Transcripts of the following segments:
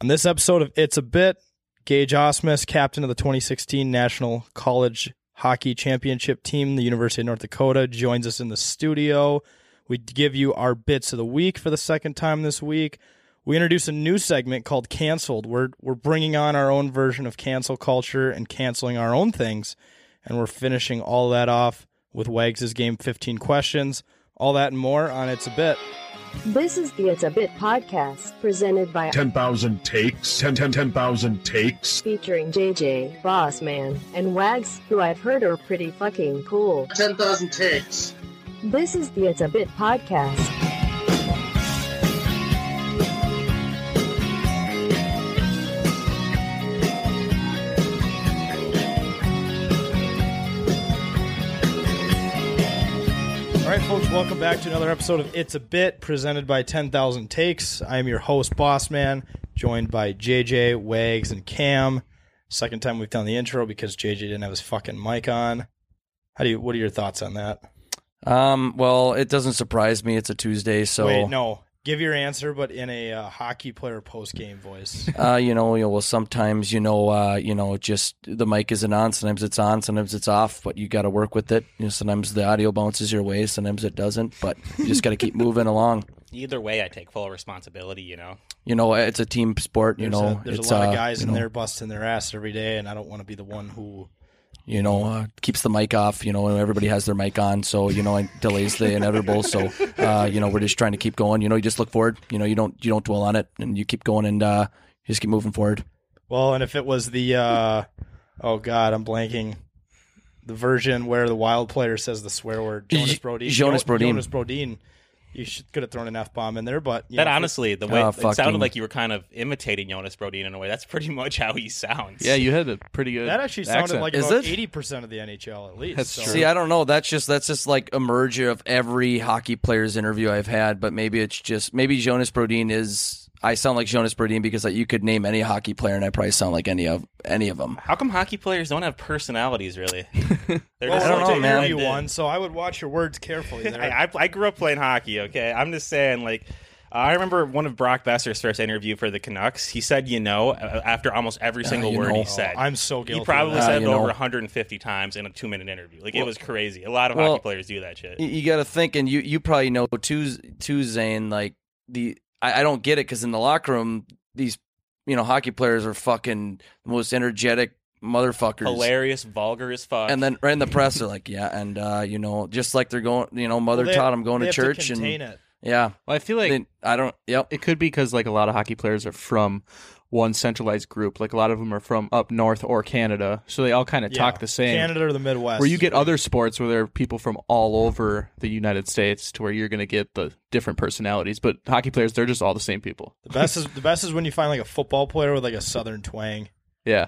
On this episode of It's a Bit, Gage Osmus, captain of the 2016 National College Hockey Championship team, the University of North Dakota, joins us in the studio. We give you our bits of the week for the second time this week. We introduce a new segment called Canceled. We're, we're bringing on our own version of cancel culture and canceling our own things. And we're finishing all that off with Wags' game 15 questions. All that and more on It's a Bit. This is the It's a Bit podcast presented by 10,000 takes, 10, 10, 10,000 takes. featuring JJ, Bossman, and Wags, who I've heard are pretty fucking cool. 10,000 takes. This is the It's a Bit podcast. All right, folks, welcome back to another episode of It's a Bit, presented by 10,000 Takes. I am your host, Bossman, joined by JJ, Wags, and Cam. Second time we've done the intro because JJ didn't have his fucking mic on. How do you? What are your thoughts on that? Um, well, it doesn't surprise me. It's a Tuesday, so Wait, no. Give your answer, but in a uh, hockey player post game voice. uh, you know, you know, well, sometimes you know, uh, you know, just the mic isn't on. Sometimes it's on, sometimes it's off. But you got to work with it. You know, sometimes the audio bounces your way, sometimes it doesn't. But you just got to keep moving along. Either way, I take full responsibility. You know, You know, it's a team sport. You There's know, a, there's it's, a lot of uh, guys in you know, there busting their ass every day, and I don't want to be the one who. You know, uh, keeps the mic off. You know, everybody has their mic on, so you know, it delays the inevitable. So, uh, you know, we're just trying to keep going. You know, you just look forward. You know, you don't you don't dwell on it, and you keep going and uh, you just keep moving forward. Well, and if it was the, uh, oh God, I'm blanking. The version where the wild player says the swear word, Jonas Y- Brodeen. Jonas Jo- Brodin. Jonas Brodin. You should, could have thrown an f bomb in there, but you that know, honestly, the way Ah, it fucking- sounded like you were kind of imitating Jonas Brodin in a way. That's pretty much how he sounds. Yeah, you had a pretty good. that actually sounded accent. like Is about it? eighty percent of the NHL at least. That's so. true. See, I don't know. That's just that's just like a merger of every hockey player's interview I've had, but maybe it's just maybe Jonas Brodin is. I sound like Jonas Brodin because like, you could name any hockey player, and I probably sound like any of any of them. How come hockey players don't have personalities? Really? They're Well, I don't like know, they man. blend You in. won, so I would watch your words carefully. There. I, I, I grew up playing hockey. Okay, I'm just saying. Like, uh, I remember one of Brock Besser's first interview for the Canucks. He said, "You know," uh, after almost every single you word know. he said. I'm so guilty. he of probably that. said you it know. over 150 times in a two minute interview. Like it was crazy. A lot of well, hockey players do that shit. You, got to think, and you you probably know too, too Zane. Like the I, I don't get it because in the locker room, these you know hockey players are fucking the most energetic motherfuckers. Hilarious, vulgar as fuck. And then right in the press, they're like, yeah, and uh, you know, just like they're going, you know, mother Well, they- taught them going they to have church, and contain it. yeah, Well, I feel like Then- I don't. Yep. it could be because like a lot of hockey players are from one centralized group. Like a lot of them are from up north or Canada, so they all kind of Yeah. talk the same. Canada or the Midwest. Where you get other sports where there are people from all over the United States, to where you're going to get the different personalities. But hockey players, they're just all the same people. the best is the best is when you find like a football player with like a southern twang. Yeah,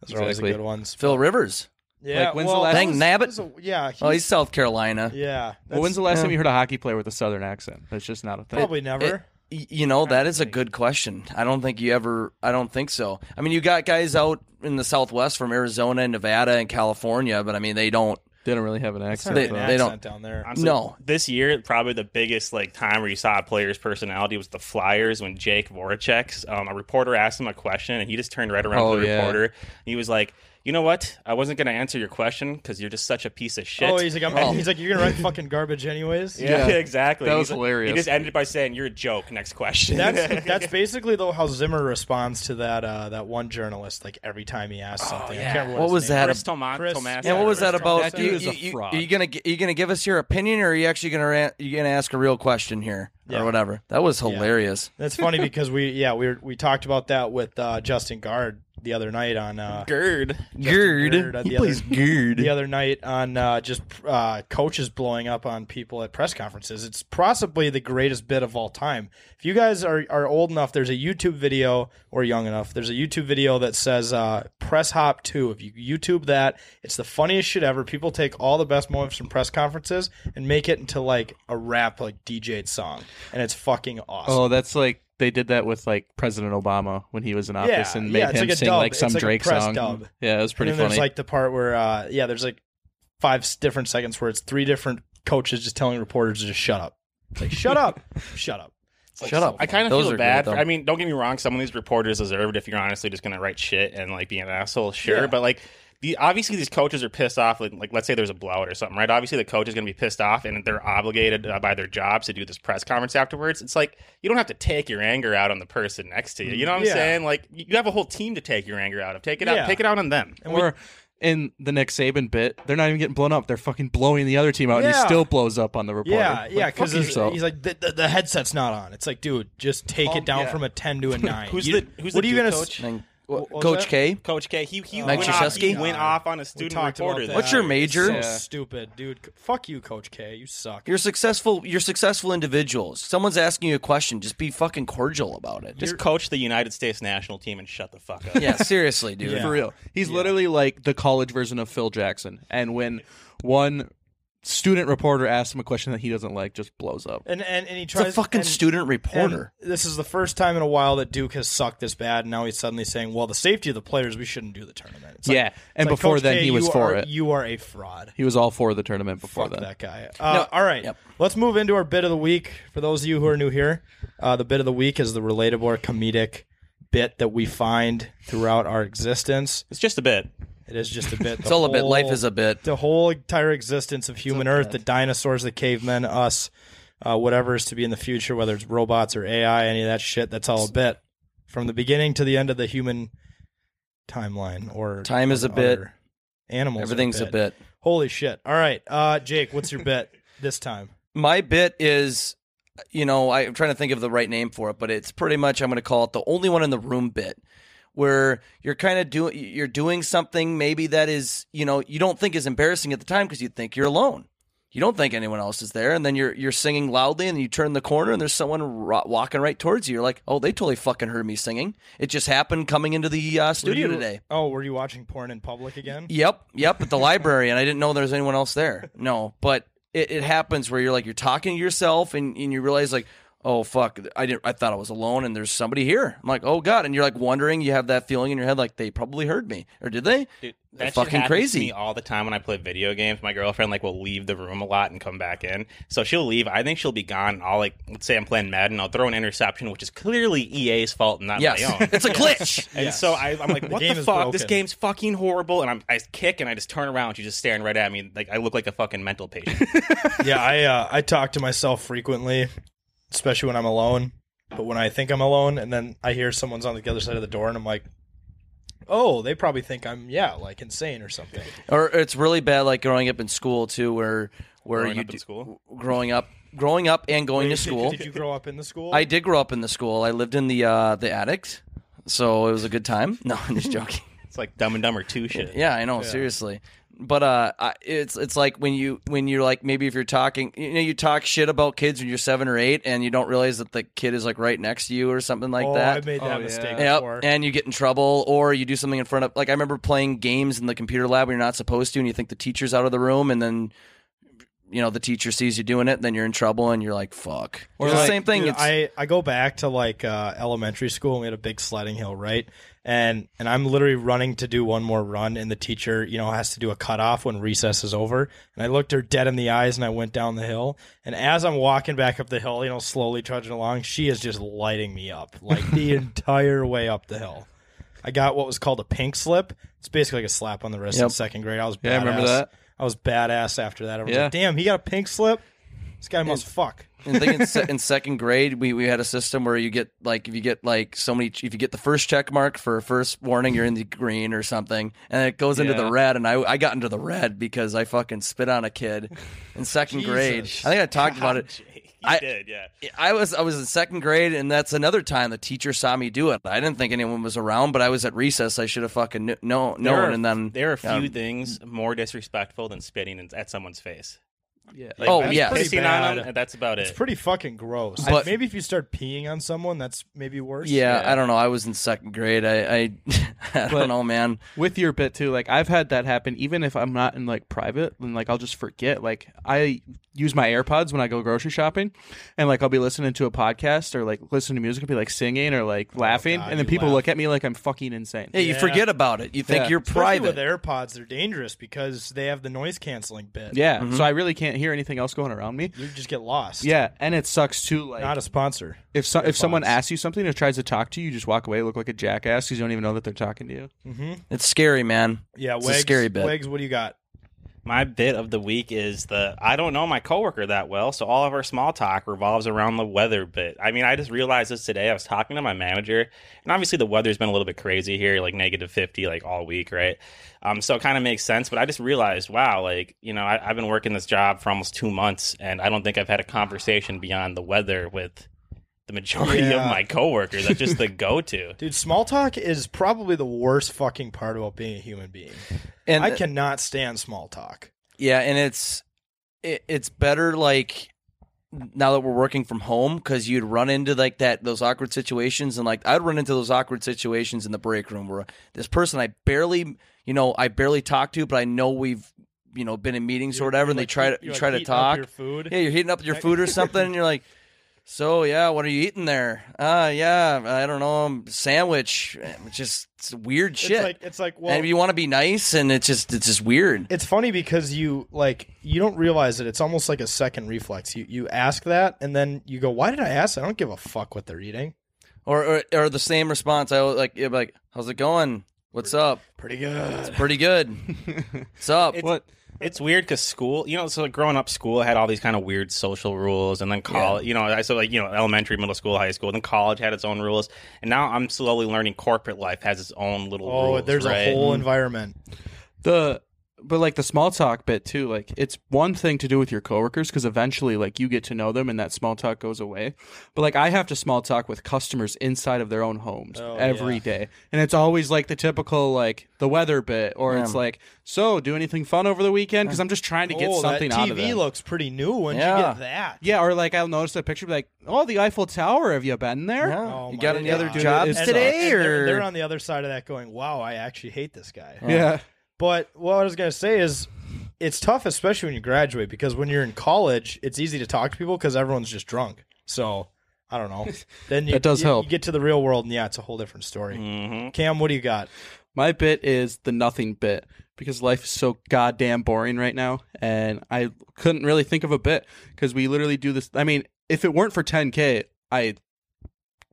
Those are always the Exactly. good ones. Phil Rivers. Yeah, Like, when's the well, last- that Dang, was- Nabbit? that was a- yeah, Oh, he's South Carolina. yeah. Well, when's the last time you heard a hockey player with a southern accent? That's just not a thing. probably never? Y- You know, that is a good question. I don't think you ever, I don't think so. I mean, you got guys out in the Southwest from Arizona and Nevada and California, but I mean, they don't. They don't really have an accent. they- though. they don't- down there. Honestly, No. This year, probably the biggest like time where you saw a player's personality was the Flyers when Jake Voracek, um, a reporter asked him a question and he just turned right around Oh, to the yeah. reporter. And he was like, "You know what? I wasn't going to answer your question because you're just such a piece of shit." Oh, he's like, I'm, Oh. he's like, you're gonna write fucking garbage anyways. yeah, Yeah. exactly. That He's was like- hilarious. He just ended by saying, "You're a joke." Next question. That's that's basically though how Zimmer responds to that uh, that one journalist like every time he asks something. I can't remember Oh, What his was name that? Chris Toma- Chris- Tomas- Yeah, what was that That about? dude is a fraud. Are you gonna gi- you gonna give us your opinion, or are you actually gonna ra- you gonna ask a real question here Yeah. or whatever? That was hilarious. That's funny because we yeah we were, we talked about that with uh, Justin Guard the other night on uh, Gerd. Justin Gerd on He the plays other, Gerd. the other night on uh, just uh, coaches blowing up on people at press conferences. It's possibly the greatest bit of all time. If you guys are, are old enough, there's a YouTube video or young enough. There's a YouTube video that says uh, "Press Hop 2." If you YouTube that, it's the funniest shit ever. People take all the best moments from press conferences and make it into like a rap, like DJ'd song, and it's fucking awesome. Oh, that's like they did that with like President Obama when he was in office and made yeah, it's him like a sing dub. like some It's like a Drake press song. dub. Yeah, it was pretty and then funny. There's like the part where, uh, yeah, there's like five s- different seconds where it's three different coaches just telling reporters to just shut up. It's like shut up, shut up. It's like, Shut so up. I kind of Those are feel good, bad. for, though. I mean, don't get me wrong. Some of these reporters deserve it if you're honestly just going to write shit and like be an asshole. Sure, Yeah. but like. The, obviously, these coaches are pissed off. Like, like, let's say there's a blowout or something, right? Obviously, the coach is going to be pissed off, and they're obligated uh, by their jobs to do this press conference afterwards. It's like you don't have to take your anger out on the person next to you. You know what I'm Yeah. saying? Like, you you have a whole team to take your anger out of. Take it Yeah. out. Take it out on them. or in the Nick Saban bit, they're not even getting blown up. They're fucking blowing the other team out, and he Yeah. still blows up on the reporter. Yeah, yeah, because he's he's like the, the, the headset's not on. It's like, dude, just take Oh, it down yeah. from a ten to a nine. Who's You- the Who's what the are you Duke gonna s- coach? And- was Coach that? K. Coach K. He he, Mike went, off, he Krzyzewski? went off on a We student talked about reporter. that. there. What's your major? So Yeah. stupid, dude. C- Fuck you, Coach K. You suck. You're successful. You're successful individuals. Someone's asking you a question. Just be fucking cordial about it. Just coach the United States national team and shut the fuck up. yeah, seriously, dude. Yeah. for real. He's literally like the college version of Phil Jackson. And when one student reporter asks him a question that he doesn't like, just blows up. and, and and he It's tries a fucking and- student reporter. And this is the first time in a while that Duke has sucked this bad, and now he's suddenly saying, "Well, the safety of the players, we shouldn't do the tournament." It's like- Yeah, it's and like, before Coach then K, he was you for are- it. You are a fraud. He was all for the tournament before Fuck that that. guy. Uh, All right, Yep. let's move into our bit of the week. For those of you who are new here, uh, the bit of the week is the relatable or comedic bit that we find throughout our existence. It's just a bit. It is just a bit. It's all a bit. Life is a bit. The whole entire existence of human Earth, the dinosaurs, the cavemen, us, uh, whatever is to be in the future, whether it's robots or AI, any of that shit, that's all a bit. From the beginning to the end of the human timeline, or Time is a bit. other Animals, are Everything's a bit. Holy shit! All right, uh, Jake, what's your bet this time? My bit is, you know, I'm trying to think of the right name for it, but it's pretty much I'm going to call it the only one in the room bit, where you're kind of doing you're doing something maybe that is you know you don't think is embarrassing at the time because you think you're alone. You don't think anyone else is there, and then you're you're singing loudly, and you turn the corner, and there's someone ro- walking right towards you. You're like, oh, they totally fucking heard me singing. It just happened coming into the uh, Were studio you- today. Oh, were you watching porn in public again? Yep, yep, at the library, and I didn't know there was anyone else there. No, but it, it happens where you're like you're talking to yourself, and, and you realize like, oh fuck, I didn't, I thought I was alone, and there's somebody here. I'm like, oh god, and you're like wondering, you have that feeling in your head like they probably heard me, or did they? Dude, They're that shit fucking happens crazy. To me all the time when I play video games, my girlfriend like will leave the room a lot and come back in. So she'll leave. I think she'll be gone. And I'll like let's say I'm playing Madden. I'll throw an interception, which is clearly EA's fault and not yes, my own. it's a glitch. And so I, I'm like, what the, game is fuck? broken. This game's fucking horrible. And I'm, I kick and I just turn around. She's just staring right at me. Like I look like a fucking mental patient. yeah, I uh, I talk to myself frequently, especially when I'm alone. But when I think I'm alone, and then I hear someone's on the other side of the door, and I'm like, oh, they probably think I'm yeah, like insane or something. or it's really bad like growing up in school too, where where Growing you up in do- school? growing up, growing up, and going to school. Did you grow up in the school? I did grow up in the school. I lived in the uh, the attic, so it was a good time. No, I'm just joking. it's like Dumb and Dumber Two shit. Yeah, I know. Seriously, but uh, I- it's it's like when you when you're like maybe if you're talking, you know, you talk shit about kids when you're seven or eight, and you don't realize that the kid is like right next to you or something like oh, that. I made that yeah. mistake Yep, before. and you get in trouble, or you do something in front of like I remember playing games in the computer lab when you're not supposed to, and you think the teacher's out of the room, and then you know the teacher sees you doing it, and then you're in trouble, and you're like, "Fuck." Or it's the like, same thing. Dude, it's, I, I go back to like uh, elementary school and we had a big sledding hill, right? And and I'm literally running to do one more run and the teacher, you know, has to do a cutoff when recess is over. And I looked her dead in the eyes and I went down the hill. And as I'm walking back up the hill, you know, slowly trudging along, she is just lighting me up like the entire way up the hill. I got what was called a pink slip. It's basically like a slap on the wrist in Yep. second grade. I was badass. Yeah, I remember that. I was badass after that. I was Yeah. like, damn, he got a pink slip. This guy must fuck. I think in, se- in second grade we, we had a system where you get like if you get like so many if you get the first check mark for a first warning you're in the green or something and it goes into the Yeah. red and I I got into the red because I fucking spit on a kid in second grade I Jesus. think I talked about it I I- did, yeah. I was I was in second grade, and that's another time the teacher saw me do it. I didn't think anyone was around, but I was at recess. I should have fucking kn- no There known. are- And then there are a few um, things more disrespectful than spitting in, at someone's face. Yeah. Like, Oh, that's yes. pissing Pretty on bad. them, and that's about It's it. pretty fucking gross. But- maybe if you start peeing on someone, that's maybe worse. yeah, I don't know. I was in second grade. I I, I But- don't know, man. with your bit too like i've had that happen even if i'm not in like private and like i'll just forget like i use my airpods when i go grocery shopping and like i'll be listening to a podcast or like listening to music and be like singing or like laughing Oh, God, and then you people laugh. look at me like i'm fucking insane Yeah, you Yeah. forget about it. You think Yeah. you're Especially with private. AirPods, they're dangerous because they have the noise canceling bit. yeah so i really can't hear anything else going around me you just get lost. yeah and it sucks too like not a sponsor. if so- if someone AirPods. asks you something or tries to talk to you, you just walk away, look like a jackass because you don't even know that they're talking to you. It's scary, man. Yeah, it's Wags, a scary bit. Wags, what do you got? My bit of the week is the I don't know my coworker that well, so all of our small talk revolves around the weather bit. I mean, I just realized this today. I was talking to my manager, and obviously the weather's been a little bit crazy here, like negative fifty, like all week, right? Um, so it kind of makes sense. But I just realized, wow, like you know, I, I've been working this job for almost two months, and I don't think I've had a conversation beyond the weather with the majority Yeah. of my coworkers. That's just the go-to. Dude, small talk is probably the worst fucking part about being a human being. And I cannot stand small talk. Yeah, and it's it, it's better like now that we're working from home because you'd run into like that those awkward situations and like I'd run into those awkward situations in the break room where this person I barely you know I barely talk to but I know we've you know been in meetings or whatever and they Like, try to you're, you like, try to heating up talk Your food. yeah you're heating up your food or something and you're like so yeah what are you eating there ah yeah I don't know um, sandwich just it's weird it's shit like it's like well, and you want to be nice and it's just it's just weird it's funny because you like you don't realize it. It's almost like a second reflex. You you ask that and then you go, "Why did I ask? that? I don't give a fuck what they're eating." or or, or the same response. I always like it'd be like, "How's it going? What's up? Pretty good. Pretty good. What's up?" What? It's weird because school, you know, so like growing up, school had all these kind of weird social rules, and then college, you know, I so like you know, elementary, middle school, high school, then college had its own rules, and now I'm slowly learning corporate life has its own little. Oh, rules, there's right? a whole environment. the but like the small talk bit too like it's one thing to do with your coworkers because eventually like you get to know them and that small talk goes away but like i have to small talk with customers inside of their own homes Oh, every day, and it's always like the typical like the weather bit or it's like so do anything fun over the weekend because i'm just trying to get oh, something that TV out of them looks pretty new. When did you Yeah. get that? yeah or like i'll notice a picture be like oh the eiffel tower have you been there Yeah. Oh you my got any other God. uh, Dude, jobs it's- And- uh, today? and or they're, they're on the other side of that going, "Wow, I actually hate this guy." yeah But what I was gonna say is, it's tough, especially when you graduate, because when you're in college, it's easy to talk to people because everyone's just drunk. So I don't know. Then you, That does you- help. You get to the real world, and yeah, it's a whole different story. Cam, what do you got? My bit is the nothing bit because life is so goddamn boring right now, and I couldn't really think of a bit because we literally do this. I mean, if it weren't for 10k, I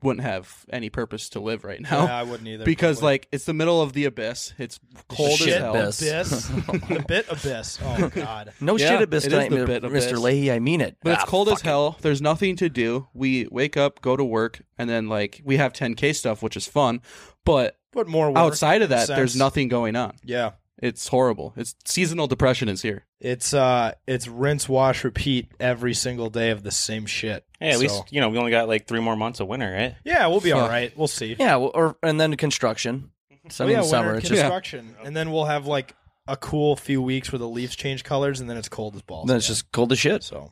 wouldn't have any purpose to live right now Yeah, I wouldn't either. because, probably. like, it's the middle of the abyss. It's cold shit as hell. abyss. abyss, the bit abyss. Oh God. no Yeah, shit abyss it is tonight, the bit abyss. Mr. Leahy. I mean it. But it's Ah, cold as fuck it. hell. There's nothing to do. We wake up, go to work, and then like we have 10k stuff, which is fun. But But more work, outside of that, sense. there's nothing going on. Yeah, It's horrible. It's seasonal depression is here. it's uh, it's rinse, wash, repeat every single day of the same shit. Hey, Mm-hmm. at So- least you know we only got like three more months of winter, right? Yeah, we'll be all Fuck. right. We'll see. Yeah, well, or and then construction. So, I Well, mean, Oh, yeah, summer. winter It's just construction, and then we'll have like a cool few weeks where the leaves change colors, and then it's cold as balls. then it's again. just cold as shit. so.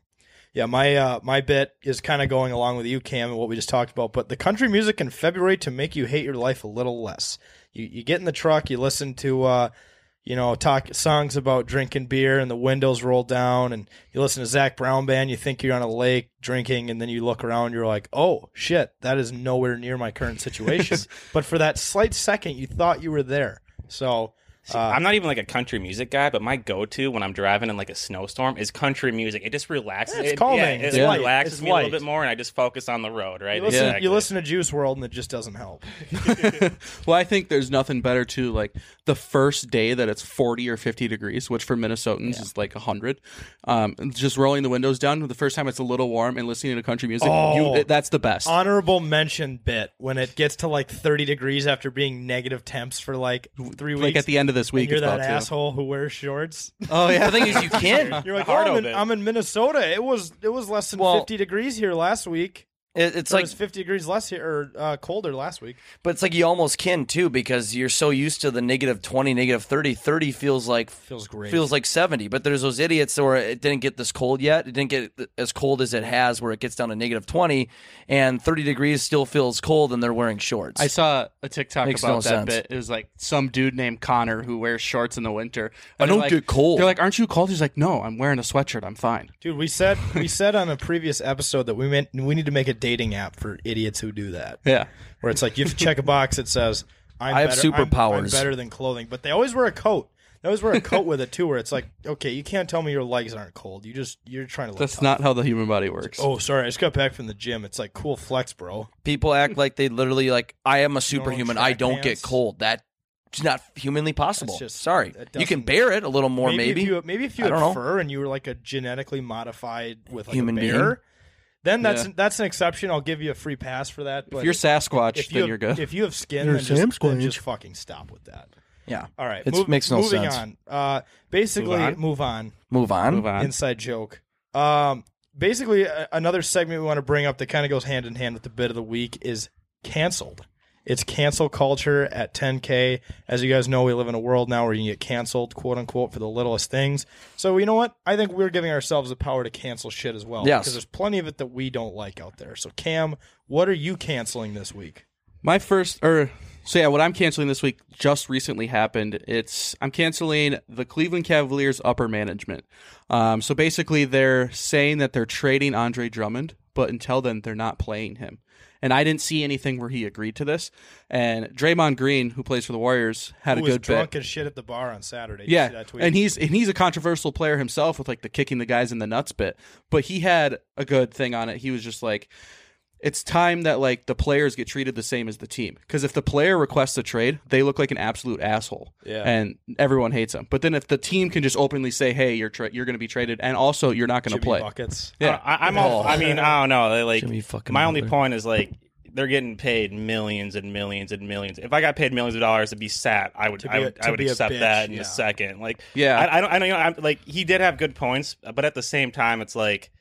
Yeah, my uh, my bit is kind of going along with you, Cam, and what we just talked about. But the country music in February to make you hate your life a little less. You you get in the truck, you listen to. Uh, you know, talk songs about drinking beer and the windows roll down, and you listen to Zach Brown band. You think you're on a lake drinking, and then you look around. You're like, "Oh shit, that is nowhere near my current situation." but for that slight second, you thought you were there. So Uh, I'm not even like a country music guy, but my go-to when I'm driving in like a snowstorm is country music. It just relaxes. It's it, calming. yeah, it It's light. relaxes It's me a light. little bit more, and I just focus on the road, right? you listen, Exactly. you listen to Juice World, and it just doesn't help. well, I think there's nothing better to like the first day that it's 40 or 50 degrees, which for Minnesotans is like 100. Um, and just rolling the windows down the first time it's a little warm and listening to country music. Oh. you, that's the best. Honorable mention bit when it gets to like 30 degrees after being negative temps for like three weeks. like at the end of this week. you're is that about to. asshole who wears shorts. Oh yeah, The thing is, you can. You're like, oh, Hard I'm, in, open. I'm in Minnesota. It was it was less than Well- 50 degrees here last week. It, it's Or it like, was 50 degrees less here or uh, colder last week. but it's like you almost can too because you're so used to the negative twenty, negative thirty. Thirty feels like Feels great. feels like 70 but there's those idiots where it didn't get this cold yet it didn't get th- as cold as it has where it gets down to negative 20 and 30 degrees still feels cold and they're wearing shorts I saw a TikTok Makes about no that sense. bit. It was like some dude named Connor who wears shorts in the winter. I And don't they're like- get cold. They're like, "Aren't you cold?" He's like, "No, I'm wearing a sweatshirt. I'm fine." Dude, we said we said on a previous episode that we meant we need to make a dating app for idiots who do that. Yeah. Where it's like you have to check a box that says I'm I have better, I'm- I'm superpowers. better than clothing, but they always wear a coat. They always wear a coat with it too, where it's like, okay, you can't tell me your legs aren't cold. You just you're trying to. Look That's tough. not how the human body works. Oh, sorry, I just got back from the gym. It's like cool flex, bro. people act like they literally like i am a superhuman i track don't pants. get cold that it's not humanly possible That's just- sorry that you can doesn't- bear it a little more maybe, if you, maybe if you I had don't know. fur and you were like a genetically modified with like Human a bear, being. then that's Yeah. that's an exception. I'll give you a free pass for that. But if you're Sasquatch, if you then have, you're good. If you have skin, You're then just, Sam then Squatch. just fucking stop with that. yeah All right, It makes no moving sense. on. Uh, basically, move Move on? on. move on, Move on. Inside joke. Um, basically, a- another segment we want to bring up that kind of goes hand in hand with the bit of the week is canceled. It's cancel culture at 10K. As you guys know, we live in a world now where you can get canceled, quote unquote, for the littlest things. So, you know what? I think we're giving ourselves the power to cancel shit as well. Yes. Because there's plenty of it that we don't like out there. So, Cam, what are you canceling this week? My first, or so yeah, what I'm canceling this week just recently happened. It's I'm canceling the Cleveland Cavaliers upper management. Um, so basically, they're saying that they're trading Andre Drummond, but until then, they're not playing him. And I didn't see anything where he agreed to this. And Draymond Green, who plays for the Warriors, had Who a was good bit. drunk as shit at the bar on Saturday? Did you see that tweet? and he's and he's a controversial player himself with like the kicking the guys in the nuts bit. But he had a good thing on it. He was just like, it's time that like the players get treated the same as the team. Because if the player requests a trade, they look like an absolute asshole. Yeah. and everyone hates him. But then if the team can just openly say, hey, you're tra- you're going to be traded, and also you're not going to Jimmy play. Buckets. Yeah. I, I'm all. I mean, I don't know. They, Like Jimmy fucking my only Butler. point is like they're getting paid millions and millions and millions. If I got paid millions of dollars to be sat, I would. To I be a- would. to I would be a accept bitch, that in yeah. a second. Like Yeah. I, I don't. I don't. You know, I'm, like he did have good points, but at the same time, it's like.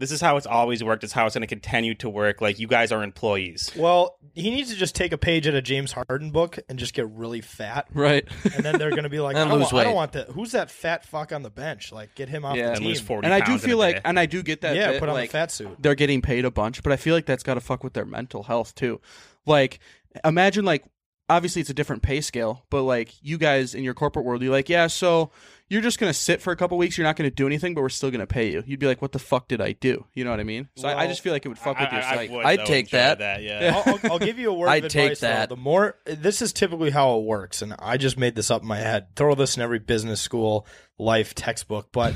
This is how it's always worked. It's how it's going to continue to work. Like you guys are employees. Well, he needs to just take a page out of James Harden book and just get really fat, Right. and then they're going to be like, I And don't, lose want, I don't weight. want that. Who's that fat fuck on the bench? Like, get him off Yeah. the And team. lose 40 and I do pounds in feel a like, day. and I do get that. Yeah, bit, put on like, the fat suit. they're getting paid a bunch, but I feel like that's got to fuck with their mental health too. Like, imagine like obviously it's a different pay scale, but like you guys in your corporate world, you're like, yeah, so you're just gonna sit for a couple weeks, you're not gonna do anything, but we're still gonna pay you. You'd be like, what the fuck did I do? You know what I mean? So I, I Well, just feel like it would fuck with your I- I psyche. would, I'd though, take enjoy that. Yeah. I'll, I'll- I'll give you a word I'd of take advice. though. that. The more this is typically how it works, and I just made this up in my head. Throw this in every business school life textbook, but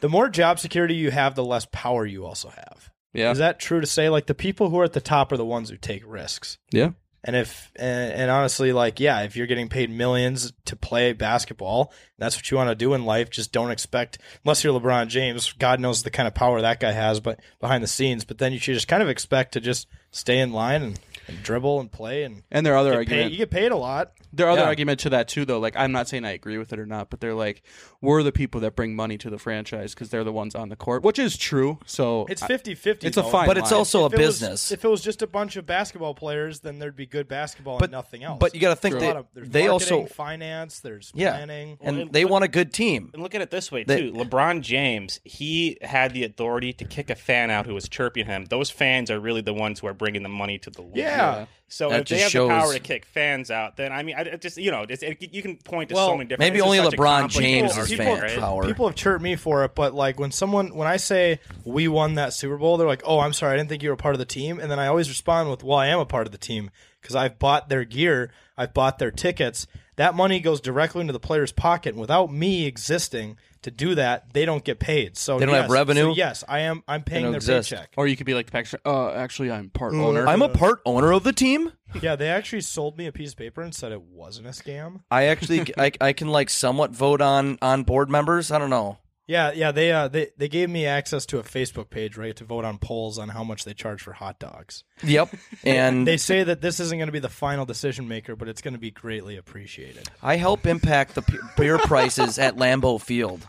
the more job security you have, the less power you also have. yeah, Is that true to say? Like the people who are at the top are the ones who take risks. yeah. And if and, and honestly, like yeah, if you're getting paid millions to play basketball, that's what you want to do in life. Just don't expect, unless you're LeBron James. God knows the kind of power that guy has, but behind the scenes. But then you should just kind of expect to just stay in line and, and dribble and play and And their other get argument, paid. You get paid a lot. their other Yeah. argument to that too, though, like I'm not saying I agree with it or not, but they're like, we're the people that bring money to the franchise because they're the ones on the court, which is true. So It's I- 50-50. It's a though. fine but it's line. also a If it was- business if it was just a bunch of basketball players, then there'd be good basketball But- and nothing else. but you gotta think There's a they- lot of- there's they also- marketing, finance. There's yeah planning. and Well, it- they want a good team And look at it this way They- too. LeBron James, he had the authority to kick a fan out who was chirping him. Those fans are really the ones who are bringing the money to the league. Yeah. So That if they just have shows- the power to kick fans out, then I mean, I I just you know, it's, it, you can point to Well, so many different. maybe it's just only such a LeBron complicated James People- is argument, fan right? power. People have chirped me for it, but like when someone when I say we won that Super Bowl, they're like, "Oh, I'm sorry, I didn't think you were a part of the team." And then I always respond with, "Well, I am a part of the team because I've bought their gear, I've bought their tickets. That money goes directly into the player's pocket. And without me existing to do that, they don't get paid. So They don't have yes. revenue? So yes, I am. I'm paying don't their exist. paycheck. Or you could be like the picture. Uh, actually, I'm part owner. i'm a part owner of the team yeah, they actually sold me a piece of paper and said it wasn't a scam. I actually I, I can like somewhat vote on on board members. I don't know. Yeah, yeah, they uh they, they gave me access to a Facebook page where I get to vote on polls on how much they charge for hot dogs. Yep. And They say that this isn't going to be the final decision maker, but it's going to be greatly appreciated. I help impact the p- beer prices at Lambeau Field.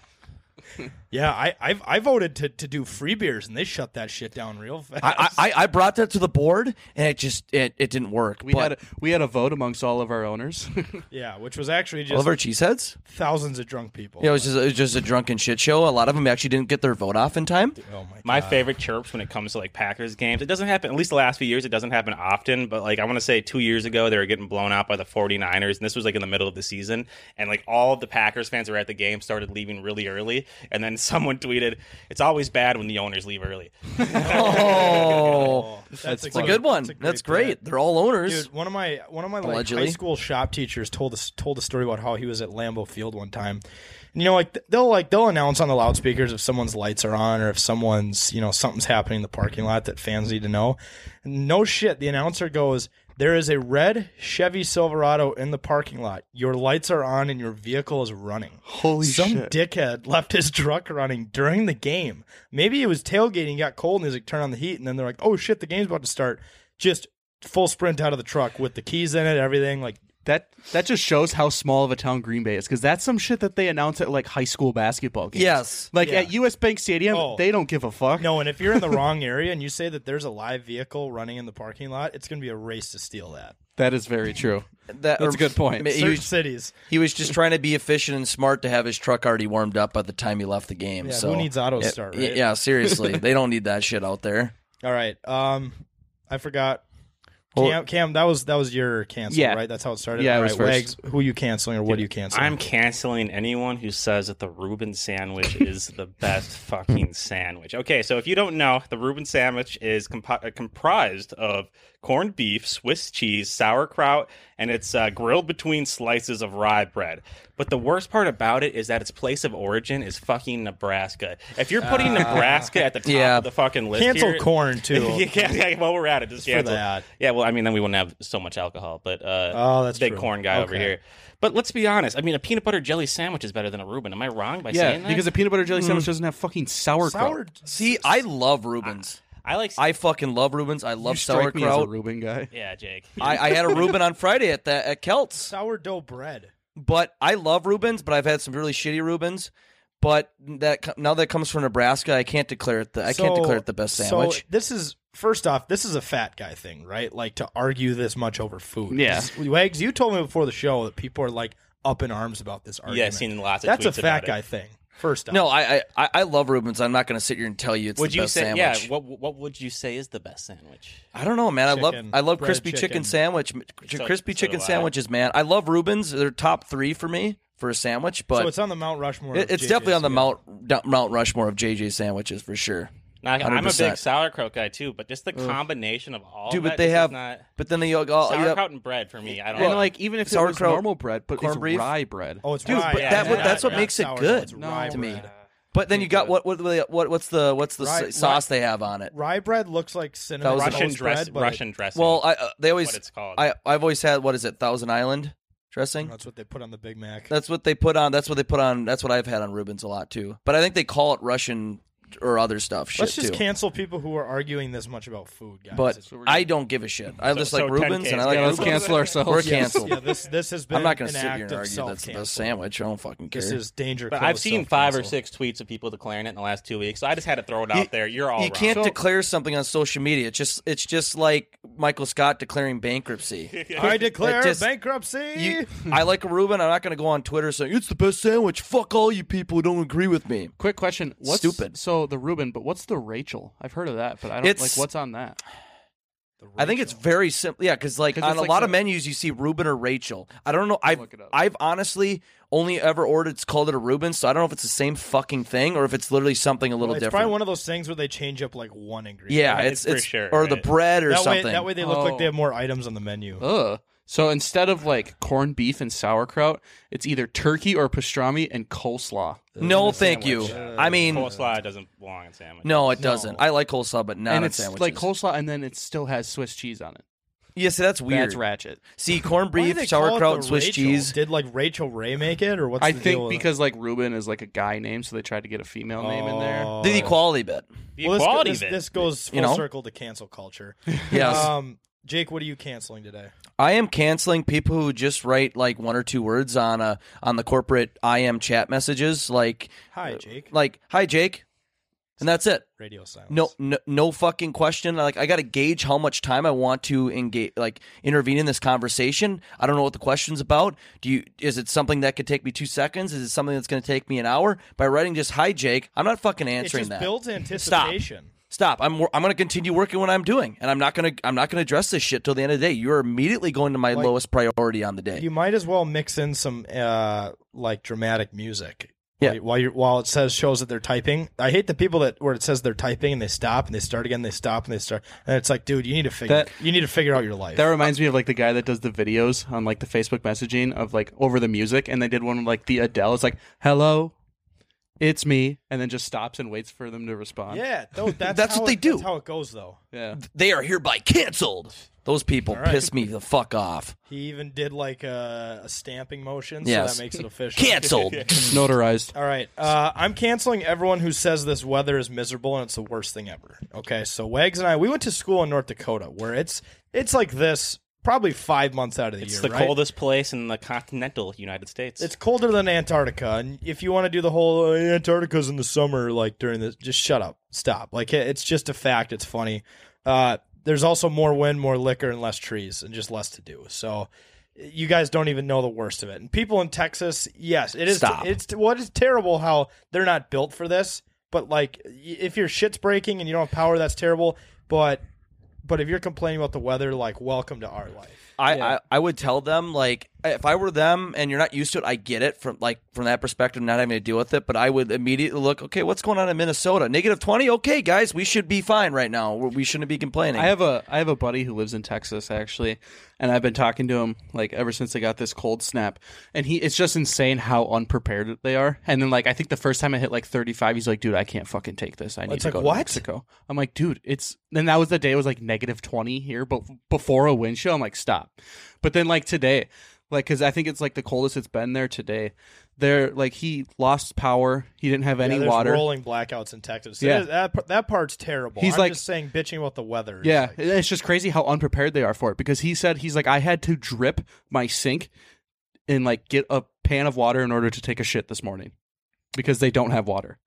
Yeah, I I've, I voted to, to do free beers and they shut that shit down real fast. I, I, I brought that to the board and it just it, it didn't work. We had a, we had a vote amongst all of our owners. yeah, which was actually all just of our cheeseheads. thousands of drunk people. Yeah, it was just it was just a drunken shit show. A lot of them actually didn't get their vote off in time. oh my. My favorite chirps when it comes to like Packers games, it doesn't happen, at least the last few years, it doesn't happen often. But like, I want to say two years ago, they were getting blown out by the 49ers, and this was like in the middle of the season. And like, all of the Packers fans who were at the game started leaving really early. And then someone tweeted, It's always bad when the owners leave early. Oh, Oh, that's, it's a good one. a That's pick. great. They're all owners. Dude, one of my one of my like, high Allegedly. school shop teachers told us told a story about how he was at Lambeau Field one time. And you know, like th- they'll like they'll announce on the loudspeakers if someone's lights are on or if someone's you know something's happening in the parking lot that fans need to know. And no shit, the announcer goes, "There is a red Chevy Silverado in the parking lot. Your lights are on and your vehicle is running." Holy Some dickhead left his truck running during the game. Maybe he was tailgating, got cold, and he's like, turn on the heat. And then they're like, oh shit, the game's about to start. Just full sprint out of the truck with the keys in it, everything. Like, That that just shows how small of a town Green Bay is because that's some shit that they announce at like high school basketball games. Yes. like Yeah. at U.S. Bank Stadium, Oh. they don't give a fuck. no, and if you're in the wrong area and you say that there's a live vehicle running in the parking lot, it's going to be a race to steal that. that is very true. That- That's or- a good point. ma- He Search was, cities. he was just trying to be efficient and smart to have his truck already warmed up by the time he left the game. Yeah, so who needs auto Yeah, start, right? Yeah, seriously, they don't need that shit out there. All right. Um, I forgot. Well- Cam, Cam, that was that was your cancel, Yeah. right? That's how it started. Yeah, All it was right, first. Wags, who you canceling or what are you canceling? I'm canceling anyone who says that the Reuben sandwich is the best fucking sandwich. Okay, so if you don't know, the Reuben sandwich is comp- uh, comprised of corned beef, Swiss cheese, sauerkraut, and it's uh, grilled between slices of rye bread. But the worst part about it is that its place of origin is fucking Nebraska. If you're putting Nebraska at the top Yeah. of the fucking list, cancel here- corn too. yeah, yeah, while we're at it, just for cancel. that. Yeah, well, I mean, then we wouldn't have so much alcohol, but uh, Oh, that's big true. corn guy over Okay. here. But let's be honest. I mean, a peanut butter jelly sandwich is better than a Reuben. Am I wrong by Yeah, saying that? because a peanut butter jelly Mm. sandwich doesn't have fucking sauerkraut. Sour. See, I love Rubens. I like. I fucking love Rubens. I You love strike me as a sauerkraut. Reuben guy. yeah, Jake. I, I had a Reuben on Friday at the at Kelts. Sourdough bread. but I love Rubens, but I've had some really shitty Rubens. But that co- now that comes from Nebraska, I can't declare it. The, I can't So- declare it the best sandwich. So this is first off, this is a fat guy thing, right? Like to argue this much over food. Yeah. This- Wags, you told me before the show that people are like up in arms about this argument. yeah, I've seen lots of. That's a tweets about fat it. guy thing. First off, no, I, I I- I love Rubens. I'm not going to sit here and tell you it's Would the you best say? sandwich. Yeah. What What would you say is the best sandwich? I don't know, man. I love Chicken. I love Bread crispy chicken, chicken. sandwich, Ch- So- crispy so chicken do I. sandwiches, man. I love Rubens. They're top three for me for a sandwich, but so it's on the Mount Rushmore. it- of it's JJ's definitely on the again. Mount d- Mount Rushmore of JJ sandwiches for sure. Now, I'm a 100%. big sauerkraut guy too, but just the combination of all. Dude, that but they just is have, Oh, not but then they all all- you have- sauerkraut and bread for me. I don't. And know. like even if it was Sauerkraut, normal bread, but corned it's beef. rye bread. Oh, it's Dude, rye. but Yeah, that, it's what, not- that's what not makes it sourdough, good it's rye to me. bread. But then you got what what what what's the what's the Rye- s sauce they have on it? Rye bread looks like cinnamon That was a- Russian toast bread, dress. but Russian dressing. Well, I uh, they what always it's called. I I've always had what is it Thousand Island dressing? that's what they put on the Big Mac. That's what they put on. That's what they put on. That's what I've had on Rubens a lot too. But I think they call it Russian or other stuff. Shit Let's just too. cancel people who are arguing this much about food, guys. But It's- I don't give a shit. I just so like Rubens 10K. and I like Yeah, let's Let's Rubens. cancel ourselves. We're canceled. yeah, this this has been. I'm not going an to sit here act and of argue that's the self-cancel. best sandwich. I don't fucking care. This is danger. But close I've seen five or self-cancel. six tweets of people declaring it in the last two weeks, so I just had to throw it out there. You're all you wrong. can't declare something on social media. It's just it's just like Michael Scott declaring bankruptcy. I declare Like, just- bankruptcy. You- I like a Reuben. I'm not going to go on Twitter saying it's the best sandwich. Fuck all you people who don't agree with me. Quick question. What's, Stupid. So the Reuben, but what's the Rachel? I've heard of that, but I don't It's- like what's on that. I think it's very simple. Yeah, because like 'Cause on it's a like lot the- of menus you see Reuben or Rachel. I don't know. I've look it up. I've honestly only ever ordered. It's called it a Reuben, so I don't know if it's the same fucking thing or if it's literally something a little Well, it's different. probably one of those things where they change up like one ingredient. yeah, it's it's for it's sure, or the right? bread or that something. way that way they look like Oh. they have more items on the menu. Ugh. So instead of like corned beef and sauerkraut, it's either turkey or pastrami and coleslaw. no, thank you. I mean, coleslaw doesn't belong in sandwich. no, it doesn't. I like coleslaw, but not and in it's sandwiches. like coleslaw and then it still has Swiss cheese on it. Yeah, see, that's weird. That's ratchet. See, corned Why do beef, they call it sauerkraut, the and Swiss Rachel? cheese. Did like Rachel Ray make it, or what's I the deal think with it? because like Ruben is like a guy name, so they tried to get a female name in Oh. there. The equality bit. The Well, this go- quality this, of it. this goes full You know? circle to cancel culture. Yes. Um, Jake, what are you canceling today? I am canceling people who just write like one or two words on a on the corporate I am chat messages like Hi, Jake. like hi Jake, and that's it. Radio silence. No, no, no fucking question. Like I got to gauge how much time I want to engage, like intervene in this conversation. I don't know what the question's about. Do you? Is it something that could take me two seconds? Is it something that's going to take me an hour? By writing just hi Jake, I'm not fucking it answering just that. builds anticipation. Stop. I'm wor- I'm going to continue working what I'm doing, and I'm not going to I'm not going to address this shit till the end of the day. You're immediately going to my Like- lowest priority on the day. You might as well mix in some uh, like dramatic music. Yeah. Like, While you're, while it says shows that they're typing, I hate the people that where it says they're typing and they stop and they start again, they stop and they start, and it's like, dude, you need to figure That- you need to figure out your life. That reminds me of like the guy that does the videos on like the Facebook messaging of like over the music, and they did one with, like the Adele. It's like hello, it's me, and then just stops and waits for them to respond. yeah, tho- that's, That's how what they it- do. That's how it goes, though. yeah. they are hereby canceled. Those people piss me the fuck off. He even did like a, a stamping motion, so Yes. that makes it official. Canceled. notarized. All right. Uh, I'm canceling everyone who says this weather is miserable and it's the worst thing ever. Okay. So Wags and I, we went to school in North Dakota where it's it's like this probably five months out of the It's year. the right? coldest place in the continental United States. It's colder than Antarctica, and if you want to do the whole uh, Antarctica's in the summer, like during the, just shut up, stop. Like it- it's just a fact. It's funny. Uh, there's also more wind, more liquor, and less trees, and just less to do. So you guys don't even know the worst of it. And people in Texas, yes, it is. Stop. It's well, it's terrible how they're not built for this. But like, y- if your shit's breaking and you don't have power, that's terrible. But but if you're complaining about the weather, like, welcome to our life. I, I, I would tell them like if I were them and you're not used to it, I get it from like from that perspective, not having to deal with it. But I would immediately look, okay, what's going on in Minnesota? Negative twenty. Okay, guys, we should be fine right now. We we shouldn't be complaining. I have a I have a buddy who lives in Texas actually, and I've been talking to him like ever since I got this cold snap, and he it's just insane how unprepared they are. And then like I think the first time I hit like 35, he's like, "Dude, I can't fucking take this. I need It's to like, go what? to Mexico." I'm like, "Dude, it's." Then that was the day it was like negative 20 here, but before a wind chill, I'm like, "Stop." But then like today, like because I think it's like the coldest it's been there today. There like he lost power. He didn't have Yeah, any there's water. rolling blackouts in Texas. Yeah. Yeah. That, par- that part's terrible. He's I'm like- just saying bitching about the weather. is Yeah, like- it's just crazy how unprepared they are for it because he said he's like I had to drip my sink and like get a pan of water in order to take a shit this morning because they don't have water.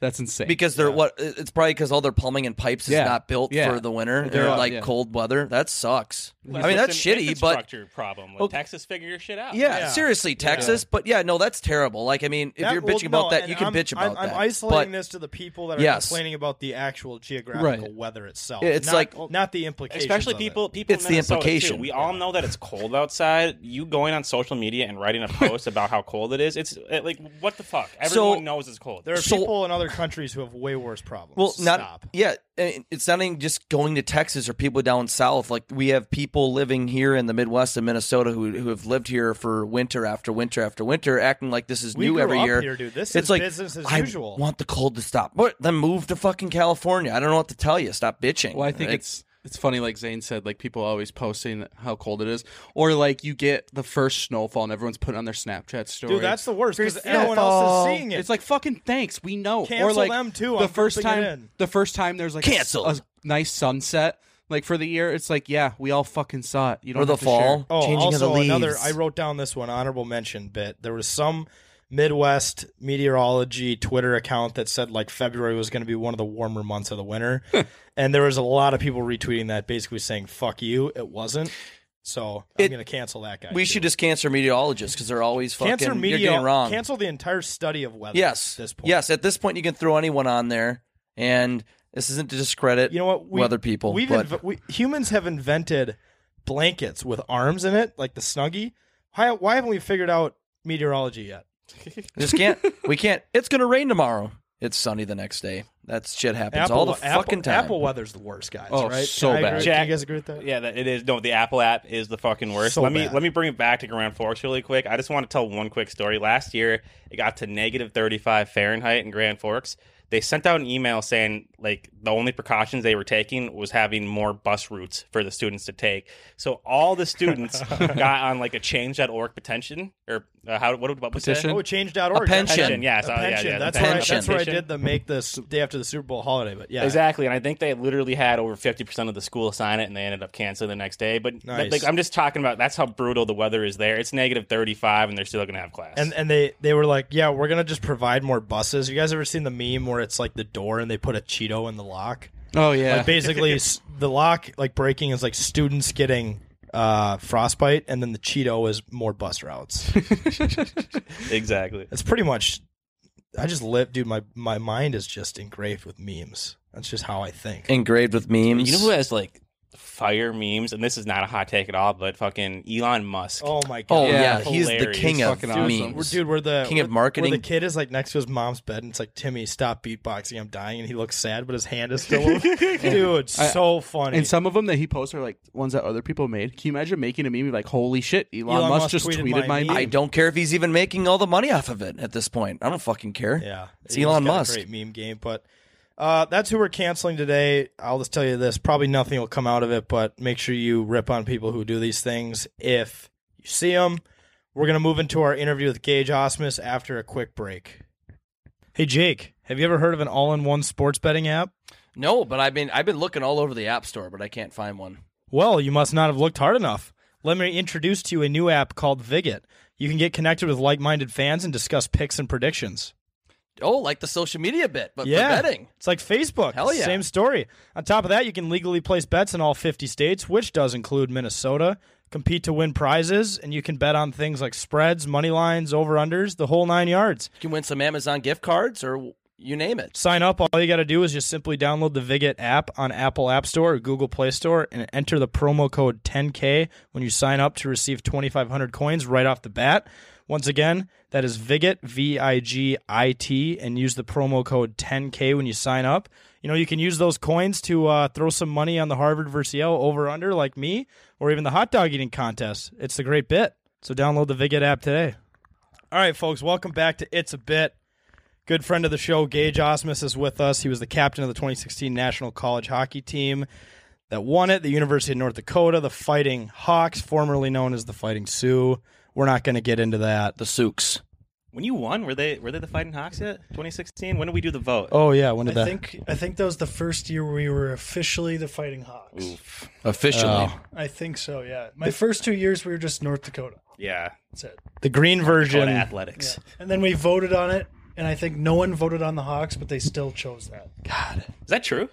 That's insane. because they're what it's probably because all their plumbing and pipes is Yeah. not built Yeah. for the winter. They're or, up, like yeah. cold weather. That sucks. I mean, that's It's an shitty, but infrastructure problem. Like, Oh. Texas figure your shit out. Yeah, Yeah. seriously, Texas. But yeah, no, that's terrible. Like, I mean, if That- you're well, bitching about no, that, and you can I'm- bitch about I'm, that. I'm isolating but this to the people that are Yes. complaining about the actual geographical Right. weather itself. It's not- like- not the implications. Especially of it. people, people. It's in the Minnesota, implication. Too. We all know that it's cold outside. You going on social media and writing a post about how cold it is. It's it, like what the fuck. Everyone knows it's cold. There are So- people in other countries who have way worse problems. Well, not Stop. yeah. and It's not even just going to Texas or people down south. Like we have people living here in the Midwest and Minnesota who who have lived here for winter after winter after winter, acting like this is We new grew every up year. here, dude. This it's is like business as I usual." want the cold to stop. But then move to fucking California. I don't know what to tell you. Stop bitching. Well, I think Like, it's it's funny, like Zane said, like people always posting how cold it is, or like you get the first snowfall and everyone's putting on their Snapchat story. Dude, that's the worst because Yeah. everyone else is seeing it. It's like fucking thanks, we know. or Cancel like them, too, The I'm first grouping it time, in. the first time there's like a s- Cancel. a, nice sunset, like for the year. It's like yeah, we all fucking saw it. You don't or the have to share. fall Oh, changing also of the leaves. another. I wrote down this one honorable mention bit. There was some Midwest meteorology Twitter account that said like February was going to be one of the warmer months of the winter, and there was a lot of people retweeting that, basically saying "fuck you." It wasn't. So It- I'm going to cancel that guy. we too. should just cancel meteorologists because they're always fucking. cancel You're getting meteor. wrong. Cancel the entire study of weather. Yes. At this point. Yes, at this point you can throw anyone on there, and this isn't to discredit. You know what? we- weather people. We've but inv- we, humans have invented blankets with arms in it, like the snuggie. Why, why haven't we figured out meteorology yet? just can't. we can't. It's gonna rain tomorrow. It's sunny the next day. That shit happens all the Apple, fucking time. Apple weather's the worst, guys. Oh, right? so Can I bad. agree- Jack- can you guys agree with that? Yeah, that it is. No, the Apple app is the fucking worst. So let me bad. let me bring it back to Grand Forks really quick. I just want to tell one quick story. Last year, it got to negative 35 Fahrenheit in Grand Forks. They sent out an email saying like the only precautions they were taking was having more bus routes for the students to take. So all the students got on like a change.org petition or uh, how what what was that? Petition? Oh, change.org. A pension. Pension, yes, A oh, yeah, pension. yeah, the That's, pension. Where I, that's where I Pension. did the make this day after the Super Bowl holiday. But yeah, Exactly, and I think they literally had over fifty percent of the school sign it, and they ended up canceling the next day. But Nice. like, I'm just talking about that's how brutal the weather is there. It's negative thirty five, and they're still going to have class. And and they they were like, yeah, we're gonna just provide more buses. You guys ever seen the meme where it's like the door and they put a Cheeto in the lock? Oh yeah. Like basically, s- the lock like breaking is like students getting uh frostbite, and then the Cheeto is more bus routes. exactly, It's pretty much. I just live, dude. My my mind is just engraved with memes. That's just how I think. Engraved with memes. you know who has like fire memes, and this is not a hot take at all, but fucking Elon Musk. Oh my god! Oh yeah, Yeah. he's the Hilarious. king of Fucking awesome. memes. We're- dude, we're the King of we're- marketing. Where the kid is like next to his mom's bed, and it's like, Timmy, stop beatboxing. I'm dying, and he looks sad, but his hand is still. up. dude, I- so funny. and some of them that he posts are like ones that other people made. Can you imagine making a meme You're like, "Holy shit, Elon, Elon Musk, Musk just tweeted tweeted, my my, meme. meme." I don't care if he's even making all the money off of it at this point. I don't fucking care. yeah, It's He's Elon got a Musk. Great meme game, but uh, that's who we're canceling today. I'll just tell you this: probably nothing will come out of it, but make sure you rip on people who do these things if you see them. We're gonna move into our interview with Gage Osmus after a quick break. Hey, Jake, have you ever heard of an all-in-one sports betting app? No, but I've been I've been looking all over the app store, but I can't find one. Well, you must not have looked hard enough. Let me introduce to you a new app called Viget. You can get connected with like minded fans and discuss picks and predictions. Oh, like the social media bit, but yeah. for betting. It's like Facebook. Hell yeah. Same story. On top of that, you can legally place bets in all 50 states, which does include Minnesota. Compete to win prizes, and you can bet on things like spreads, money lines, over unders, the whole nine yards. You can win some Amazon gift cards or you name it. Sign up. All you got to do is just simply download the Viget app on Apple App Store or Google Play Store and enter the promo code 10K when you sign up to receive 2,500 coins right off the bat. Once again, that is Viget, V I G I T, and use the promo code 10K when you sign up. You know, you can use those coins to uh, throw some money on the Harvard versus Yale over under, like me, or even the hot dog eating contest. It's a great bit. So download the Viget app today. All right, folks, welcome back to It's a Bit. Good friend of the show, Gage Osmus, is with us. He was the captain of the 2016 National College Hockey Team that won it, the University of North Dakota, the Fighting Hawks, formerly known as the Fighting Sioux. We're not going to get into that. The Souks. when you won, were they were they the Fighting Hawks yet? 2016. When did we do the vote? Oh, yeah, when did I that? think I think that was the first year we were officially the Fighting Hawks. Officially. I think so. Yeah, my first two years we were just North Dakota. yeah, That's it. the green Dakota version. Yeah. athletics. And then we voted on it, and I think no one voted on the Hawks, but they still chose that. Is that true?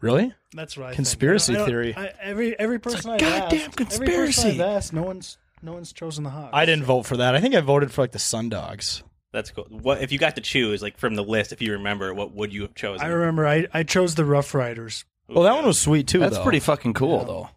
Really? That's right. Conspiracy theory. I, every every person I've goddamn asked, every person conspiracy. I've asked, no one's no one's chosen the Hawks. I didn't vote for that. I think I voted for like the Sundogs. That's cool. What if you got to choose like from the list? If you remember, what would you have chosen? I remember I, I chose the Rough Riders. Well, that one was sweet too. That's though. pretty fucking cool though.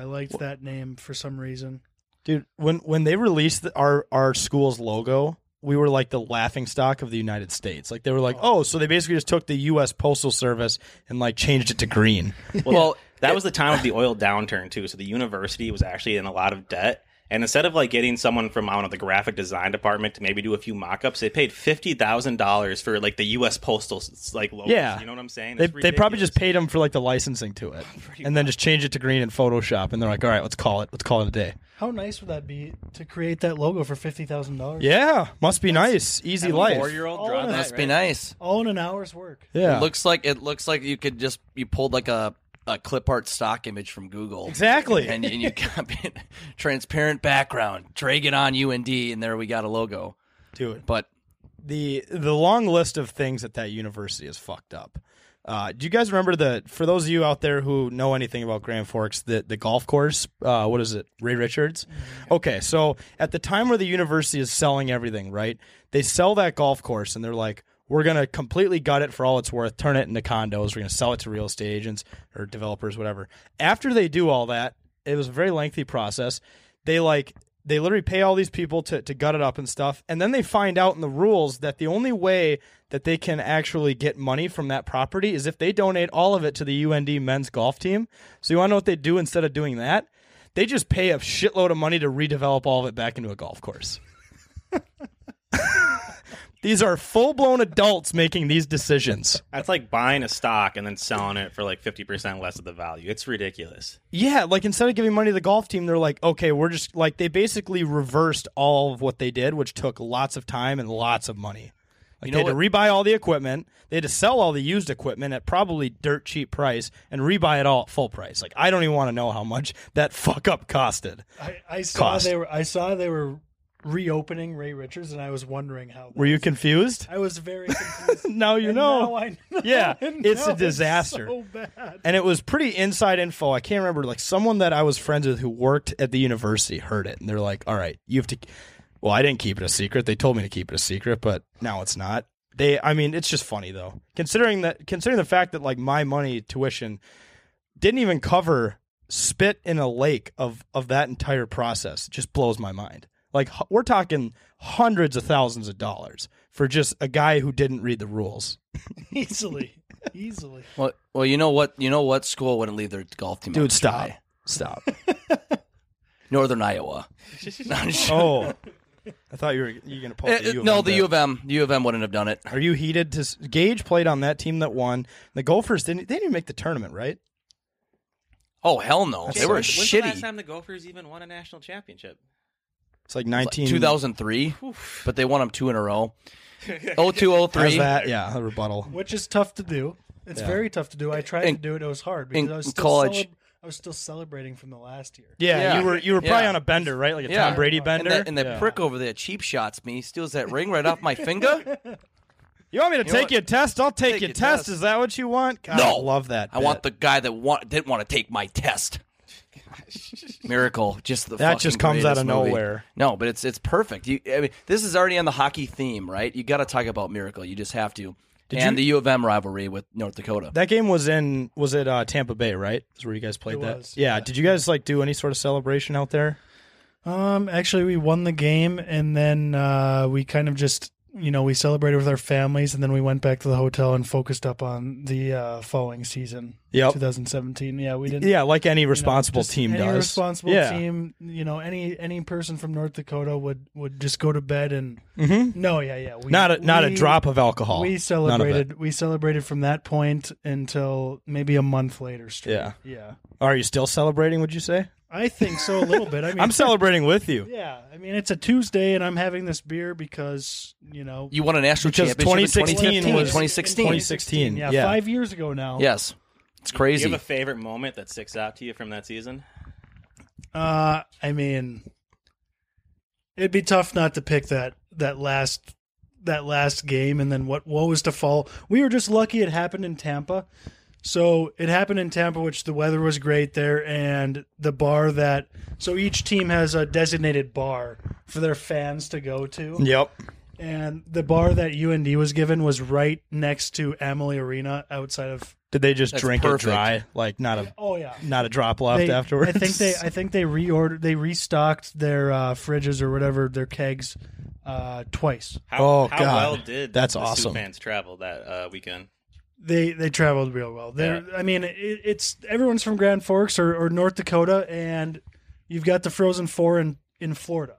I liked that name for some reason. Dude, when when they released the, our our school's logo, we were like the laughing stock of the United States. Like they were like, "Oh, so they basically just took the US Postal Service and like changed it to green." Well, that was the time of the oil downturn too. So the university was actually in a lot of debt. And instead of like getting someone from I don't know the graphic design department to maybe do a few mock-ups, they paid fifty thousand dollars for like the U.S. postal s- like logos. Yeah. you know what I'm saying? They, It's they probably ridiculous. just paid them for like the licensing to it, and then just changed it to green in Photoshop, and they're like, "All right, let's call it. Let's call it a day." How nice would that be to create that logo for fifty thousand dollars? Yeah, must be nice, easy Have a life. Four-year-old All draw of that, us Oh, Must be right? nice. all in an hour's work. Yeah, It looks like it looks like you could just you pulled like a, a clip art stock image from Google. exactly. And, and you copied transparent background, drag it on UND, and there we got a logo. Dude, But the the long list of things at that university is fucked up. Uh, do you guys remember the? For those of you out there who know anything about Grand Forks, the the golf course, uh, what is it, Ray Richards? Okay, so at the time where the university is selling everything, right? They sell that golf course, and they're like, "We're gonna completely gut it for all it's worth, turn it into condos. We're gonna sell it to real estate agents or developers, whatever." After they do all that, it was a very lengthy process. They like they literally pay all these people to, to gut it up and stuff and then they find out in the rules that the only way that they can actually get money from that property is if they donate all of it to the und men's golf team so you want to know what they do instead of doing that they just pay a shitload of money to redevelop all of it back into a golf course These are full blown adults making these decisions. That's like buying a stock and then selling it for like 50% less of the value. It's ridiculous. Yeah, like instead of giving money to the golf team, they're like, okay, we're just like they basically reversed all of what they did, which took lots of time and lots of money. Like You they know had to rebuy all the equipment, they had to sell all the used equipment at probably dirt cheap price and rebuy it all at full price. Like I don't even want to know how much that fuck up costed. I, I saw Cost. they were. I saw they were reopening Ray Richards, and I was wondering how. that Were you was- confused? I was very confused. Now you And know. now I know. Yeah, And it's a now disaster. so bad. and it was pretty inside info. I can't remember. Like someone that I was friends with who worked at the university heard it, and they're like, "All right, you have to." Well, I didn't keep it a secret. They told me to keep it a secret, but now it's not. They, I mean, it's just funny though, considering that considering the fact that like my money tuition didn't even cover spit in a lake of of that entire process. It just blows my mind. Like hu- we're talking hundreds of thousands of dollars for just a guy who didn't read the rules. easily, easily. Well, well, you know what? You know what school wouldn't leave their golf team. out Dude, to stop, dry? stop. Northern Iowa. No, I'm just- Oh, I thought you were you were gonna pull Eh, up the U of no, M the bit. U of M. The U of M wouldn't have done it. Are you heated to s- Gage played on that team that won? The Gophers didn't. They didn't even make the tournament, right? Oh hell no, they Jake, were when's When's the last shitty. time the Gophers even won a national championship? It's like nineteen Two thousand three, but they won them two in a row. Oh two oh How's three. that? Yeah, the rebuttal. Which is tough to do. It's very tough to do. I tried In- to do it. It was hard because in I was still college- celeb- I was still celebrating from the last year. Yeah, Yeah. you were you were probably Yeah. on a bender, right? Like a Yeah. Tom Brady And bender. that, and that Yeah. prick over there cheap shots me, steals that ring right off my finger. you want me to know take what? your test? I'll take, Take your your test. test. Is that what you want? God, No. I love that. I bit. want the guy that wa- didn't want to take my test. Miracle, just the That just fucking comes out of greatest movie. nowhere. No, but it's it's perfect. You, I mean, this is already on the hockey theme, right? You got to talk about Miracle. You just have to. and the U of M rivalry with North Dakota. That game was in was it uh, Tampa Bay, right? Is where you guys played It that. was, yeah. Did you guys like do any sort of celebration out there? Um, actually, we won the game, and then uh, we kind of just, you know, we celebrated with our families, and then we went back to the hotel and focused up on the uh, following season, Yep. 2017. Yeah, we didn't. you know, Yeah, like any responsible just team any does. responsible yeah. team, you know, any any person from North Dakota would would just go to bed and no, yeah, yeah, we, Mm-hmm. Not a, not a we- drop of alcohol. None We of it. celebrated. We celebrated from that point until maybe a month later. Straight. Yeah. yeah. Are you still celebrating? Would you say? I think so a little bit. I mean, I'm celebrating with you Yeah, I mean it's a Tuesday, and I'm having this beer because you know You won a national Because championship 2016 in 2015, was- 2016. 2016. Yeah, yeah. five years ago now. Yes, it's Do you crazy. have a favorite moment that sticks out to you from that season? Uh, I mean, it'd be tough not to pick that that last that last game, and then what what was to fall. We were just lucky it happened in Tampa. So it happened in Tampa, which the weather was great there, and the bar that so each team has a designated bar for their fans to go to. Yep. And the bar that UND was given was right next to Amalie Arena outside of. Did they just That's drink perfect. it dry? Like not a Oh yeah. not a drop left They- afterwards. I think they I think they reordered they restocked their uh, fridges or whatever their kegs uh, twice. How, Oh, how God. well did That's the Sioux awesome. fans travel that uh, weekend? They they traveled real well. They're, I mean, it, it's everyone's from Grand Forks or, or North Dakota, and you've got the Frozen Four in in Florida.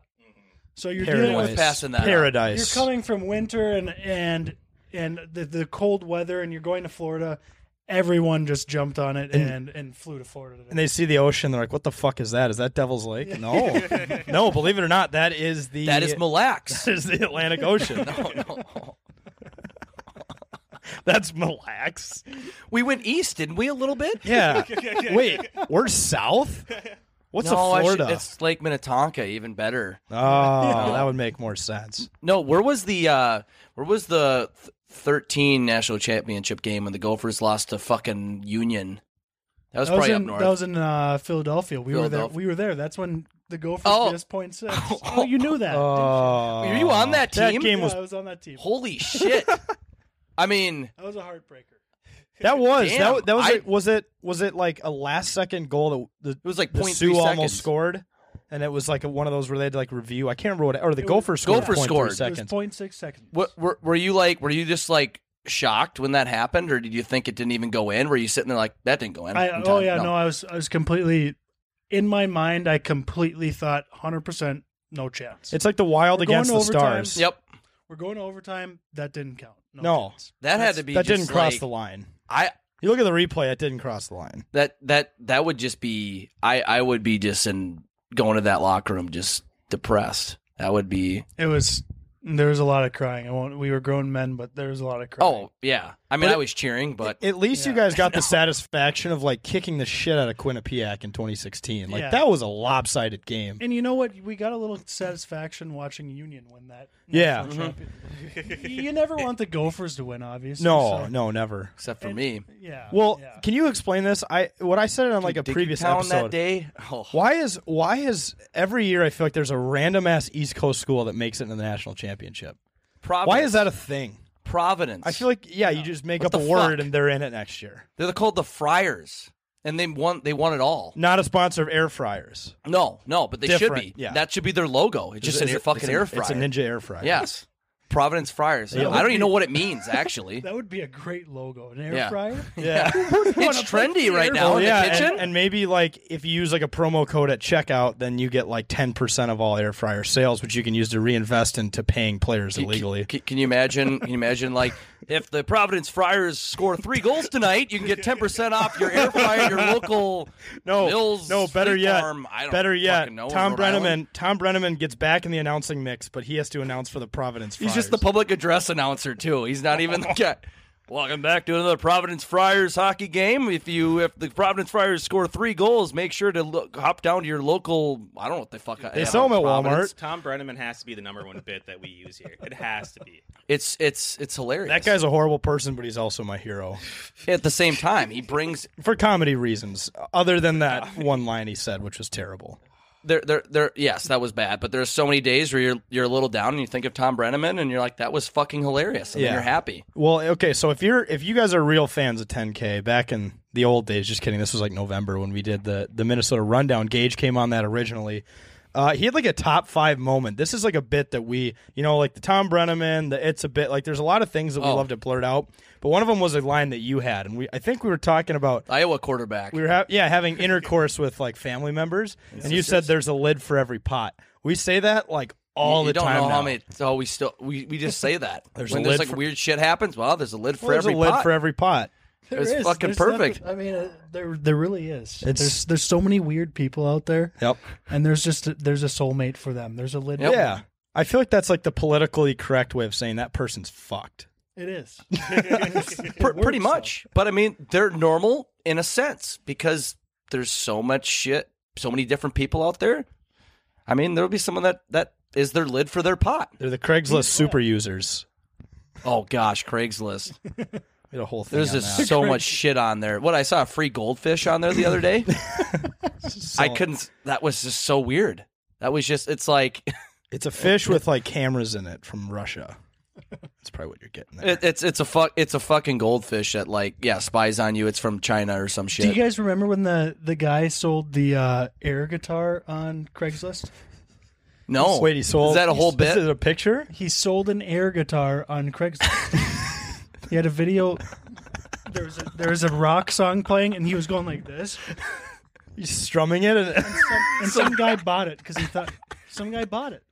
So you're dealing with paradise. passing that up. paradise. You're coming from winter and and and the, the cold weather, and you're going to Florida. Everyone just jumped on it and and, flew to Florida. Today. and they see the ocean. They're like, "What the fuck is that? Is that Devil's Lake?" No, no. Believe it or not, that is the that is Mille Lacs. that is the Atlantic Ocean. oh, no. That's Mille Lacs. We went east, didn't we? A little bit. Yeah. Wait, we're south. What's no, a I should- Florida? it's Lake Minnetonka, even better. oh, that would make more sense. No, where was the uh, where was the th- thirteen national championship game when the Gophers lost to fucking Union? That was That was probably in, up north. that was in uh, Philadelphia. We were there. Philadelphia. We were there. That's when the Gophers Oh. beat us point six. Oh, you knew that. Oh, Were you on that That team? game didn't you? was Yeah, I was on that team. Holy shit! I mean, That was a heartbreaker. That was Damn, that. wa- That was I- like, was it. Was it like a last second goal that the, it was like the 0.3 Sioux almost seconds. scored, and it was like a, one of those where they had to like review. I can't remember what, or the It was- Gophers scored. Gophers 0.3 scored. It was seconds. point six seconds. what, were, were you like? Were you just like shocked when that happened, or did you think it didn't even go in? Were you sitting there like that didn't go in? I, in oh time?" yeah, no. I was I was completely in my mind. I completely thought hundred percent no chance. It's like the Wild We're going against to the overtime. Stars. Yep. We're going to overtime. That didn't count. No. offense. That had to be that just didn't cross like- the line. I You look at the replay. That didn't cross the line. that that that would just be I I would be just in going to that locker room just depressed. That would be It was there was a lot of crying. I won't. We were grown men, but there was a lot of crying. oh yeah. I mean But I was cheering, but At least you Yeah. guys got the satisfaction of like kicking the shit out of Quinnipiac in 2016. Like Yeah. that was a lopsided game. And you know what? We got a little satisfaction watching Union win that. Yeah. Mm-hmm. national champion- you never want the Gophers to win, obviously. No, so- no, never. except for me. Yeah. Well, yeah. can you explain this? I what I said it on like a previous Town episode. that day. Oh. Why is why is every year I feel like there's a random ass East Coast school that makes it into the national championship? Providence. Why is that a thing? Providence? I feel like yeah, you just make What up a the word fuck? and they're in it next year. they're called the Friars. And they won they won it all. Not a sponsor of air fryers. No, no, but they should be. Different, yeah. That should be their logo. It's just in It's your a- fucking it's a- air fryer. It's a ninja air fryer. Yes. Providence Friars. Yeah. I don't even know what it means actually. that would be a great logo. An air Yeah. fryer. Yeah. it's trendy right now Oh, in yeah, the kitchen. And, and maybe like if you use like a promo code at checkout, then you get like ten percent of all air fryer sales, which you can use to reinvest into paying players illegally. Can, can you imagine? Can you imagine like if the Providence Friars score three goals tonight, you can get ten percent off your air fryer, at your local no, Mills no, better Fleet yet, Farm. I don't better yet. fucking know, Tom Rhode Brenneman, Island. Tom Brenneman gets back in the announcing mix, but he has to announce for the Providence. He's just the Friars. public address announcer too. He's not even the guy. Welcome back to another Providence Friars hockey game. If you if the Providence Friars score three goals, make sure to look, hop down to your local. I don't know what the fuck. uh, They sell them at Walmart. Tom Brenneman has to be the number one bit that we use here. It has to be. It's it's it's hilarious. That guy's a horrible person, but he's also my hero at the same time he brings for comedy reasons. Other than that one line he said, which was terrible. there, there, there. Yes, that was bad. But there's so many days where you're you're a little down and you think of Tom Brenneman and you're like, that was fucking hilarious, and Yeah. then you're happy. Well, okay, so if you're if you guys are real fans of 10K back in the old days, just kidding, this was like November when we did the the Minnesota rundown. Gage came on that originally. Uh, he had like a top five moment. This is like a bit that we, you know, like the Tom Brenneman, the it's a bit like there's a lot of things that we Oh. love to blurt out, but one of them was a line that you had, and we I think we were talking about Iowa quarterback. we were ha- yeah having intercourse with like family members, and you said there's a lid for every pot. We say that like all you the don't time know now. how many. So we still we, we just say that There's when a there's lid like for- weird shit happens. Well, there's a lid for Well, there's every a lid pot. for every pot. There It's is. fucking There's perfect. nothing- I mean, uh, there there really is. It's- there's there's so many weird people out there, Yep. and there's just a, there's a soulmate for them. There's a lid. Yep. Yeah. I feel like that's like the politically correct way of saying that person's fucked. it is. Pr- pretty much. But I mean, they're normal in a sense because there's so much shit, so many different people out there. I mean, there'll be someone that that is their lid for their pot. They're the Craigslist super users. Oh gosh, Craigslist. We had a whole thing. There's on that. just so much shit on there. What I saw a free goldfish on there the other day. I couldn't. That was just so weird. That was just. It's like It's a fish with like cameras in it from Russia. That's probably what you're getting there. it, it's it's a fuck. It's a fucking goldfish that like yeah spies on you. It's from China or some Do you shit. guys remember when the the guy sold the uh, air guitar on Craigslist? no, Wait, he sold. Is that a whole this bit? is a picture. He sold an air guitar on Craigslist. he had a video. There was a, there was a rock song playing, and he was going like this. He's strumming it. And And some guy bought it because he thought some guy bought it.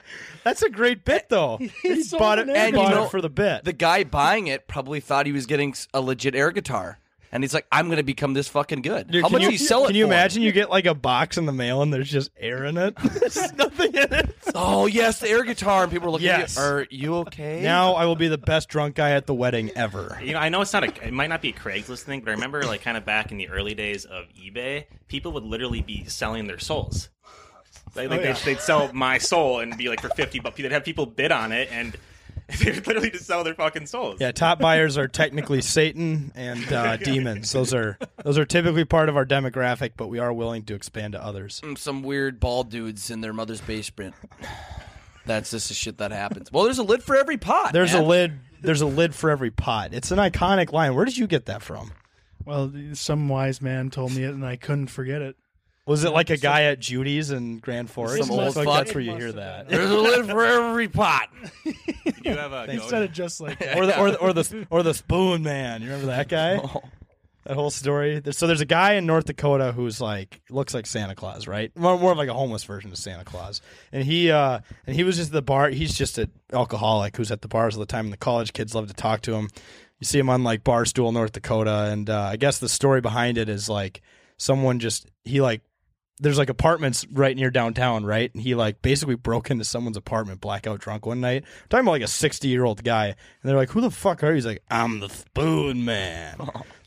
that's a great bit, though. He sold bought it. an And air bought guitar. it for the bit. the guy buying it probably thought he was getting s- a legit air guitar, and he's like, I'm gonna become this fucking good. Dude, How can much you, do you sell it? Can you for? imagine you get like a box in the mail and there's just air in it? there's nothing in it. Oh yes, the air guitar, and people are looking. Yes. at you, Are you okay? Now I will be the best drunk guy at the wedding ever. You know, I know it's not a, it might not be a Craigslist thing, but I remember like kind of back in the early days of eBay, people would literally be selling their souls. Like, like yeah. they'd, they'd sell my soul and be like for fifty bucks. They'd have people bid on it, and they would literally just sell their fucking souls. Yeah, top buyers are technically Satan and uh, demons. Those are those are typically part of our demographic, but we are willing to expand to others. some weird bald dudes in their mother's basement. That's just the shit that happens. Well, there's a lid for every pot. There's a man. lid. There's a lid for every pot. It's an iconic line. Where did you get that from? Well, some wise man told me it, and I couldn't forget it. Was it like a guy at Judy's in Grand Forks? Some I old feel like fuck. That's where you hear that. There's a lid for every pot. you have a Instead of just like that. Or the or the or the or the spoon man. You remember that guy? That whole story. There- So there's a guy in North Dakota who's like looks like Santa Claus, right? More, more of like a homeless version of Santa Claus. And he uh and he was just at the bar. He's just an alcoholic who's at the bars all the time. And the college kids love to talk to him. You see him on like Barstool North Dakota, and uh, I guess the story behind it is like someone just he like there's like apartments right near downtown, right? And he like basically broke into someone's apartment blackout drunk one night. I'm talking about like a 60 year old guy. And they're like, who the fuck are you? He's like, I'm the Spoon Man.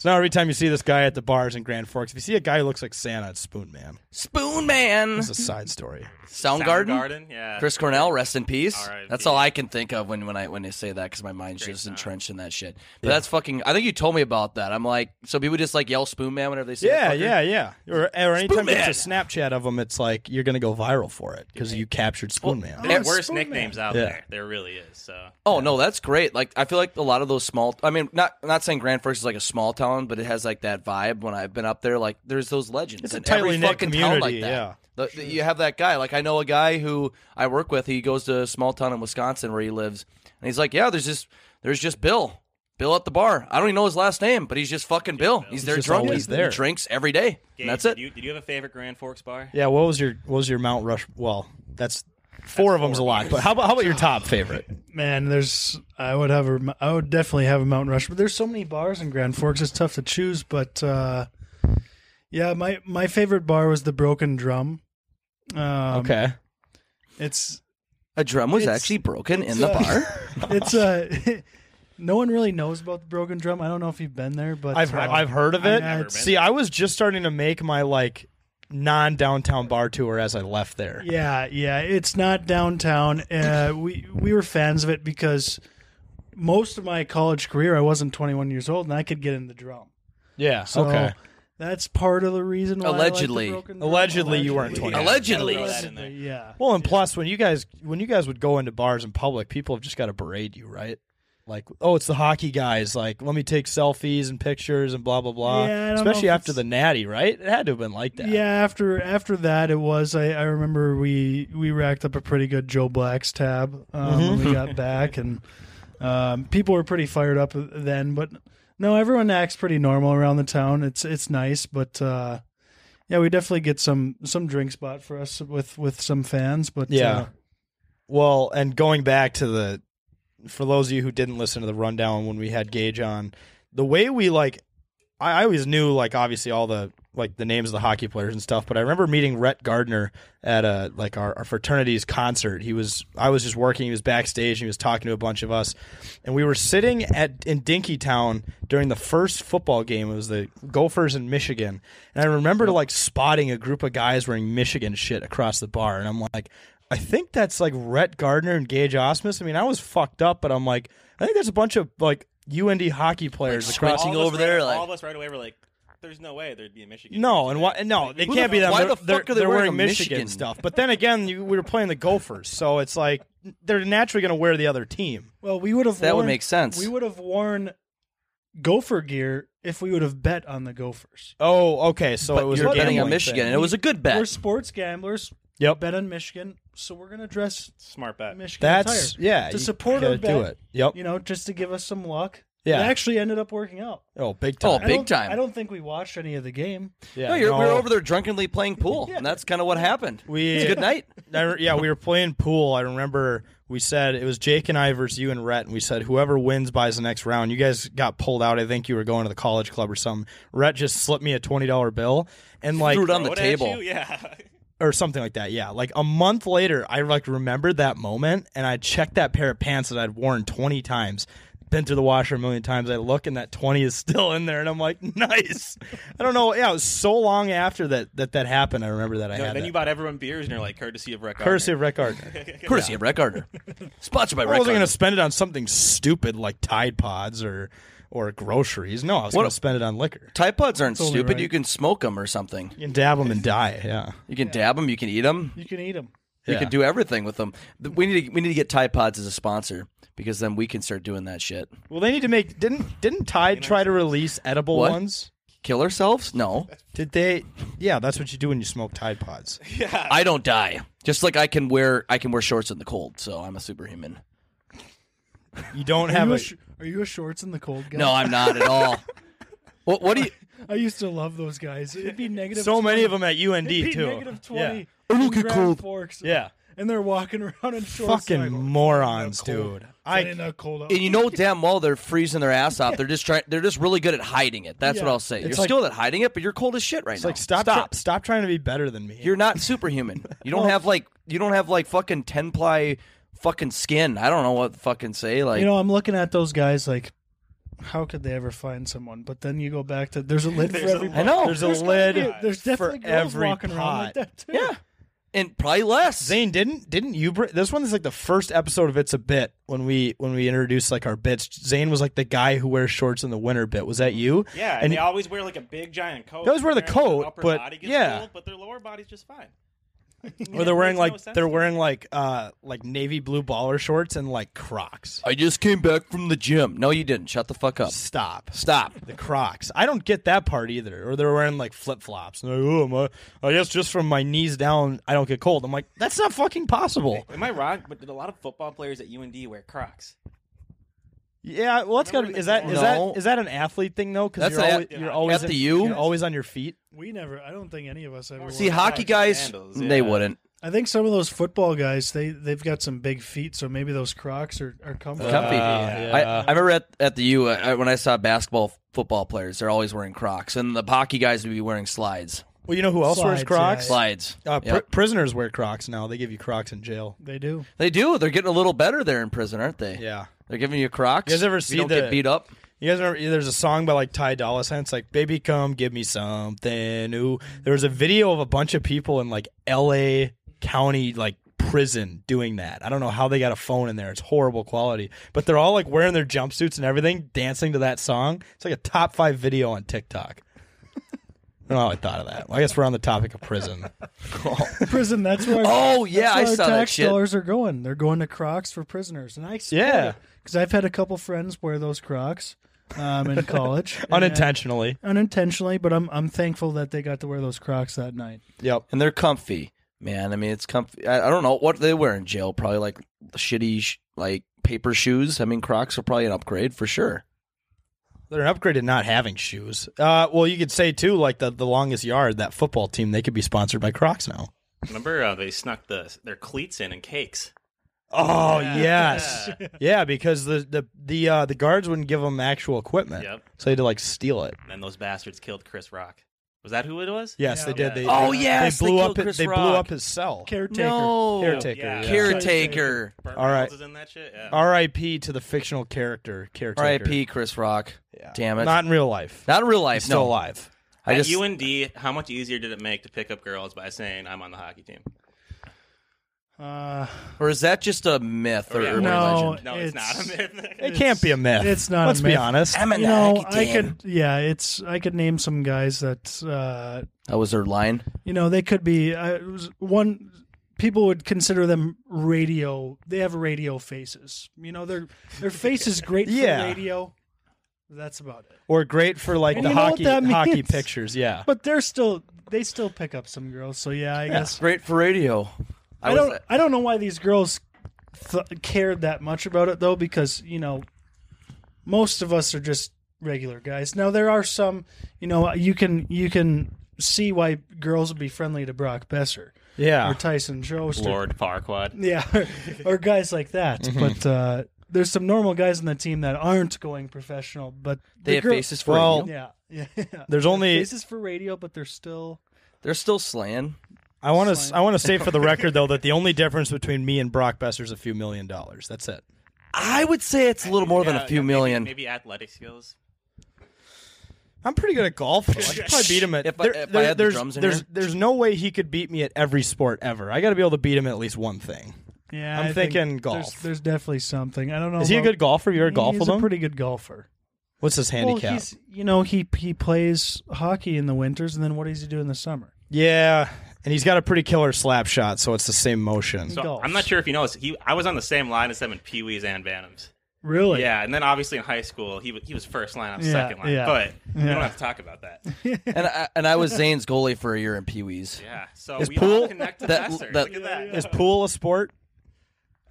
So now every time you see this guy at the bars in Grand Forks, if you see a guy who looks like Santa, it's Spoon Man. Spoon Man, It's a side story. Soundgarden. Garden, yeah. Chris Cornell, rest in peace. R.I.P.. That's all I can think of when, when I when I say that because my mind's just entrenched in that shit. But that's fucking. I think you told me about that. I'm like, so people just like yell "spoon man" whenever they see. Yeah, that fucker? yeah, yeah. Or, or anytime there's a Snapchat of him, it's like you're going to go viral for it because you captured Spoon Man. There's worse Spoon Man. nicknames out Yeah. there. There really is. So Oh no, that's great. Like I feel like a lot of those small. I mean, not not saying Grand Forks is like a small town, but it has like that vibe. When I've been up there, like there's those legends. It's a in every tightly knit fucking town like community, that. yeah. The- the- You have that guy. Like I know a guy who I work with. He goes to a small town in Wisconsin where he lives, and he's like, yeah, there's just there's just Bill. Bill at the bar. I don't even know his last name, but he's just fucking Bill. He's there just drunk. always He's there. He drinks every day. Gabe, and that's it. Did you, did you have a favorite Grand Forks bar? Yeah, what was your what was your Mount Rush? Well, that's four of them's a lot. But how about how about your top favorite? Man, there's I would have a I would definitely have a Mountain Rush, but there's so many bars in Grand Forks. It's tough to choose, but uh, yeah, my my favorite bar was the Broken Drum. Um, Okay. it's a drum was It's- actually broken in the bar. it's uh, no one really knows about the Broken Drum. I don't know if you've been there, but I've uh, I've heard of it. never been See, I was just starting to make my like non downtown bar tour as I left there. Yeah, yeah, it's not downtown. Uh, we we were fans of it because most of my college career I wasn't 21 years old and I could get in the drum. Yeah. So that's part of the reason why I like the Allegedly. broken drum. Allegedly, you weren't Allegedly. 20. Allegedly. Allegedly, yeah. Well, and plus when you guys when you guys would go into bars in public, people have just got to berate you, right? Like, oh, it's the hockey guys. Like, let me take selfies and pictures and blah blah blah. Yeah, I don't know Especially if after it's- the natty, right? It had to have been like that. Yeah, after after that it was I, I remember we we racked up a pretty good Joe Black's tab um, when Mm-hmm. we got back and um, people were pretty fired up then but no everyone acts pretty normal around the town it's it's nice but uh, yeah we definitely get some some drink spot for us with with some fans but Yeah. uh, Well, and going back to the for those of you who didn't listen to the rundown when we had Gage on, the way we like I, I always knew like obviously all the like the names of the hockey players and stuff, but I remember meeting Rhett Gardner at a like our, our fraternity's concert. He was I was just working, he was backstage and he was talking to a bunch of us. And we were sitting at in Dinkytown during the first football game. It was the Gophers in Michigan. And I remember like spotting a group of guys wearing Michigan shit across the bar and I'm like I think that's like Rhett Gardner and Gage Osmus. I mean, I was fucked up, but I'm like, I think there's a bunch of like UND hockey players Like across. squinting All of us over there, right- like- all of us right away were like, "There's no way there'd be a Michigan." No, person and there." why? No, it Who can't the- be that. why They're- the fuck they're, are they they're wearing wearing a Michigan, Michigan? stuff? But then again, you, we were playing the Gophers, so it's like they're naturally going to wear the other team. well we would have That would worn- make sense. we would have worn Gopher gear if we would have bet on the Gophers Oh, okay. So but it was you're a betting on gambling Michigan, and thing. it was a good bet. we're sports gamblers Yep. bet on Michigan so we're gonna dress smart bet. Michigan That's attire yeah. to you support gotta our bet. do it. Yep. you know, just to give us some luck. Yeah. It actually ended up working out. Oh, big Oh, time. I Big don't- time. I don't think we watched any of the game. yeah, no, you're, we no. were over there drunkenly playing pool, and that's kind of what happened. We- it's a good night. I re- yeah, we were playing pool. I remember we said it was Jake and I versus you and Rhett, and we said whoever wins buys the next round. You guys got pulled out. I think you were going to the college club or something. Rhett just slipped me a twenty dollar bill and like Threw it on the Throw it at table. you? Yeah. or something like that. Yeah, like a month later, I like remembered that moment and I checked that pair of pants that I'd worn twenty times. Been through the washer a million times. I look and that twenty is still in there, and I'm like, "Nice." I don't know. Yeah, it was so long after that that that happened. I remember that I No, had then that. you bought everyone beers, and you're like, "Courtesy of Rick." Gardner." courtesy of Rhett Gardner. Of course, you have Rec Gardner. Sponsored by I Rec wasn't going Gardner. to spend it on something stupid like Tide Pods or or groceries. No, I was What going to a- spend it on liquor. Tide pods aren't only stupid. right. You can smoke them or something. You can dab them and die. Yeah. You can dab them. You can eat them. You can eat them. You Yeah. can do everything with them. Th- We need to, we need to get Tide Pods as a sponsor because then we can start doing that shit. Well, they need to make didn't didn't Tide try to release edible What? ones? Kill ourselves? No, Did they? Yeah, that's what you do when you smoke Tide Pods. I don't die. Just like I can wear I can wear shorts in the cold, so I'm a superhuman. You don't Are have you, a. a sh- are you a shorts in the cold guy? No, I'm not at all. What, what do you I used to love those guys. It'd be negative. so 20. many of them at UND It'd be too. Negative twenty. Oh, look, in it Grand cold. Forks. Yeah. and they're walking around in shorts. Fucking like, morons, "Isn't that cold? dude. I- Isn't that cold out?" And you know damn well they're freezing their ass off. They're just trying. They're just really good at hiding it. That's what Yeah. I'll say. It's You're like- skilled at hiding it, but you're cold as shit right It's now. like stop, Stop. stop, stop trying to be better than me. You're not superhuman. You don't have like you don't have like fucking ten ply fucking skin. I don't know what to fucking say. Like you know, I'm looking at those guys like, how could they ever find someone? But then you go back to there's a lid for There's a every. I know. There's a There's gotta lid. be- There's definitely for girls every walking around pot. like that too. yeah, and probably less. Zane, didn't didn't you? Br- this one is like the first episode of It's a Bit when we when we introduced like our bits. Zane was like the guy who wears shorts in the winter. Bit was that you? Yeah, and, and they always wear like a big giant coat. They always wear the Their coat, upper but- body gets yeah. cold, but their lower body's just fine. or they're wearing makes no like sense they're to me. wearing like uh like navy blue baller shorts and like Crocs. I just came back from the gym. No, you didn't. Shut the fuck up. Stop. Stop. The Crocs. I don't get that part either. Or they're wearing like flip flops. Like, oh, my, I guess just from my knees down, I don't get cold. I'm like, that's not fucking possible. Am I wrong? But did a lot of football players at UND wear Crocs? Yeah, well, that's got to be. Is that is No. that is that an athlete thing though? Because That's you're, an always, ath- you're always At in- the U? you're always on your feet. We never. I don't think any of us ever. See, were. hockey guys, Sandals, they yeah. wouldn't. I think some of those football guys they they've got some big feet, so maybe those Crocs are are comfortable. Comfy. Uh, yeah. I, I remember at, at the U uh, I, when I saw basketball f- football players, they're always wearing Crocs, and the hockey guys would be wearing slides. Well, you know who else wears Slides, Crocs? yeah. Slides. Uh, pr- Yep. Prisoners wear Crocs now. They give you Crocs in jail. They do. They do. They're getting a little better there in prison, aren't they? Yeah. They're giving you Crocs. You guys ever If see you don't the- get beat up? You guys remember? There's a song by like Ty Dolla Sign. It's like, "Baby, come give me something." Ooh, there was a video of a bunch of people in like L.A. County like prison doing that. I don't know how they got a phone in there. It's horrible quality, but they're all like wearing their jumpsuits and everything, dancing to that song. It's like a top five video on TikTok. I don't know how I thought of that. Well, I guess we're on the topic of prison. Prison. That's where. Oh, yeah, that's where I our saw that tax shit. dollars are going. They're going to Crocs for prisoners, and I Yeah. because I've had a couple friends wear those Crocs um, in college and- Unintentionally. unintentionally, but I'm I'm thankful that they got to wear those Crocs that night. Yep. And they're comfy, man. I mean, it's comfy. I, I don't know what they wear in jail. Probably like shitty, sh- like paper shoes. I mean, Crocs are probably an upgrade for sure. They're an upgrade to not having shoes. Uh, well, you could say too, like the, the longest yard, that football team, they could be sponsored by Crocs now. Remember, uh, they snuck the their cleats in and cakes. Oh yes, yeah, because the the the uh, the guards wouldn't give them actual equipment, Yep. so they had to like steal it. And then those bastards killed Chris Rock. Was that who it was? Yes, they did. They, Oh, they, yes, they they blew killed up. Chris they blew Rock. up his cell. Caretaker. Caretaker. Yeah. yeah. Caretaker. Burt All right. Reynolds is in that shit. Yeah. R.I.P. to the fictional character caretaker. R.I.P. Chris Rock. Damn it. Not in real life. Not in real life. He's still no. alive. I At just UND, how much easier did it make to pick up girls by saying I'm on the hockey team? Uh, or is that just a myth or, Oh, Yeah, urban no. legend? No, it's, It's- not a myth. It can't be a myth. it's not a Let's be myth. honest. I'm an you know, hockey I team. could yeah, it's I could name some guys that uh, That was their line. you know they could be I, it was one. People would consider them radio. They have radio faces. You know, their their face is great for Yeah. radio. That's about it. Or great for like And the you know what hockey that hockey means? pictures. Yeah. But they're still they still pick up some girls. So yeah, I guess Great for radio. uh, I, don't I don't know why these girls th- cared that much about it though, because you know most of us are just regular guys. Now there are some, you know, you can you can see why girls would be friendly to Brock Besser yeah. or Tyson Jost, or, Lord Farquaad. yeah, or, or guys like that. But uh, there's some normal guys on the team that aren't going professional, but They the have girl- faces for Well- radio. Yeah, yeah. There's only faces for radio, but they're still They're still slaying. I want to. I want to say for the record though that the only difference between me and Brock Besser is a few million dollars. That's it. I would say it's a little more than a few million. Maybe athletic skills. I'm pretty good at golf. Though. I could probably beat him at. If I- there, if I there- had the there's, drums in there's, here. there's no way he could beat me at every sport ever. I got to be able to beat him at least one thing. Yeah, I'm I think thinking golf. There's, there's definitely something. I don't know. Is he a about- good golfer? Have you ever He- golfed He's with a him? pretty good golfer. What's his handicap? Well, he's you know he he plays hockey in the winters, and then what does he do in the summer? yeah, and he's got a pretty killer slap shot, so it's the same motion. So Golf. I'm not sure if you know this. He, I was on the same line as them in Pee Wees and Bantams. Really? yeah, and then obviously in high school, he was, he was first line, I'm Yeah, second line. yeah. But we Yeah. don't have to talk about that. and I, and I was Zane's goalie for a year in Pee Wees. Yeah. So Is we pool- all connect to that- Besser. that- Look at that. Is pool a sport?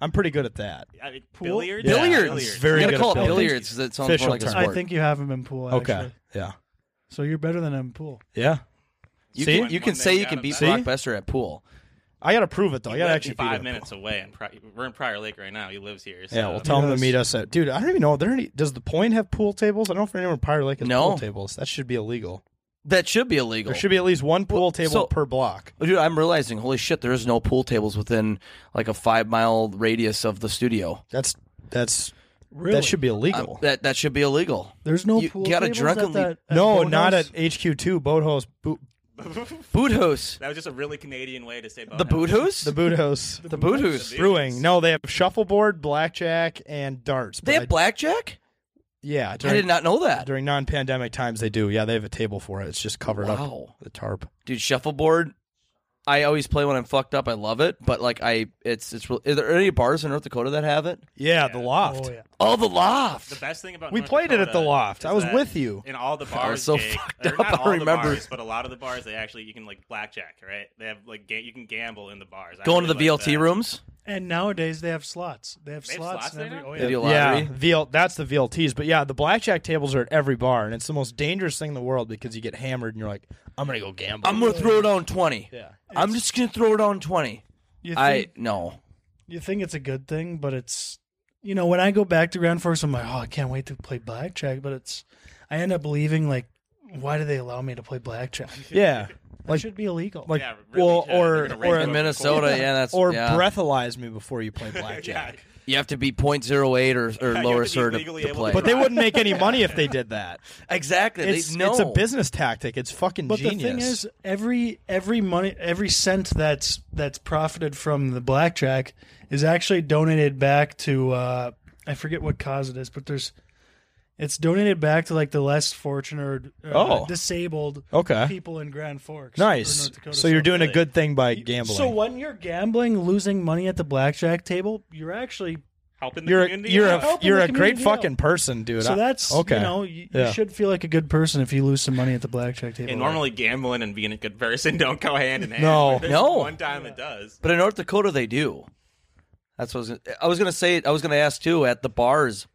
I'm pretty good at that. I mean, billiards? Yeah. Billiards. Billiards. Very you good gotta call at it billiards. billiards. That sounds Official more like a term. sport. I think you have him in pool. Actually. Okay. Yeah. So you're better than him, Pool. Yeah. You See? can, you can Monday say you got can it. beat See? Brock Besser at pool. I got to prove it, though. I He got to lives actually beat five him. minutes away, and Pri- we're in Prior Lake right now. He lives here. So. Yeah, well, tell him to Yes. meet us at. Dude, I don't even know. Are there any? Does the point have pool tables? I don't know if anyone in Prior Lake has No. pool tables. That should be illegal. That should be illegal. There should be at least one pool Well, table so- per block. Dude, I'm realizing, holy shit, there is no pool tables within like a five mile radius of the studio. That's that's Really? that should be illegal. Uh, that that should be illegal. There's no You pool gotta tables drunkenly- at that, at no, Boathouse? not at HQ two boathouse boot Boot house. that was just a really Canadian way to say The boot house? the boot house The boot house. brewing. No, they have shuffleboard, blackjack, and darts. They but I- have blackjack? Yeah, I did not know that. during non-pandemic times they do. Yeah, they have a table for it. It's just covered up Wow. with the tarp. Dude, shuffleboard. I always play when I'm fucked up. I love it, but like I, it's it's. Real, are there any bars in North Dakota that have it? Yeah, the loft. Oh yeah. Oh, the loft. The best thing about We North played it at the Dakota loft. I is was that with you. in all the bars. was so Jake- fucked or up, Not I all remember. The bars, but a lot of the bars, they actually you can like blackjack, right? They have like ga- you can gamble in the bars. I Going to the really like VLT that. rooms. And nowadays they have slots. They have They have slots. slots in every, there now? oh, They do yeah. lottery. Yeah, VL, that's the VLTs. But yeah, the blackjack tables are at every bar, and it's the most dangerous thing in the world because you get hammered and you're like, I'm gonna go gamble. I'm gonna throw down twenty. yeah, I'm just gonna throw down twenty. You think, I no. you think it's a good thing, but it's you know when I go back to Grand Forks, I'm like, oh, I can't wait to play blackjack. But it's I end up leaving like, why do they allow me to play blackjack? yeah. That should be illegal. Like, Yeah, really, well, yeah, or they're gonna raise or you up In the Minnesota, yeah, that's or yeah. breathalyze me before you play blackjack. You have to be .08 or, or have lower to be sir to, legally to able to play. But they wouldn't make any money if they did that. exactly. It's, they, no. it's a business tactic. It's fucking But genius. the thing is, every every money, every cent that's that's profited from the blackjack is actually donated back to uh, I forget what cause it is, but there's it's donated back to like the less fortunate or uh, Oh. disabled Okay. people in Grand Forks. or nice. North Dakota. So you're doing a good thing by gambling. So when you're gambling, losing money at the blackjack table, you're actually Helping the you're a, community. you're out. a Helping you're the a great community fucking out. person, dude. I- so that's okay. you know you, Yeah. you should feel like a good person if you lose some money at the blackjack table. And normally gambling and being a good person don't go hand in hand. No. but there's No. One time it does. But in North Dakota, they do. That's what I was. Gonna, I was gonna say. I was gonna ask too. At the bars,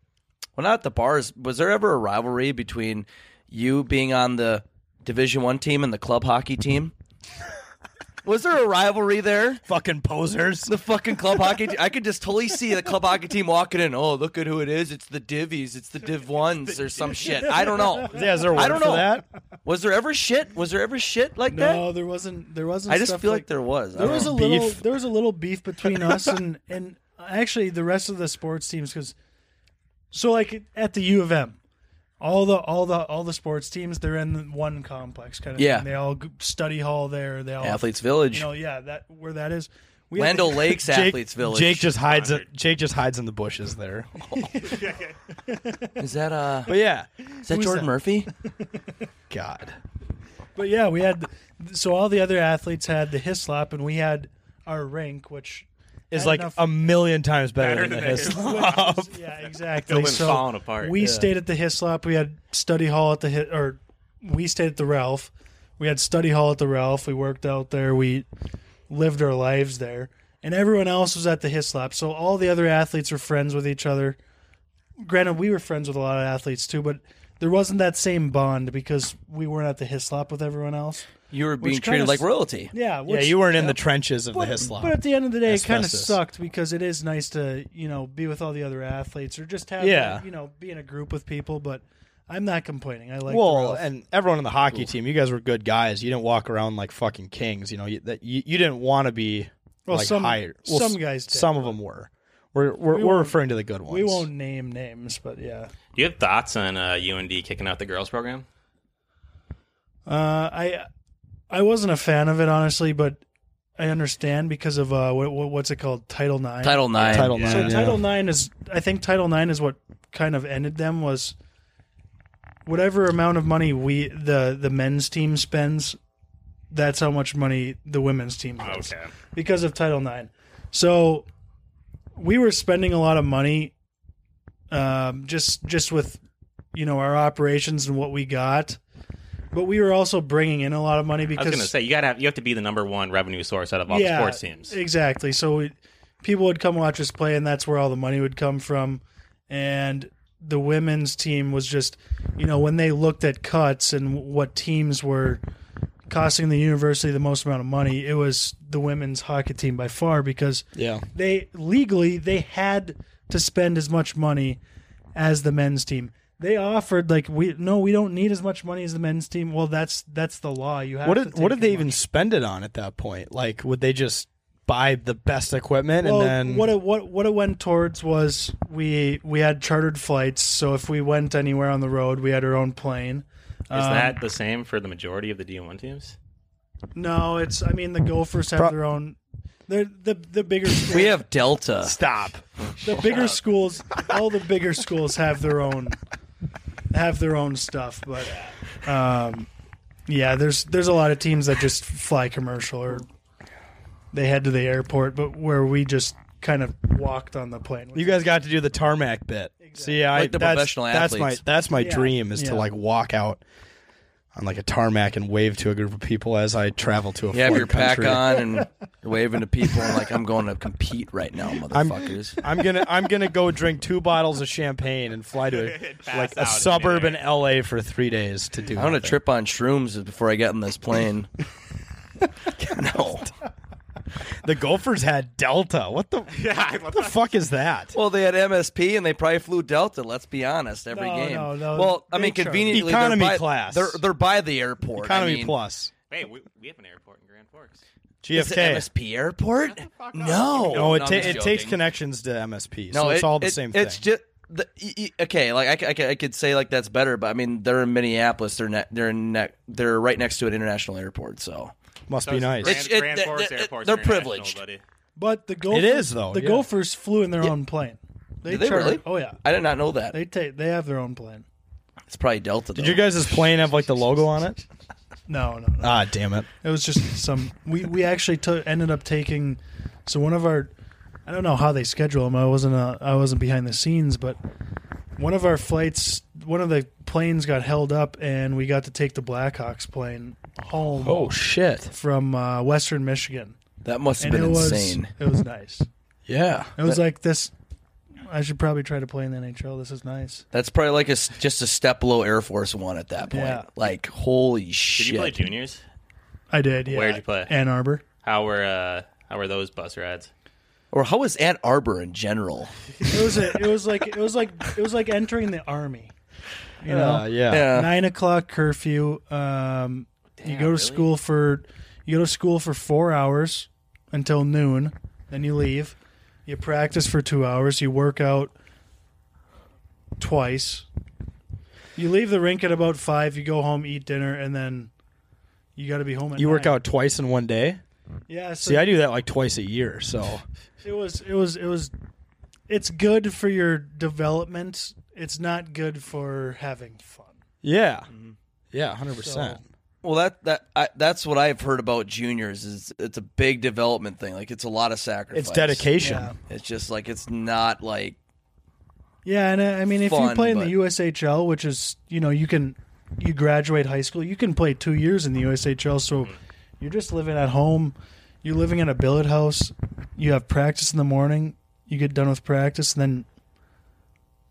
well, not at the bars. Was there ever a rivalry between you being on the Division One team and the club hockey team? was there a rivalry there? fucking posers. The fucking club hockey. Te- I could just totally see the club hockey team walking in. Oh, look at who it is! It's the divvies. It's the div ones or some shit. I don't know. Yeah, is there a word I don't for know. that? Was there ever shit? Was there ever shit like no, that? there wasn't. There wasn't. I just stuff feel like, like there was. I There don't was a know. little. Beef. There was a little beef between us and and actually the rest of the sports teams because, so like at the U of M, all the all the all the sports teams they're in one complex kind of Yeah. Thing. They all g- study hall there. They all Athletes Village, You know, yeah, that where that is. We had Lando the- Lakes Athletes Village. Jake just hides. Jake just hides in the bushes there. Is that uh? But yeah, Is that Who's Jordan that? Murphy? God, But yeah, we had so all the other athletes had the hislop, and we had our rink, which is had like enough- a million times better, Better than than the this. Hislop. yeah, Still exactly. been So falling apart. We stayed at the Hislop. We had study hall at the hit, or we stayed at the Ralph. We had study hall at the Ralph. We worked out there. We lived our lives there, and everyone else was at the Hislop. So all the other athletes were friends with each other. Granted, we were friends with a lot of athletes too, but there wasn't that same bond because we weren't at the Hislop with everyone else. You were Which being kinda treated like s- royalty. Yeah, yeah, which- you weren't in the trenches of but, the Hislop. But at the end of the day, it kind of Asbestos. sucked because it is nice to you know be with all the other athletes or just have Yeah. you know be in a group with people. But I'm not complaining. I like the well, Ralph. and everyone on the hockey team, you guys were good guys. You didn't walk around like fucking kings. You know you, that you, you didn't want to be Well, like some- higher. some s- guys did, some of them were. We're we're, we We are won't- referring to the good ones. we won't name names, but yeah, Do you have thoughts on uh, UND kicking out the girls program? uh, I I wasn't a fan of it honestly, but I understand because of uh, what, what, what's it called? Title Nine. Title nine. Title Yeah. nine. So yeah. Title Nine is, I think Title Nine is what kind of ended them was whatever amount of money we the the men's team spends, that's how much money the women's team spends Oh, Okay. because of Title Nine. So we were spending a lot of money, um, just just with you know our operations and what we got, but we were also bringing in a lot of money I because was gonna say you gotta have, you have to be the number one revenue source out of all the sports teams. Exactly. So we, people would come watch us play, and that's where all the money would come from. And the women's team was just, you know, when they looked at cuts and what teams were costing the university the most amount of money, it was the women's hockey team by far because Yeah. they legally they had to spend as much money as the men's team. They offered like we no, we don't need as much money as the men's team. Well, that's that's the law. You have What to did take what did they as even much. spend it on at that point? Like, would they just buy the best equipment Well, and then what it what what it went towards was we we had chartered flights, so if we went anywhere on the road, we had our own plane. Is that the same for the majority of the D1 teams? No, it's I mean the Gophers have Pro- their own. They're the the bigger schools, We have Delta. stop? the bigger schools. All the bigger schools have their own have their own stuff, but um, yeah, there's there's a lot of teams that just fly commercial or they head to the airport, but where we just kind of walked on the plane. You guys got to do the tarmac bit. See, I Like the that's, professional that's my athletes. that's my Yeah, dream is to yeah. like walk out on like a tarmac and wave to a group of people as I travel to a You have foreign your pack country. on and you're waving to people and like I'm going to compete right now, motherfuckers. I'm gonna I'm gonna go drink two bottles of champagne and fly to Pass like a out suburb in LA for three days to do. I'm gonna nothing. trip on shrooms before I get on this plane. no. The Gophers had Delta. What the Yeah, what the fuck is that? Well, they had MSP and they probably flew Delta. Let's be honest, every No, game. no, no, well, I they mean, charge- conveniently, they're Economy by- class. They're they're by the airport. Economy I mean, plus Hey, we, we have an airport in Grand Forks. Is it GFK. MSP airport? No, E No, it, I'm ta- just it takes joking. connections to MSP, No, so it's it- all the it- same It's thing. just the, y- y- okay. Like I c- I, c- I could say like that's better, but I mean they're in Minneapolis. They're ne- they're ne- they're right next to an international airport. So Must be nice. Grand, It's- it- Grand that- Forks that- Airport's they're international, privileged. buddy. But the Gophers, is, though, The yeah. Gophers flew in their own plane. They Did they chartered- really? Oh yeah, I did not know that. they take they have their own plane. It's probably Delta. Did you guys' plane have like the logo on it? No, no, no. Ah, damn it! Uh, It was just some. We we actually took ended up taking. So one of our, I don't know how they schedule them. I wasn't uh, I wasn't behind the scenes, but one of our flights, one of the planes got held up, and we got to take the Blackhawks plane home Oh. oh, shit! from uh, Western Michigan, That must have and been it was insane. it was nice. Yeah, It was like this. I should probably try to play in the NHL. This is nice. That's probably like a s just a step below Air Force One at that point. Yeah. Like holy Did shit! you play juniors? I did. Yeah. Where'd you play? Ann Arbor. How were uh, how were those bus rides? Or how was Ann Arbor in general? It was a, it was like it was like it was like entering the army. You know, Uh, yeah. nine o'clock curfew. Um, you go to school for you go to school for four hours until noon. Then you leave. You practice for two hours. You work out twice. You leave the rink at about five. You go home, eat dinner, and then you got to be home. At You work nine. out twice in one day. Yeah. So See, I do that like twice a year. So It was it was it was it's good for your development. It's not good for having fun. yeah, Mm-hmm. yeah, hundred percent. Well, that that I, that's what I've heard about juniors is it's a big development thing. Like it's a lot of sacrifice. It's dedication. Yeah. It's just like it's not like Yeah, and uh, I, I mean if Fun, you play in but- the USHL, which is, you know, you can you graduate high school, you can play 2 years in the USHL, so Mm-hmm. you're just living at home, you're living in a billet house, you have practice in the morning, you get done with practice and then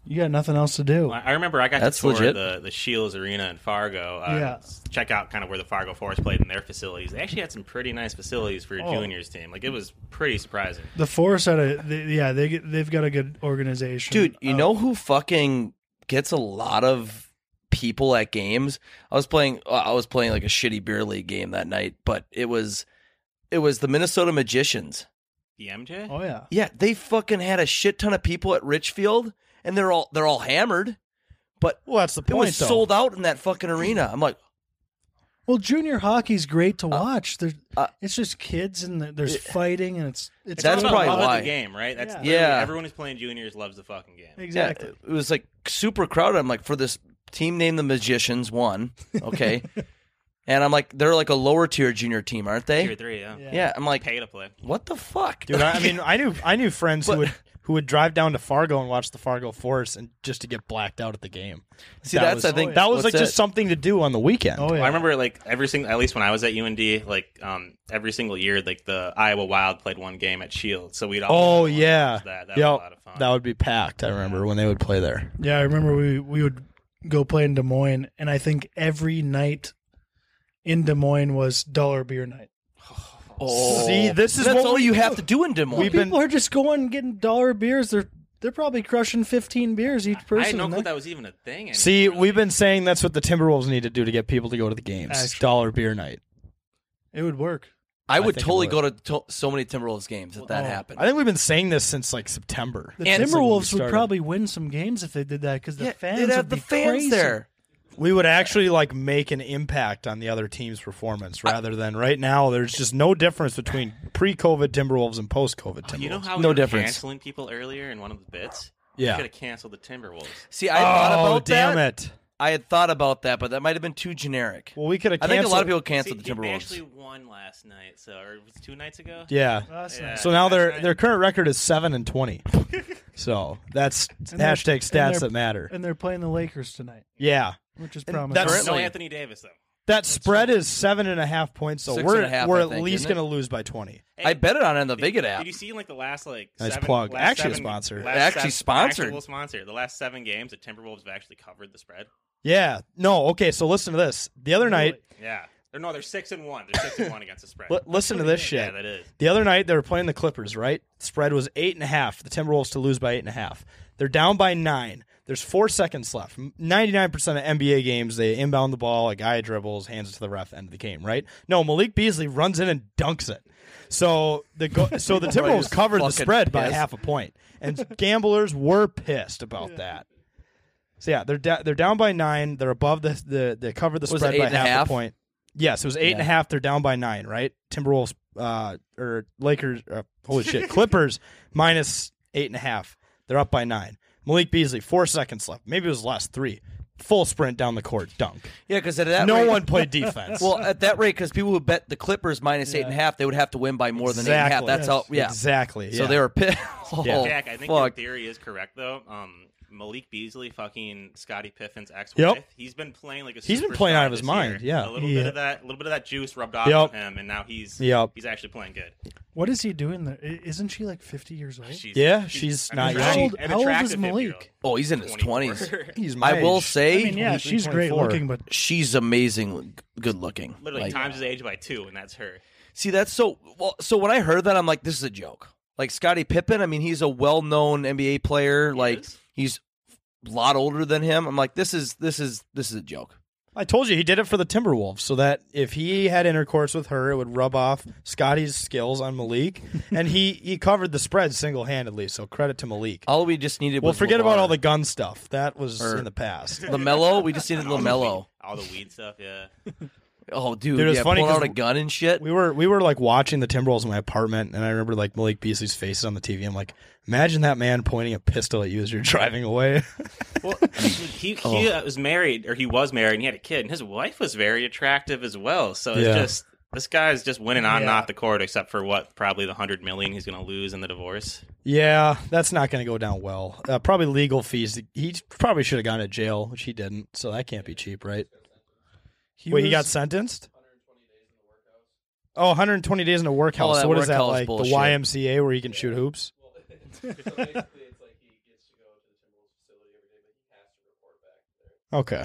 you got nothing else to do. I I remember I got That's to tour legit. the the Shields Arena in Fargo. Uh, Yeah. Check out kind of where the Fargo Forest played in their facilities. They actually had some pretty nice facilities for your Oh. juniors team. Like it was pretty surprising. The Forest had a they, yeah, they get, they've got a good organization. Dude, you Uh, know who fucking gets a lot of people at games? I was playing uh, I was playing like a shitty beer league game that night, but it was it was the Minnesota Magicians. The MJ. Oh yeah. Yeah, they fucking had a shit ton of people at Richfield and they're all they're all hammered, but Well, that's the it point. was though. sold out in that fucking arena. I'm like, Well, junior hockey's great to watch. There's, uh, it's just kids and the- there's fighting and it's it's It's all That's about probably love of why. the game, right? That's Yeah. literally- Yeah. Everyone who's playing juniors loves the fucking game. Yeah, exactly. it was like super crowded. I'm like, for this team named the Magicians, one, okay, and I'm like, they're like a lower tier junior team, aren't they? Tier three, yeah. Yeah, I'm like, Pay to play. what the fuck, Dude, I, I mean, I knew I knew friends who But- would who would drive down to Fargo and watch the Fargo Force and just to get blacked out at the game. See, That that's, was- I think, that was what's like just it? something to do on the weekend. Oh yeah. I remember like every single, at least when I was at UND, like um, every single year, like the Iowa Wild played one game at Shield, so we'd all. Oh yeah, that. That was Yep. a lot of fun. That would be packed. I remember when they would play there. Yeah, I remember we we would go play in Des Moines, and I think every night in Des Moines was dollar beer night. Oh. See, this is that's what all we- you have to do in Des Moines. We've been- People are just going getting dollar beers. They're they're probably crushing fifteen beers Oh, each I person. had no in clue there. that was even a thing. anymore, See, really. we've been saying that's what the Timberwolves need to do to get people to go to the games. Actually. Dollar beer night. It would work. I I would think it totally would. go to to so many Timberwolves games if that Oh. happened. I think we've been saying this since like September. The And- Timberwolves would Started. probably win some games if they did that because the yeah, fans they'd have would the be fans crazy. there. We would actually like make an impact on the other team's performance rather than right now. There's just no difference between pre-COVID Timberwolves and post-COVID Timberwolves. Oh, You know how we No were difference. canceling people earlier in one of the bits? Yeah. We could have canceled the Timberwolves. See, I had thought oh about damn that. it! I had thought about that, but that might have been too generic. Well, we could have. I Canceled. think a lot of people See, canceled the They Timberwolves. actually won last night, so or it was two nights ago. Yeah. Uh, That's Yeah. nice. So now their That's their right. current record is seven and twenty. so that's they're- hashtag and stats they're- that matter. And they're playing the Lakers tonight, yeah, which is And promising. that's- No Currently- Anthony Davis though. that spread is seven and a half points. So Six we're and a half, we're I at think, least isn't it? going to lose by twenty. I bet it on it in the Did- Viget app. Did you see in like the last like Nice seven, plug. last Actually a seven- sponsor. last Actually seven- sponsored. actual sponsor. The last seven games, the Timberwolves have actually covered the spread. Yeah. No. Okay. So listen to this. The other night, Yeah. They're, no, they're six and one. They're six and one against the spread. li- listen to this yeah, shit. that is. The other night they were playing the Clippers, right? Spread was eight and a half. The Timberwolves to lose by eight and a half. They're down by nine. There's four seconds left. Ninety nine percent of NBA games, they inbound the ball, a guy dribbles, hands it to the ref, end of the game, right? No, Malik Beasley runs in and dunks it. So the go- so the People are Timberwolves just covered the fucking spread by pissed. half a point, and gamblers were pissed about that. So yeah, they're da- they're down by nine. They're above the the they covered the Was it spread eight by and a half, half? a point. Yes, it was eight and a Yeah. half. They're down by nine, right? Timberwolves uh, or Lakers. Uh, holy shit, Clippers minus eight and a half. They're up by nine. Malik Beasley, four seconds left. Maybe it was last three. Full sprint down the court, dunk. yeah, because at that no rate, one played defense. Well, at that rate, because people would bet the Clippers minus eight and a half, they would have to win by more than eight and a half. Exactly. That's how. Yeah. exactly. So yeah. they were pissed. Oh, Yeah. Jack, I think your fuck. theory is correct though. Um, Malik Beasley, fucking Scottie Piffin's ex-wife. Yep. He's been playing like a. He's been playing superstar out of his this mind, year. yeah. A little Yeah. bit of that, a little bit of that juice rubbed off Yep. on him, and now he's Yep. he's actually playing good. what is he doing there? I- Isn't she like fifty years old? She's, Yeah, she's an not attractive- young. an How old- how old is attractive 50-year-old. Malik? Oh, he's in his 24. twenties. He's my I will age. say, I mean, yeah, she's 23, great 24. looking, but she's amazing, good looking. Literally Like, times his age by two, and that's her. See, that's so. Well, so when I heard that, I'm like, this is a joke. Like Scottie Pippen, I mean, he's a well-known NBA player. like is. he's a lot older than him. I'm like, this is this is this is a joke. I told you he did it for the Timberwolves, so that if he had intercourse with her, it would rub off Scotty's skills on Malik, and he he covered the spread single handedly. So credit to Malik. All we just needed. well, was forget about LeVar. all the gun stuff that was Or- in the past. Lamelo. We just needed Lamelo. All the weed stuff. Yeah. Oh, dude, Dude, it's yeah, funny pulling 'cause out a gun and shit. We were we were like watching the Timberwolves in my apartment, and I remember like Malik Beasley's faces on the TV. I'm like, imagine that man pointing a pistol at you as you're driving away. Well, he he Oh. uh, was married, or he was married, and he had a kid, and his wife was very attractive as well. So it's Yeah. just this guy's just winning on Yeah. and off the court, except for what probably the hundred million he's going to lose in the divorce. yeah, that's not going to go down well. Uh, probably legal fees. He probably should have gone to jail, which he didn't. So that can't be cheap, right? he Wait, he was- got sentenced? Oh, 120 days in a workhouse. Oh, so that what is that workhouse like? bullshit. The YMCA where you can shoot hoops? Okay.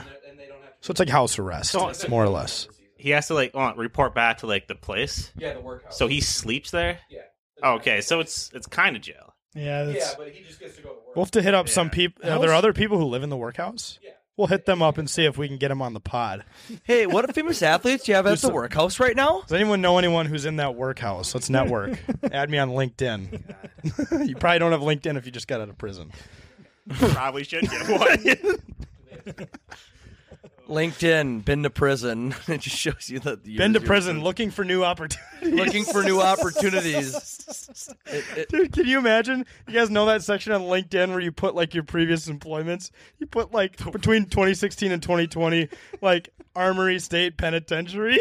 So it's like house arrest, So- more or less. He has to like uh, report back to like the place. Yeah, the workout. So he sleeps there. Yeah. okay, so it's it's kind of jail. Yeah, that's, but he just gets to go to work. We'll have to hit up some Yeah. people. Are there other people who live in the workhouse? Yeah. We'll hit them up and see if we can get them on the pod. Hey, what famous athletes do you have at the workhouse right now? Does anyone know anyone who's in that workhouse? Let's network. Add me on LinkedIn. you probably don't have LinkedIn if you just got out of prison. Probably should get one. LinkedIn, been to prison. it just shows you that Been to prison looking for new opportunities. looking for new opportunities. It- it- Dude, can you imagine? You guys know that section on LinkedIn where you put like your previous employments? You put like between 2016 and 2020, like Armory State Penitentiary.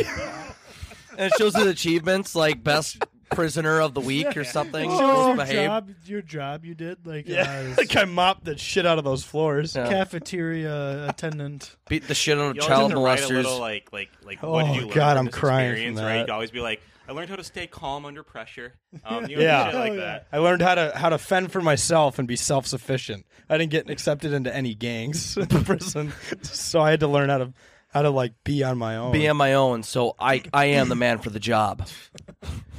and it shows his achievements, like best prisoner of the week or something. Oh, Just your behave. job, your job you did like Yeah, uh, like I mopped the shit out of those floors. Yeah. cafeteria attendant. Beat the shit out of You child always have to write a molesters. little uh, like like like what Oh, did you learn God, from I'm this crying from experience, that. right? You could always be like, I learned how to stay calm under pressure. Um, you know, Yeah. shit like Oh, yeah. that. I learned how to how to fend for myself and be self sufficient. I didn't get accepted into any gangs in prison, so I had to learn how to how to like be on my own. be on my own, so I I am the man for the job.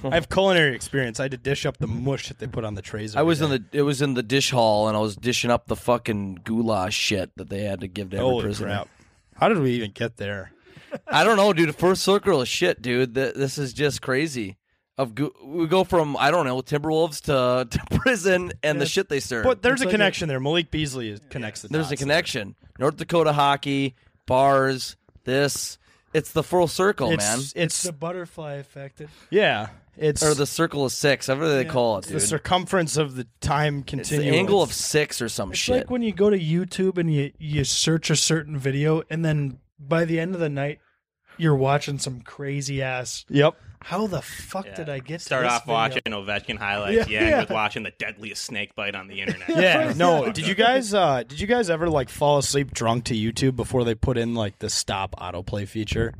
I have culinary experience. I had to dish up the mush that they put on the trays. I was every in the it was in the dish hall, and I was dishing up the fucking goulash shit that they had to give day. to every holy prisoner. crap. How did we even get there? I don't know, dude. First circle of shit, dude. Th- This is just crazy. Of go- we go from I don't know Timberwolves to, to prison and the shit they serve. But there's It's a like connection there. Malik Beasley is- connects the. There's a dots. connection. North Dakota hockey, bars, this. It's the full circle, It's, man. it's The butterfly effect. It, yeah. It's Or the circle of six, whatever they call it, the dude. circumference of the time It's the continuum. angle of six or some it's shit. like when you go to YouTube and you you search a certain video, and then by the end of the night, you're watching some crazy ass. Yep. How the fuck did I get to Start this off video? watching Ovechkin highlights. Yeah. Yeah, Yeah. with watching the deadliest snake bite on the internet. Yeah. No. Did you guys? Uh, did you guys ever like fall asleep drunk to YouTube before they put in like the stop autoplay feature?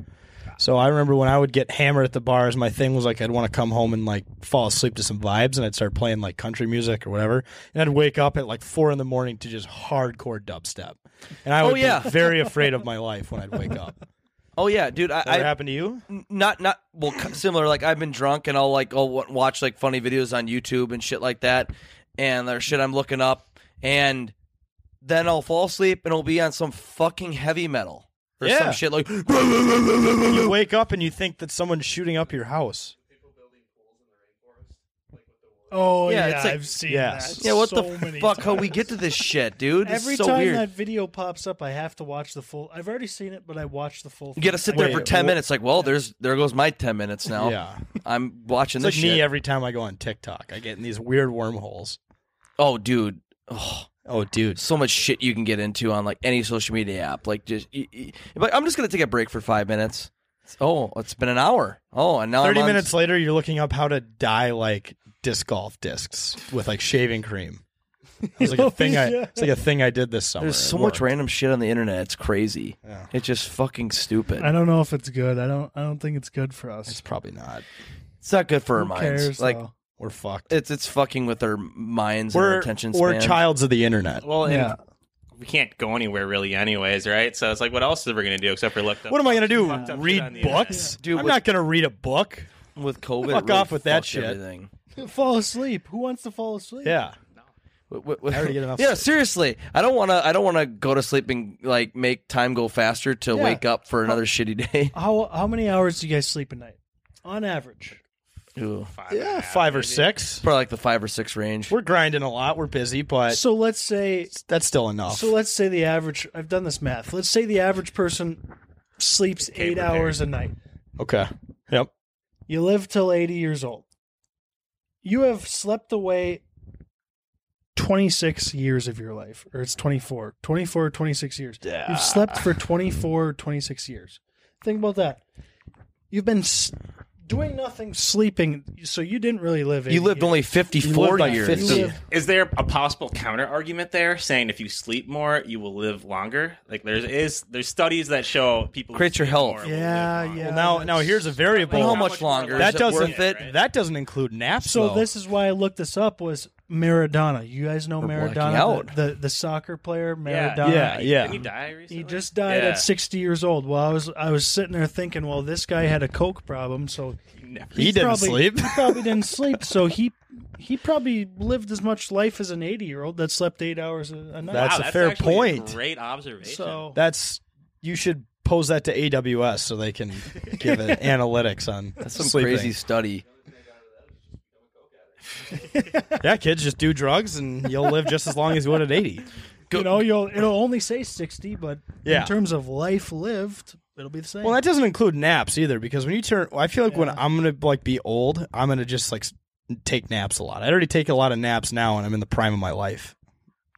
So I remember when I would get hammered at the bars, my thing was like I'd want to come home and like fall asleep to some vibes, and I'd start playing like country music or whatever, and I'd wake up at like four in the morning to just hardcore dubstep, and I Oh, would yeah. be very afraid of my life when I'd wake up. oh yeah, dude. I, That I happened to you? n- not not well c- similar. Like I've been drunk and I'll like I'll wa- watch like funny videos on YouTube and shit like that, and there's shit I'm looking up, and then I'll fall asleep and it'll be on some fucking heavy metal or Yeah. some shit like You wake up and you think that someone's shooting up your house. Oh Yeah, yeah, it's like- I've seen Yes. that. yeah. What so the many fuck? How we times. get to this shit, dude? It's Every so time weird. that video pops up, I have to watch the full. I've already seen it, but I watch the full. You got to sit there Wait, for ten wh- minutes. Like, well, there's there goes my ten minutes now. Yeah. I'm watching It's this like me shit. every time I go on TikTok. I get in these weird wormholes. oh, dude. Oh, Oh, dude. so much shit you can get into on like any social media app. Like, just y- y- like I'm just gonna take a break for five minutes. It's- Oh, it's been an hour. Oh, and now I'm 30 on- minutes later, you're looking up how to dye like disc golf discs with like shaving cream. It's like a thing I, it's like a thing I did this summer. There's so It much worked. random shit on the internet. It's crazy. It's just fucking stupid. I don't know if it's good. I don't. I don't think it's good for us. It's probably not. It's not good for our Who minds. cares? like, though? We're fucked. it's it's fucking with our minds and our We're attention span. we're childs of the internet. Well, and yeah. we can't go anywhere really, anyways, right? So it's like, what else are we gonna do except for look? Up What am I gonna do? fucked up shit on the Read internet. books? Dude, I'm with- not gonna read a book. with COVID. Fuck it really off with that fucked shit. Everything. fall asleep. Who wants to fall asleep? Yeah. W- w- w- I already get enough yeah, sleep. seriously. I don't want to. I don't want to go to sleep and like make time go faster to Yeah. wake up for Oh. another shitty day. How how many hours do you guys sleep a night, on average? Ooh. Five and a Yeah. half, Five or maybe. six. Probably like the five or six range. We're grinding a lot. We're busy, but So let's say. that's still enough. So let's say the average. I've done this math. Let's say the average person sleeps eight prepared. hours a night. okay. Yep. You live till 80 years old. You have slept away 26 years of your life, or it's 24, 24, or 26 years. You've slept for 24, or 26 years. Think about that. You've been s- doing nothing, sleeping, so you didn't really live. 80 You lived years. only You 54 lived like years. 50. You live- Is there a possible counter argument there, saying if you sleep more, you will live longer? Like there's is there's studies that show people who Creates your sleep health. more will live Yeah, longer. yeah. Now, now here's a variable. Well, how How much much more longer? life? that That is doesn't it worth it? right? that doesn't include naps. So though. this is why I looked this up was Maradona. You guys know We're blacking Maradona, out. the, the the soccer player Yeah, Maradona. Yeah, yeah. Didn't he die recently? He just died Yeah. at 60 years old. Well, I was I was sitting there thinking, well, this guy had a coke problem, so he, didn't probably, sleep. he probably didn't sleep, so he he probably lived as much life as an 80 year old that slept eight hours a, a night. That's a fair actually point. great observation. so That's you should pose that to AWS so they can give it analytics on That's some sleeping. crazy study. Yeah, kids just do drugs and you'll live just as long as you would at eighty. you know, you'll it'll only say 60, but Yeah. in terms of life lived, it'll be the same. Well, that doesn't include naps either because when you turn, I feel like when I'm gonna like be old, I'm gonna just like s- take naps a lot. I already take a lot of naps now, and I'm in the prime of my life.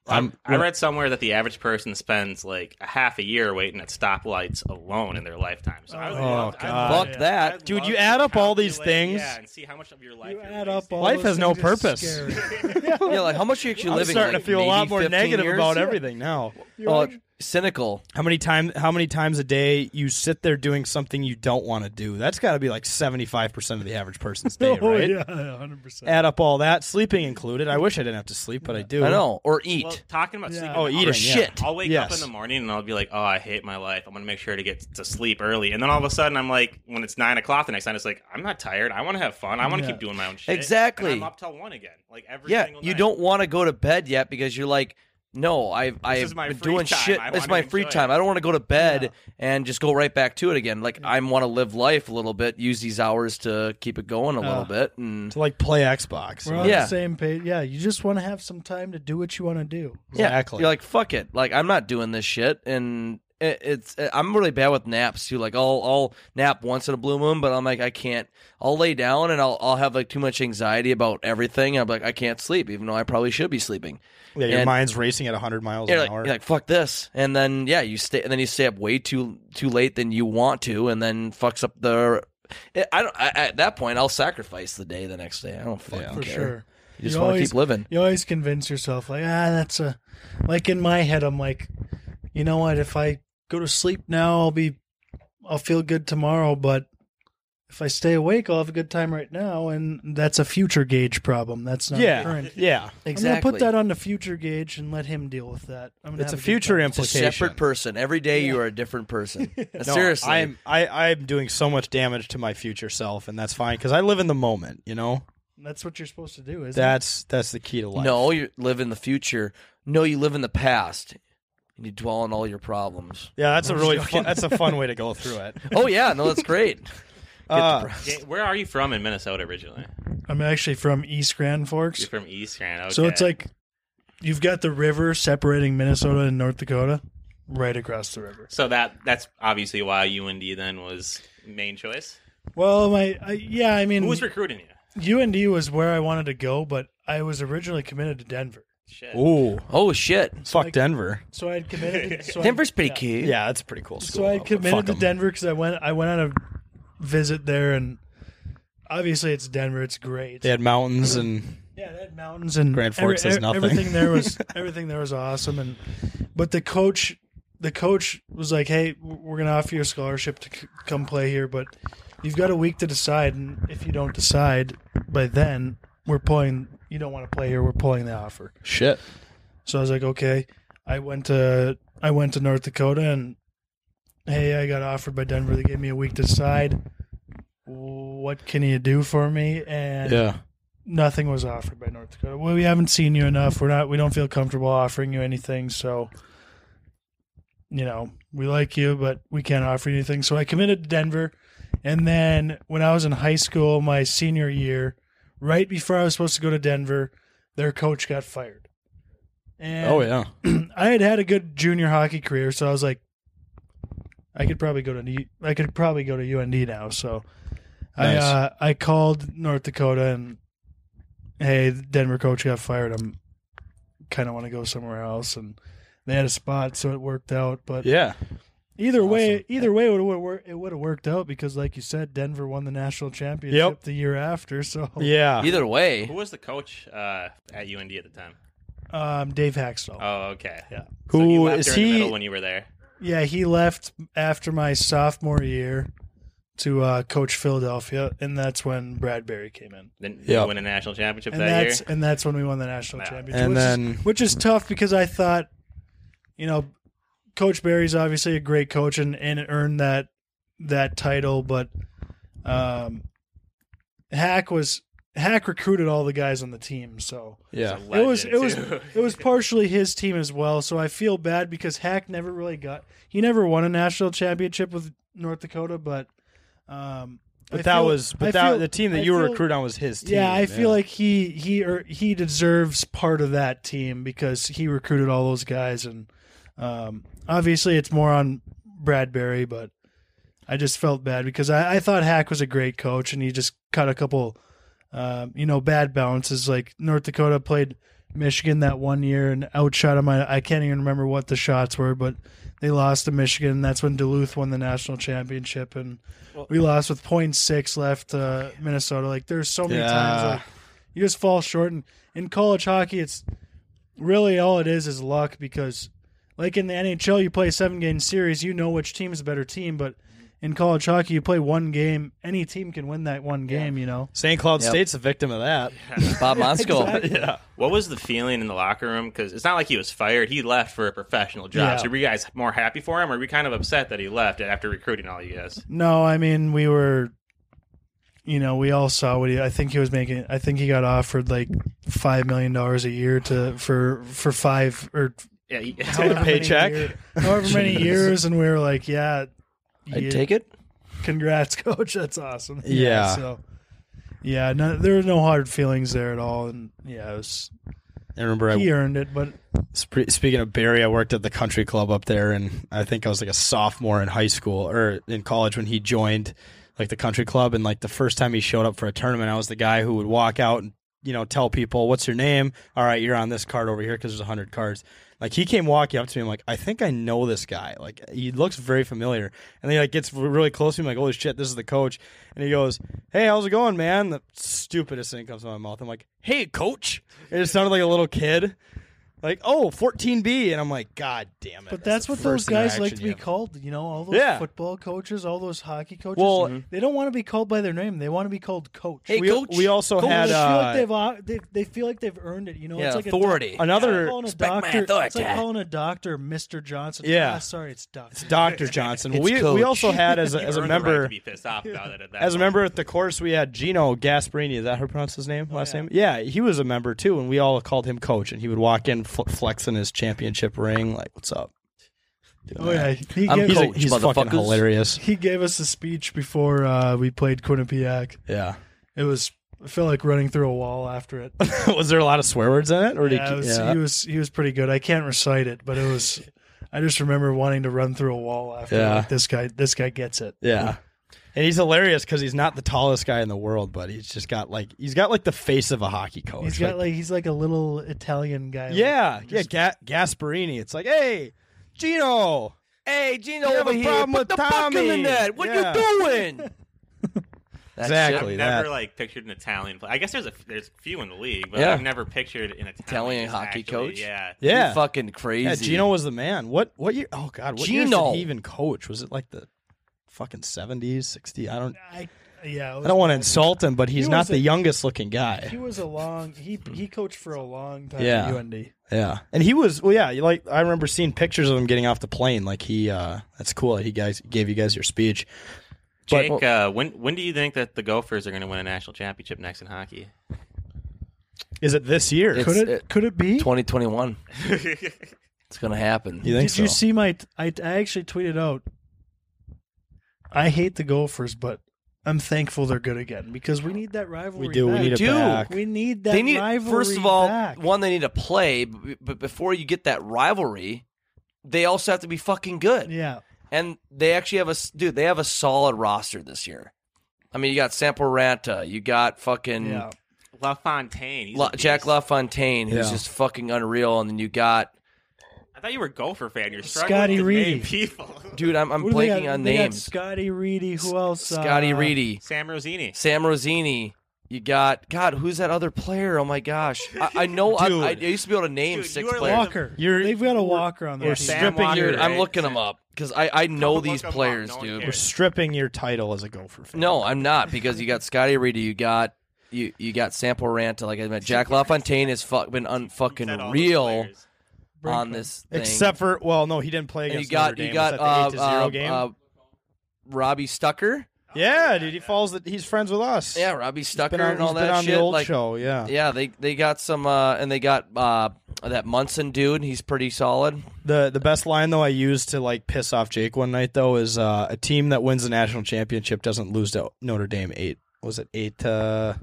Um, I'm- I read somewhere that the average person spends like a half a year waiting at stoplights alone in their lifetime. So I would Oh, love, God. Fuck i that. Dude, you add up all these things. Yeah, and see how much of your life You you're add up wasting. all Life those has no things, it's purpose. scary. yeah, like how much are you actually I'm living? starting like, to feel a lot maybe more 15 negative years? about everything now. Well, cynical. How many time? How many times a day you sit there doing something you don't want to do? That's got to be like seventy five percent of the average person's day, oh right? yeah, hundred percent. Add up all that, sleeping included. I wish I didn't have to sleep, but I do. I know, or eat. Well, talking about Yeah. sleeping. Oh, I'll eating, wake- shit. I'll wake up Yes. in the morning and I'll be like, "Oh, I hate my life. I'm gonna make sure to get to sleep early." And then all of a sudden, I'm like, when it's nine o'clock the next night, it's like, I'm not tired. I want to have fun. I want to Yeah. keep doing my own shit. Exactly. And I'm up till one again, like every yeah, single you night. don't want to go to bed yet because you're like, no, I've is I've my been free doing time. shit. I It's wanna my free enjoy time. it." I don't want to go to bed and just go right back to it again. Like I want to live life a little bit, use these hours to keep it going a Uh, little bit, and To like play Xbox. We're on Yeah. the same page. Yeah, you just want to have some time to do what you want to do. Exactly. Yeah, you're like, fuck it. Like, I'm not doing this shit. And it, it's, I'm really bad with naps too. Like, I'll, I'll nap once in a blue moon, but I'm like, I can't. I'll lay down and I'll, I'll have like too much anxiety about everything. I'm like, I can't sleep, even though I probably should be sleeping. Yeah, your And- mind's racing at hundred miles You're an like, hour. you're like, fuck this. And then, yeah, you stay, and then you stay up way too, too late than you want to, and then fucks up the. It, I don't. I, at that point, I'll sacrifice the day the next day. I don't fucking for care. sure. You just want to always- keep living. You always convince yourself, like, ah, that's a. Like in my head, I'm like, you know what? If I go to sleep now, I'll be, I'll feel good tomorrow. But if I stay awake, I'll have a good time right now, and that's a future gauge problem. That's not yeah, current. yeah. I'm gonna put that on the future gauge and let him deal with that. I'm gonna It's a have good future time. It's a implication. separate person. Every day you are a different person. No, Seriously, I'm I I'm doing so much damage to my future self, and that's fine because I live in the moment. You know, That's what you're supposed to do, isn't it? that's that's the key to life. No, you live in the future. No, you live in the past. And you dwell on all your problems. yeah, that's a really fun, that's a fun way to go through it. Oh yeah, no, that's great. Get Uh, depressed. Yeah, Where are you from in Minnesota originally? I'm actually from East Grand Forks, You're from East Grand. Okay. so it's like you've got the river separating Minnesota and North Dakota, right across the river. so that that's obviously why UND then was main choice. Well, my I, yeah, I mean, Who was recruiting you? UND was where I wanted to go, but I was originally committed to Denver, Shit. Ooh, Oh shit, fuck Denver. so I had committed. To, so Denver's I, pretty yeah. cute. Yeah, that's a pretty cool school. So though, I had but committed fuck to 'em. Denver because I went. I went on a visit there, and obviously it's Denver. It's great. They had mountains and Yeah, that mountains and Grand Forks every- has e- nothing. Everything there was everything there was awesome, and but the coach, the coach was like, "Hey, we're gonna offer you a scholarship to c- come play here, but you've got a week to decide, and if you don't decide by then, we're pulling. You don't want to play here. We're pulling the offer." shit. So I was like, "Okay." I went to I went to North Dakota, and hey, I got offered by Denver. They gave me a week to decide. What can you do for me? And Yeah, nothing was offered by North Dakota. Well, we haven't seen you enough. We're not. We don't feel comfortable offering you anything. So, you know, we like you, but we can't offer you anything. So I committed to Denver, and then when I was in high school, my senior year, right before I was supposed to go to Denver, their coach got fired. And oh yeah. I had had a good junior hockey career, so I was like, I could probably go to U- I could probably go to UND now. So I Nice. uh, I called North Dakota and hey, the Denver coach got fired. I'm kind of want to go somewhere else, and they had a spot, so it worked out. But Yeah, either way, either way, it would it would have worked out because, like you said, Denver won the national championship Yep. the year after. So yeah. Either Who way, was the coach uh, at UND at the time? um, Dave Haxtell. Oh, okay. Yeah. So you Who left is during the he? middle when you were there? Yeah, he left after my sophomore year to uh, coach Philadelphia, and that's when Bradbury came in, Then Yeah. you win a national championship and that year. that's and that's when we won the national Wow. championship. And which is- then which is tough because I thought, you know, Coach Barry's obviously a great coach and, and earned that that title, but um, Hack was Hack recruited all the guys on the team, so yeah, He's a it was it legend, was too. it was partially his team as well. So I feel bad because Hack never really got he never won a national championship with North Dakota, but um, but I that feel- was I but that feel- the team that I you were feel- recruited on was his team. Yeah, I feel like he he er, he deserves part of that team because he recruited all those guys, and um, obviously it's more on Bradbury, but. I just felt bad because I, I thought Hack was a great coach, and he just cut a couple, um, you know, bad bounces. Like North Dakota played Michigan that one year and outshot them. I, I can't even remember what the shots were, but they lost to Michigan. That's when Duluth won the national championship, and we lost with point six left to Minnesota. Like there's so many times Yeah. like, you just fall short. And in college hockey, it's really all it is is luck because, like in the NHL, you play a seven game series, you know which team is a better team, but in college hockey, you play one game. Any team can win that one game, you know. St. Cloud Yep. State's a victim of that. Bob Mosko. Yeah. What was the feeling in the locker room? Because it's not like he was fired; he left for a professional job. Yeah. So, were you guys more happy for him, or were you kind of upset that he left after recruiting all you guys? No, I mean we were, you know, we all saw what he. I think he was making. I think he got offered like five million dollars a year to for for five or Yeah, he- however many paycheck? year- however many years, and we were like, yeah, I'd yeah, take it. Congrats, coach. That's awesome. Yeah. So, yeah, no, there were no hard feelings there at all, and yeah, it was I remember I he earned it, but Sp- Speaking of Barry, I worked at the country club up there, and I think I was like a sophomore in high school or in college when he joined like the country club. And like the first time he showed up for a tournament, I was the guy who would walk out and you know tell people, "What's your name? All right, you're on this card over here because there's hundred cards." Like he came walking up to me, I'm like, "I think I know this guy. Like he looks very familiar." And then he like gets really close to me, I'm like, "Holy shit, this is the coach!" And he goes, "Hey, how's it going, man?" The stupidest thing comes out of my mouth. I'm like, "Hey, coach!" It just sounded like a little kid like oh 14b and i'm like god damn it but that's, the what those first guys like interaction to you be have. called. You know, all those Yeah. football coaches, all those hockey coaches. Well- they don't want to be called by their name. They want to be called coach. Hey, Mm-hmm. we, coach. we also Coach. had they feel like uh, they've, uh, they, they feel like they've earned it. You know, Yeah, it's like authority. A doc- Another- it's like calling a Respect my doctor. It's like authority. calling a doctor, Mister Johnson. Yeah. Ah, sorry, it's doctor. dr johnson It's we, we coach. also had as a, as earned the a right member to be pissed off about it at that as a moment. member at the course we had gino gasparini is that how you pronounce his Oh, name last name yeah he was a member too and we all called him coach and he would walk in fl- flexing his championship ring like what's up oh yeah, he I'm gave, he's, a- Coach, he's fucking motherfuckers. hilarious he gave us a speech before uh, we played Quinnipiac. yeah It was I felt like running through a wall after it. was there a lot of swear words in it or Yeah, did it was- yeah. He was he was pretty good. I can't recite it, but it was. I just remember wanting to run through a wall after. Yeah. Like, this guy, this guy gets it. Yeah. And he's hilarious because he's not the tallest guy in the world, but he's just got like he's got like the face of a hockey coach. He's got like he's like a little Italian guy. like, yeah, just- yeah, Ga- Gasparini. It's like, hey, Gino, Hey, Gino You have over a here. problem Put with the fuck in the Tommy. net. What Yeah. you doing? That Exactly. shit. I've that. never like pictured an Italian. play- I guess there's a there's a few in the league, but Yeah. I've never pictured an Italian, Italian who's hockey actually- coach? Yeah, yeah, You fucking crazy. yeah. Gino was the man. What what year? Oh God, what year Gino. did he even coach? Was it like the fucking seventies, sixty? I don't, I, yeah. it I was don't want to bad. insult him, but he's He not was the a- youngest looking He guy. was a long. He he coached for a long time. Yeah. At UND. Yeah, and he was well, yeah. you Like I remember seeing pictures of him getting off the plane. Like he, uh that's cool. that He guys gave you guys your speech. But- Jake, uh, when when do you think that the Gophers are going to win a national championship next in hockey? Is it this year? It's- Could it, it- could it be? 2021. it's gonna happen. you think Did you so? see my? I, I actually tweeted out. I hate the Gophers, but I'm thankful they're good again because we need that rivalry. do. We back. need it do. back. We need that. They need rivalry first of all back. one. They need to play, b- but before you get that rivalry, they also have to be fucking good. Yeah. And they actually have a s- dude. They have a solid roster this year. I mean, you got Samporanta, you got fucking Yeah. LaFontaine, he's a La- beast. Jack LaFontaine, who's Yeah. just fucking unreal, and then you got I thought you were a Gopher fan. You're Scotty struggling to Reedy. name people. dude. I'm, I'm Who do they blanking got? on They got names. Scotty Reedy. Who else? Uh, Scotty Reedy, Sam Rosini. Sam Rosini. You got God. Who's that other player? Oh my gosh! I, I know. I, I, I used to be able to name Dude, you six are players. Walker. You're- They've got a Walker on their we're team. Sam stripping Walker, your- Dude, I'm right? looking them up because I, I know look these 'em up. players, No one dude. We're cares. stripping your title as a Gopher fan. No, I'm not because you got Scotty Reed, you got you you got Sample Ranta, like I meant. Jack LaFontaine has fu- been Said all unfucking those real players. on this thing. Except for well, no, he didn't play and you against got Notre Dame. you got Was that the eight to uh, zero uh, game. uh, Robbie Stucker. yeah, dude, he falls. That he's friends with us. Yeah, Robbie Stucker been on, and all he's that been on shit. the old like, show. Yeah. Yeah, they they got some uh, and they got uh, that Munson dude. He's pretty solid. the the best line though I used to like piss off Jake one night though is uh, a team that wins the national championship doesn't lose to Notre Dame eight. Was it eight? Uh,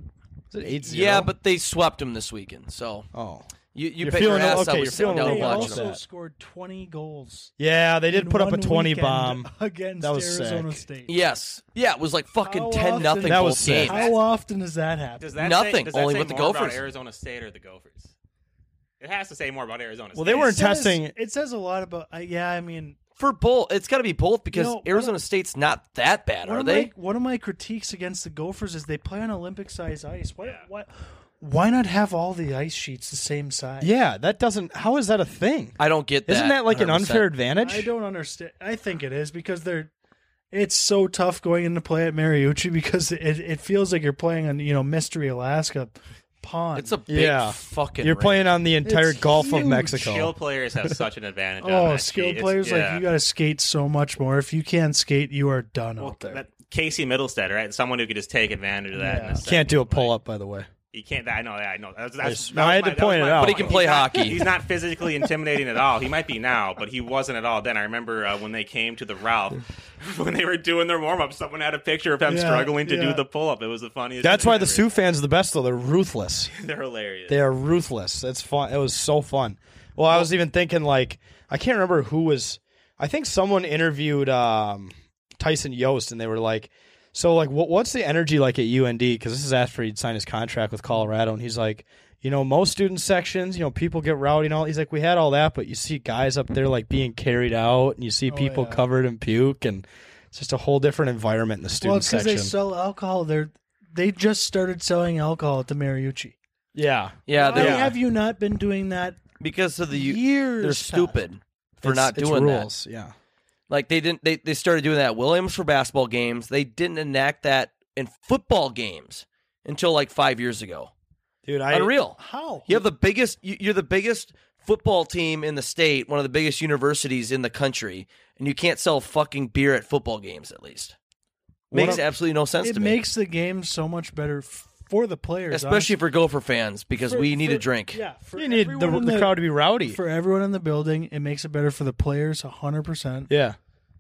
was it eight zero? Yeah, but they swept him this weekend, so oh you you You're bet feeling a- your ass okay, I you're was sitting feeling a down They little watching upset. that. also scored 20 goals. yeah, they did in put up a one twenty weekend bomb. against That was Arizona sick. State. Yes. Yeah, it was like fucking How ten often- nothing. That both was sick. games. How often does that happen? Does that Nothing, say- does that only say with the more about Gophers. Arizona State or the Gophers. It has to say more about Arizona. Well, they State. weren't It says- testing- It says a lot about. Uh, yeah, I mean, For both, it's got to be both because You know, Arizona State's not that bad, one are of they? My, one of my critiques against the Gophers is they play on Olympic size ice. Why? Why? Why not have all the ice sheets the same size? Yeah, that doesn't. How is that a thing? I don't get that. Isn't that like an 100%. unfair advantage? I don't understand. I think it is because they're. It's so tough going into play at Mariucci because it, it feels like you're playing on you know Mystery Alaska pond. It's a big Yeah. fucking. You're ring. playing on the entire It's Gulf huge. of Mexico. Skill players have such an advantage. on oh that skill sheet. It's- players yeah. like you got to skate so much more. If you can't skate, you are done Well, out there. that- Casey Middlestead, right? Someone who could just take advantage of that. Yeah. in second. Can't do a Like, pull up, by the way. He can't. I know. I know. That's, Yes. that's, No, I had to point it out. But he can point. play He's not- hockey. he's not physically intimidating at all. He might be now, but he wasn't at all then. I remember uh, when they came to the Ralph, when they were doing their warm up, someone had a picture of him Yeah, struggling to yeah. do the pull up. It was the funniest. That's thing why ever. the Sioux fans are the best, though. They're ruthless. They're hilarious. They are ruthless. It's fun. It was so fun. Well, I was even thinking like I can't remember who was. I think someone interviewed um, Tyson Yost, and they were like, "So like, what, what's the energy like at UND?" Because this is after he'd signed his contract with Colorado, and he's like, "You know, most student sections, you know, people get rowdy and all." He's like, "We had all that, but you see guys up there like being carried out, and you see people Oh, yeah. covered in puke, and it's just a whole different environment in the student well, it's because section." they sell alcohol. They're they just started selling alcohol at the Mariucci. yeah, Yeah, Why they're, Yeah. have you not been doing that? because of the Years They're past. stupid for It's- not it's doing that. rules. Yeah. Like they didn't. They they started doing that at Williams for basketball games. They didn't enact that in football games until like five years ago. Dude, I Unreal. How? You have the biggest. you- You're the biggest football team in the state. One of the biggest universities in the country, and you can't sell fucking beer at football games. At least makes What a- absolutely no sense It to me. makes the game so much better f- for the players, especially honestly. for Gopher fans because For- we need a for- drink. Yeah, for you need the, everyone in the crowd to be rowdy. for everyone in the building. It makes it better for the players, hundred percent. yeah.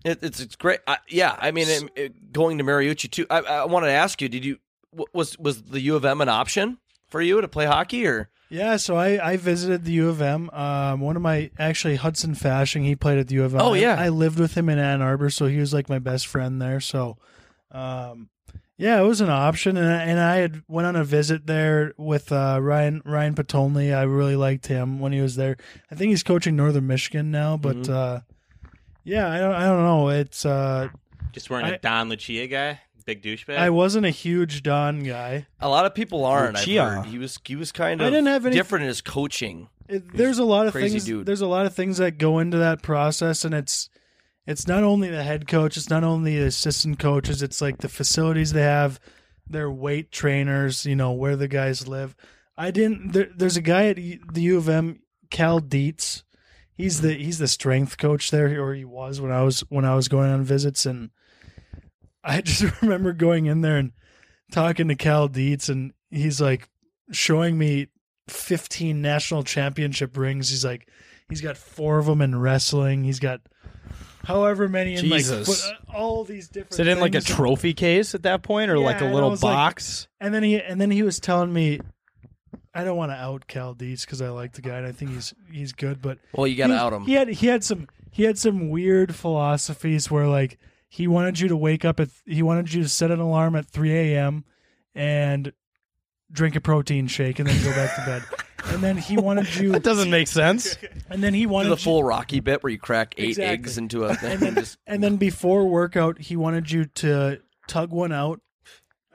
It, it's it's great. I, yeah, I mean, it, it- going to Mariucci too. I, I wanted to ask you: Did you wa- was was the U of M an option for you to play hockey or? Yeah, so I, I visited the U of M. Um, one of my actually Hudson Fashing, he played at the U of M. Oh, yeah. I, I lived with him in Ann Arbor, so he was like my best friend there. So, um, yeah, it was an option, and I, and I had went on a visit there with uh, Ryan Ryan Patolny. I really liked him when he was there. I think he's coaching Northern Michigan now, but Mm-hmm. uh, yeah, I don't I don't know. It's uh, Just wearing a I- Don Lucia guy, big douchebag. I wasn't a huge Don guy. A lot of people aren't. I've Lucia. heard. He was he was kind I of didn't have any- different in his coaching. it, there's a lot of crazy things dude. there's a lot of things that go into that process and it's it's not only the head coach it's not only the assistant coaches it's like the facilities they have their weight trainers you know where the guys live i didn't there, there's a guy at U- the u of m cal dietz he's the he's the strength coach there or he was when i was when i was going on visits and i just remember going in there and talking to cal dietz and he's like showing me 15 national championship rings. He's like, he's got four of them in wrestling. He's got however many in Jesus. like foot- uh, all these different. Is it in like a things. trophy case at that point, or Yeah, like a and I little was like- box? And then he and then he was telling me, I don't want to out Cal Dietz because I like the guy and I think he's he's good, but Well, you got to he, out him. He had he had some he had some weird philosophies where like he wanted you to wake up at he wanted you to set an alarm at 3 a.m. and drink a protein shake and then go back to bed. And then he wanted you that doesn't make sense. and then he Do wanted the you, full Rocky bit where you crack eight Exactly. eggs into a thing. and just, and then before workout he wanted you to tug one out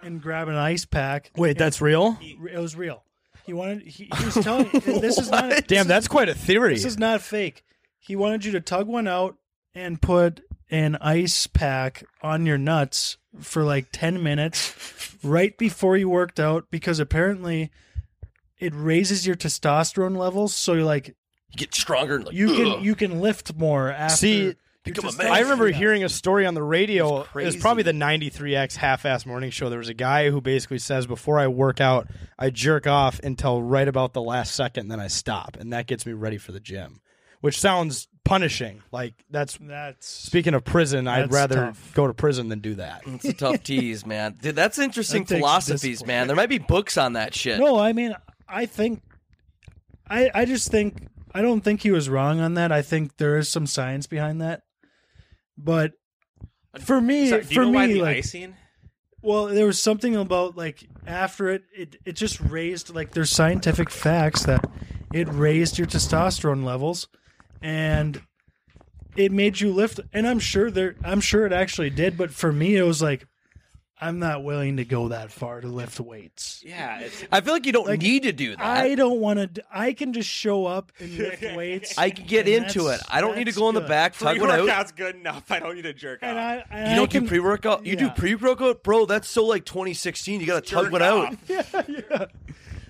and grab an ice pack. Wait, that's real. It was real. He wanted he, he was telling this is not this Damn, is- that's quite a theory. This is not fake. He wanted you to tug one out and put an ice pack on your nuts for like 10 minutes right before you worked out because apparently it raises your testosterone levels so you're like you get stronger and like you ugh. can you can lift more after See, your become a testosterone- man. I remember Yeah. hearing a story on the radio. It's It was probably the 93X half ass morning show. There was a guy who basically says, Before I work out, I jerk off until right about the last second, then I stop. And that gets me ready for the gym, which sounds punishing. Like, that's that's speaking of prison, I'd That's rather tough. go to prison than do that. It's a tough tease, man. Dude, that's interesting That takes philosophies, discipline. man. There might be books on that shit. No, I mean, I think, I I just think I don't think he was wrong on that. I think there is some science behind that, but for me, So, do you for know me, why the like, icing? well, there was something about like after it, it it just raised like there's scientific facts that It raised your testosterone levels, and it made you lift. And I'm sure there, I'm sure it actually did. But for me, it was like, I'm not willing to go that far to lift weights. Yeah, it's, I feel like you don't Like, need to do that. I don't want to. I can just show up and lift weights. I can get and into it. that's- I don't need to that's go in the good. back, tug one out. pre-workout's good enough. I don't need to jerk And off. I, and You don't I can, do pre workout. You do yeah. pre workout, bro. That's so like 2016. You gotta tug Jerk one out. off.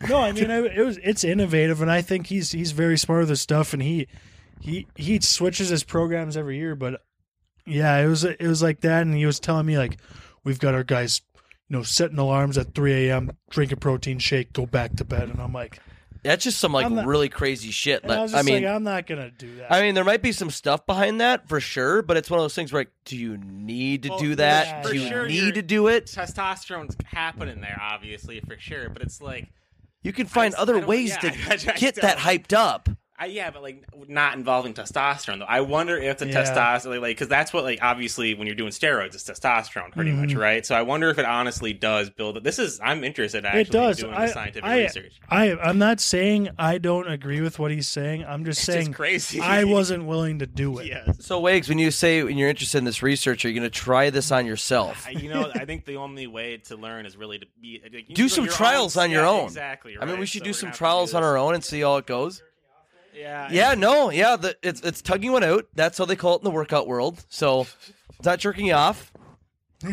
No, I mean I, it was it's innovative, and I think he's he's very smart with this stuff, and he he he switches his programs every year. But yeah, it was it was like that, and he was telling me like we've got our guys, you know, setting alarms at three a.m., drink a protein shake, go back to bed, and I'm like, That's just some like I'm not- really crazy shit. and I Like, was I just mean, like, I'm not gonna do that. I mean, there might be some stuff behind that for sure, but it's one of those things where like, do you need to Well, do Oh, for sure- that? do for you sure you're- need to do it? Testosterone's happening there, obviously for sure. But it's like, You can find just- I other don't- ways yeah, to I just get that don't. hyped up. I, yeah, but like not involving testosterone though. I wonder if the Yeah. testosterone, like, because that's what, like, obviously when you're doing steroids, it's testosterone pretty Mm-hmm. much, right? So I wonder if it honestly does build. This is I'm interested actually it does. in doing I, the scientific I, research. I I'm not saying I don't agree with what he's saying. I'm just It's saying just crazy. I wasn't willing to do it. Yeah. So, Wags, when you say when you're interested in this research, are you going to try this on yourself? I- you know, I think the only way to learn is really to be like, you do some your trials own- on your yeah, own. Exactly. I mean, right? we should So do we're some gonna have to trials do on this. our own and see how it goes. Yeah. Yeah, no, yeah, the, it's it's tugging one out. That's how they call it in the workout world. So, it's not jerking you off.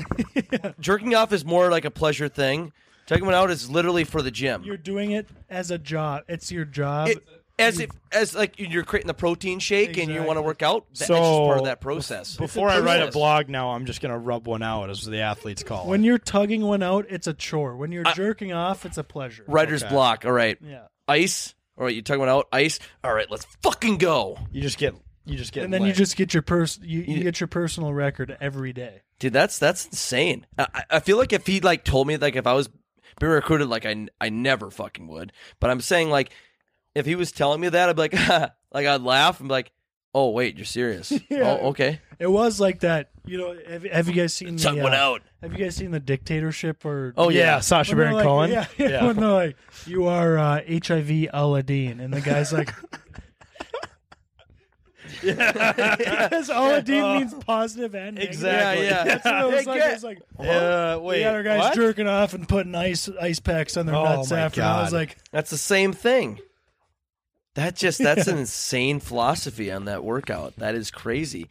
jerking off is more like a pleasure thing. Tugging one out is literally for the gym. You're doing it as a job. It's your job. It- as if as like you're creating the protein shake and you want to Exactly. work out. That's So, just part of that process. Before I write a process. blog now, I'm just going to rub one out, as the athletes call it. When you're tugging one out, it's a chore. When you're jerking off, it's a pleasure. Writer's block. All right, Yeah. ice. All right, you tugging one out. Ice. All right, let's fucking go, you just get, you just get, And then you lit. just get your pers- you, you get your personal record every day. dude. That's that's insane. I, I- I feel like if he like told me like if I was being recruited, like I I never fucking would. But I'm saying like if he was telling me that, I'd be like like I'd laugh and be like, oh wait, you're serious. Oh okay, It was like that. You know, have, have you guys seen tugging the, one uh, out. Have you guys seen the dictatorship or Oh yeah, yeah. Sasha When they're Baron like- Cohen. Yeah, yeah, When they're like, you are uh, HIV Aladdin, and the guy's like, because Aladdin means positive and negative. Oh. Exactly. Yeah, yeah. That's what it was like. It was like Uh, wait, the other guy's what? jerking off and putting ice ice packs on their Oh, nuts my after. and I was God. like, That's the same thing. That just that's an insane philosophy on that workout. That is crazy.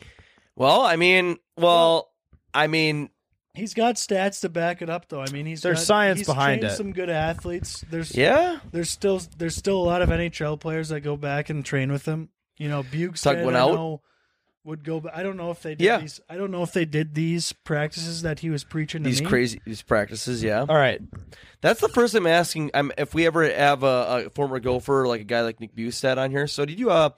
Well, I mean, well, I mean, He's got stats to back it up, though. I mean, he's There's got- science he's behind trained it. Some good athletes. There's yeah. there's still there's still a lot of NHL players that go back and train with him. You know, Bukes Tug one out. would go. ba- I don't know if they did Yeah. these. I don't know if they did these practices that he was preaching. To These me. crazy these practices, yeah. All right, That's the first I'm asking. I'm if we ever have a, a former Gopher like a guy like Nick Bustad on here. So did you uh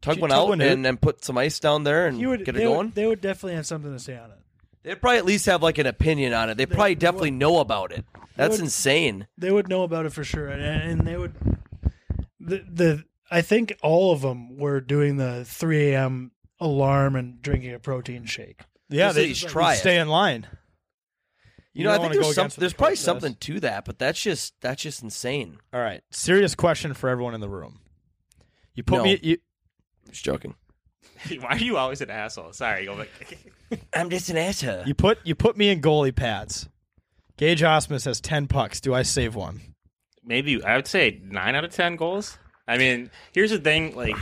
tug you one tug out one and out? then put some ice down there and He would, get it they would- going? they would definitely have something to say on it. They'd probably at least have like an opinion on it. They probably definitely know about it. That's would- insane. They would know about it for sure, and, and they would. The the I think all of them were doing the 3 a.m. alarm and drinking a protein shake. yeah, Just they at least try it. stay in line. You, know, I don't wanna think go there's some, against what there's the probably coach says. something to that, but that's just that's just insane. All right, serious question for everyone in the room. You put No. me, you, Just joking. Why are you always an asshole? Sorry. Go back. I'm just an asshole. you put, you put me in goalie pads. Gage Osmus has ten pucks. Do I save one? maybe I would say nine out of ten goals. I mean, here's the thing, like.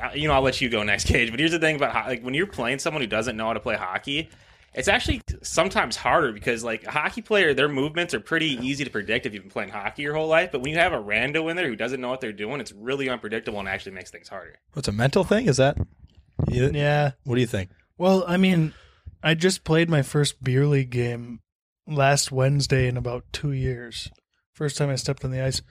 I- You know, I'll let you go next, Cage. But here's the thing about ho- like when you're playing someone who doesn't know how to play hockey, it's actually sometimes harder because like a hockey player, their movements are pretty easy to predict if you've been playing hockey your whole life. But when you have a rando in there who doesn't know what they're doing, it's really unpredictable and actually makes things harder. What's a mental thing? Is that? you- Yeah. What do you think? Well, I mean, I just played my first beer league game last Wednesday in about two years. First time I stepped on the ice.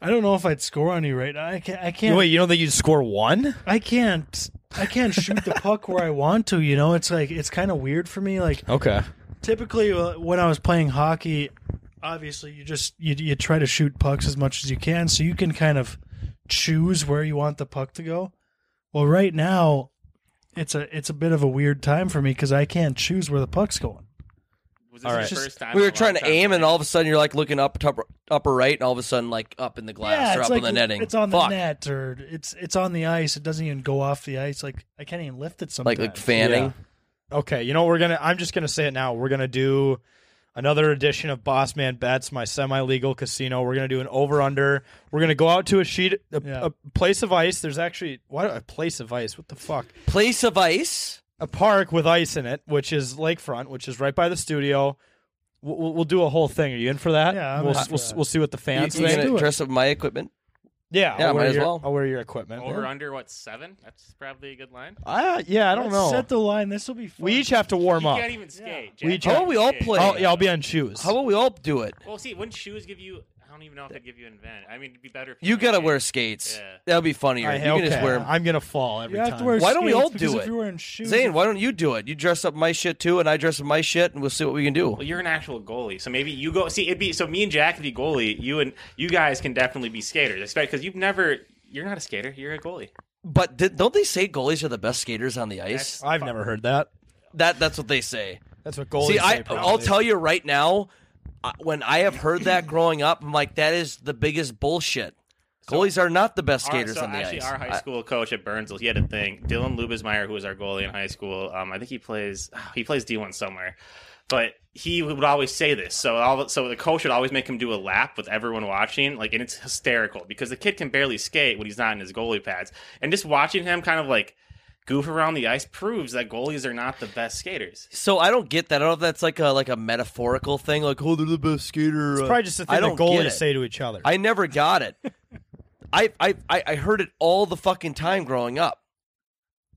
I don't know if I'd score on you right. I can't. I can't. Wait, you don't think you'd score one? I can't. I can't shoot the puck where I want to. You know, it's like it's kind of weird for me. Like Okay. typically uh, when I was playing hockey, obviously you just you you try to shoot pucks as much as you can, so you can kind of choose where you want the puck to go. Well, right now, it's a it's a bit of a weird time for me because I can't choose where the puck's going. Was this All the right. first time? We in a were long trying to time? aim, and all of a sudden you're like looking up top, upper right, and all of a sudden like up in the glass yeah, or it's up like in the netting. It's on Fuck. the net or it's it's on the ice. It doesn't even go off the ice. Like I can't even lift it like sometimes. like fanning. Okay, you know what we're gonna. I'm just gonna say it now. We're gonna do another edition of Boss Man Bets, my semi-legal casino. We're gonna do an over/under. We're gonna go out to a sheet, a, Yeah. a place of ice. There's actually what a place of ice. What the fuck? Place of ice. A park with ice in it, which is lakefront, which is right by the studio. We'll- We'll, we'll do a whole thing. Are you in for that? Yeah, I'm we'll in s- for we'll, that. s- we'll see what the fans you think. gonna do it. dress up my equipment? Yeah, Yeah, I'll wear might as your, well. I'll wear your equipment. Over under what seven? That's probably a good line. Uh, yeah, I don't Let's know. Set the line. This will be fun. we each have to warm you up. can't even skate. We Jack. How about Oh, we all play? I'll, yeah, I'll be on shoes. How about we all do it? Well, see, wouldn't shoes give you? I don't even know if they give you an advantage. I mean, it'd be better. If You gotta skate. wear skates. Yeah. That'll be funnier. I, you can just okay, wear. I'm gonna fall every You have time. to wear Why don't we skates all do because it? If you're wearing shoes, Zane, why don't you do it? You dress up my shit too, and I dress up my shit, and we'll see what we can do. Well, you're an actual goalie, so maybe you go. See, it'd be so me and Jack could be goalie. You and you guys can definitely be skaters, especially because you've never. You're not a skater. You're a goalie. But did, don't they say goalies are the best skaters on the ice? I've never heard that. that that's what they say. That's what goalies See, say. I, I'll probably. tell you right now, I- when I have heard that growing up, I'm like, that is the biggest bullshit. Goalies are not the best Our- skaters so on the actually, ice. our high school coach at Burnsville, he had a thing. Dylan Lubesmeyer, who was our goalie in high school, um, I think he plays he plays D one somewhere, but he would always say this. So all so the coach would always make him do a lap with everyone watching, like, and it's hysterical because the kid can barely skate when he's not in his goalie pads, and just watching him kind of like goof around the ice proves that goalies are not the best skaters. so I don't get that. I don't know if that's like a like a metaphorical thing, like oh they're the best skater. It's probably just a I thing that don't get goalies it. say to each other. I never got it. I, I I I heard it all the fucking time growing up,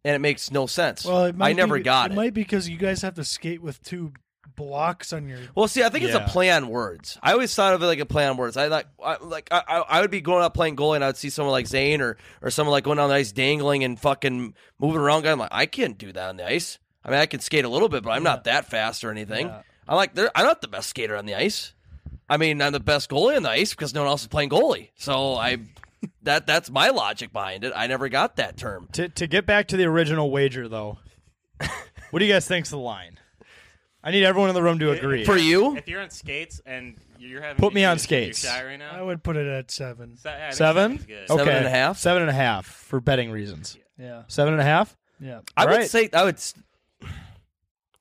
and it makes no sense. Well, it might I never be, got it. It might be because you guys have to skate with two blocks on your. Well, see, I think Yeah. it's a play on words. I always thought of it like a play on words. I like, I, like, I, I I would be going out playing goalie, and I would see someone like Zane or or someone like going down the ice, dangling and fucking moving around. guy, I'm like, I can't do that on the ice. I mean, I can skate a little bit, but I'm not that fast or anything. I'm like, they're- I'm not the best skater on the ice. I mean, I'm the best goalie on the ice because no one else is playing goalie. So I, that that's my logic behind it. I never got that term. to, to get back to the original wager, though, what do you guys think's the line? I need everyone in the room to agree. For you, If you're on skates and you're having Put me on issues with skates. your shot right now, I would put it at seven. so- yeah, I think Seven? seven's good. Okay. Seven and a half? Seven and a half for betting reasons. Yeah, Seven and a half? yeah. I would Alright. say I would. s-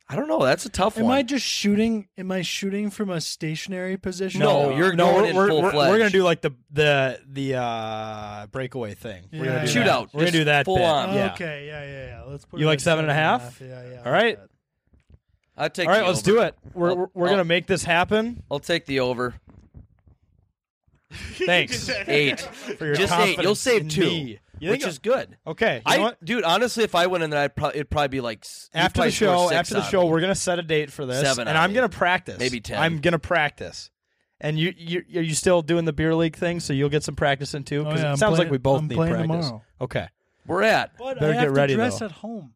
I don't know. That's a tough Am one. I just shooting? Am I shooting from a stationary position? No, you're no, going we're, in we're, full we're, fledged. we're gonna do like the the the uh, breakaway thing. We're gonna do Yeah. that. Shootout. We're gonna Just do that. full bit. on. Oh, Yeah. Okay, yeah, yeah, yeah. Let's put You it like at seven and a half? Yeah, yeah. All I like right. that. I take. All right, the let's over. do it. We're I'll- we're, we're I'll- gonna make this happen. I'll take the over. Thanks Eight. for your Just confidence eight. You'll save in two, me. You think which is good. okay? You know I, what? dude, honestly, if I went in there, I'd pro- it'd probably be like s- you'd after probably the show, score six after the on show, me. we're gonna set a date for this, Seven and on I'm me. gonna practice. Maybe ten. I'm gonna practice. And you you are you still doing the beer league thing? So you'll get some practice in too. Oh, Because yeah, it I'm sounds playing- like we both I'm need playing practice. tomorrow. Okay. we're at. But Better I have get ready, to dress though. at home.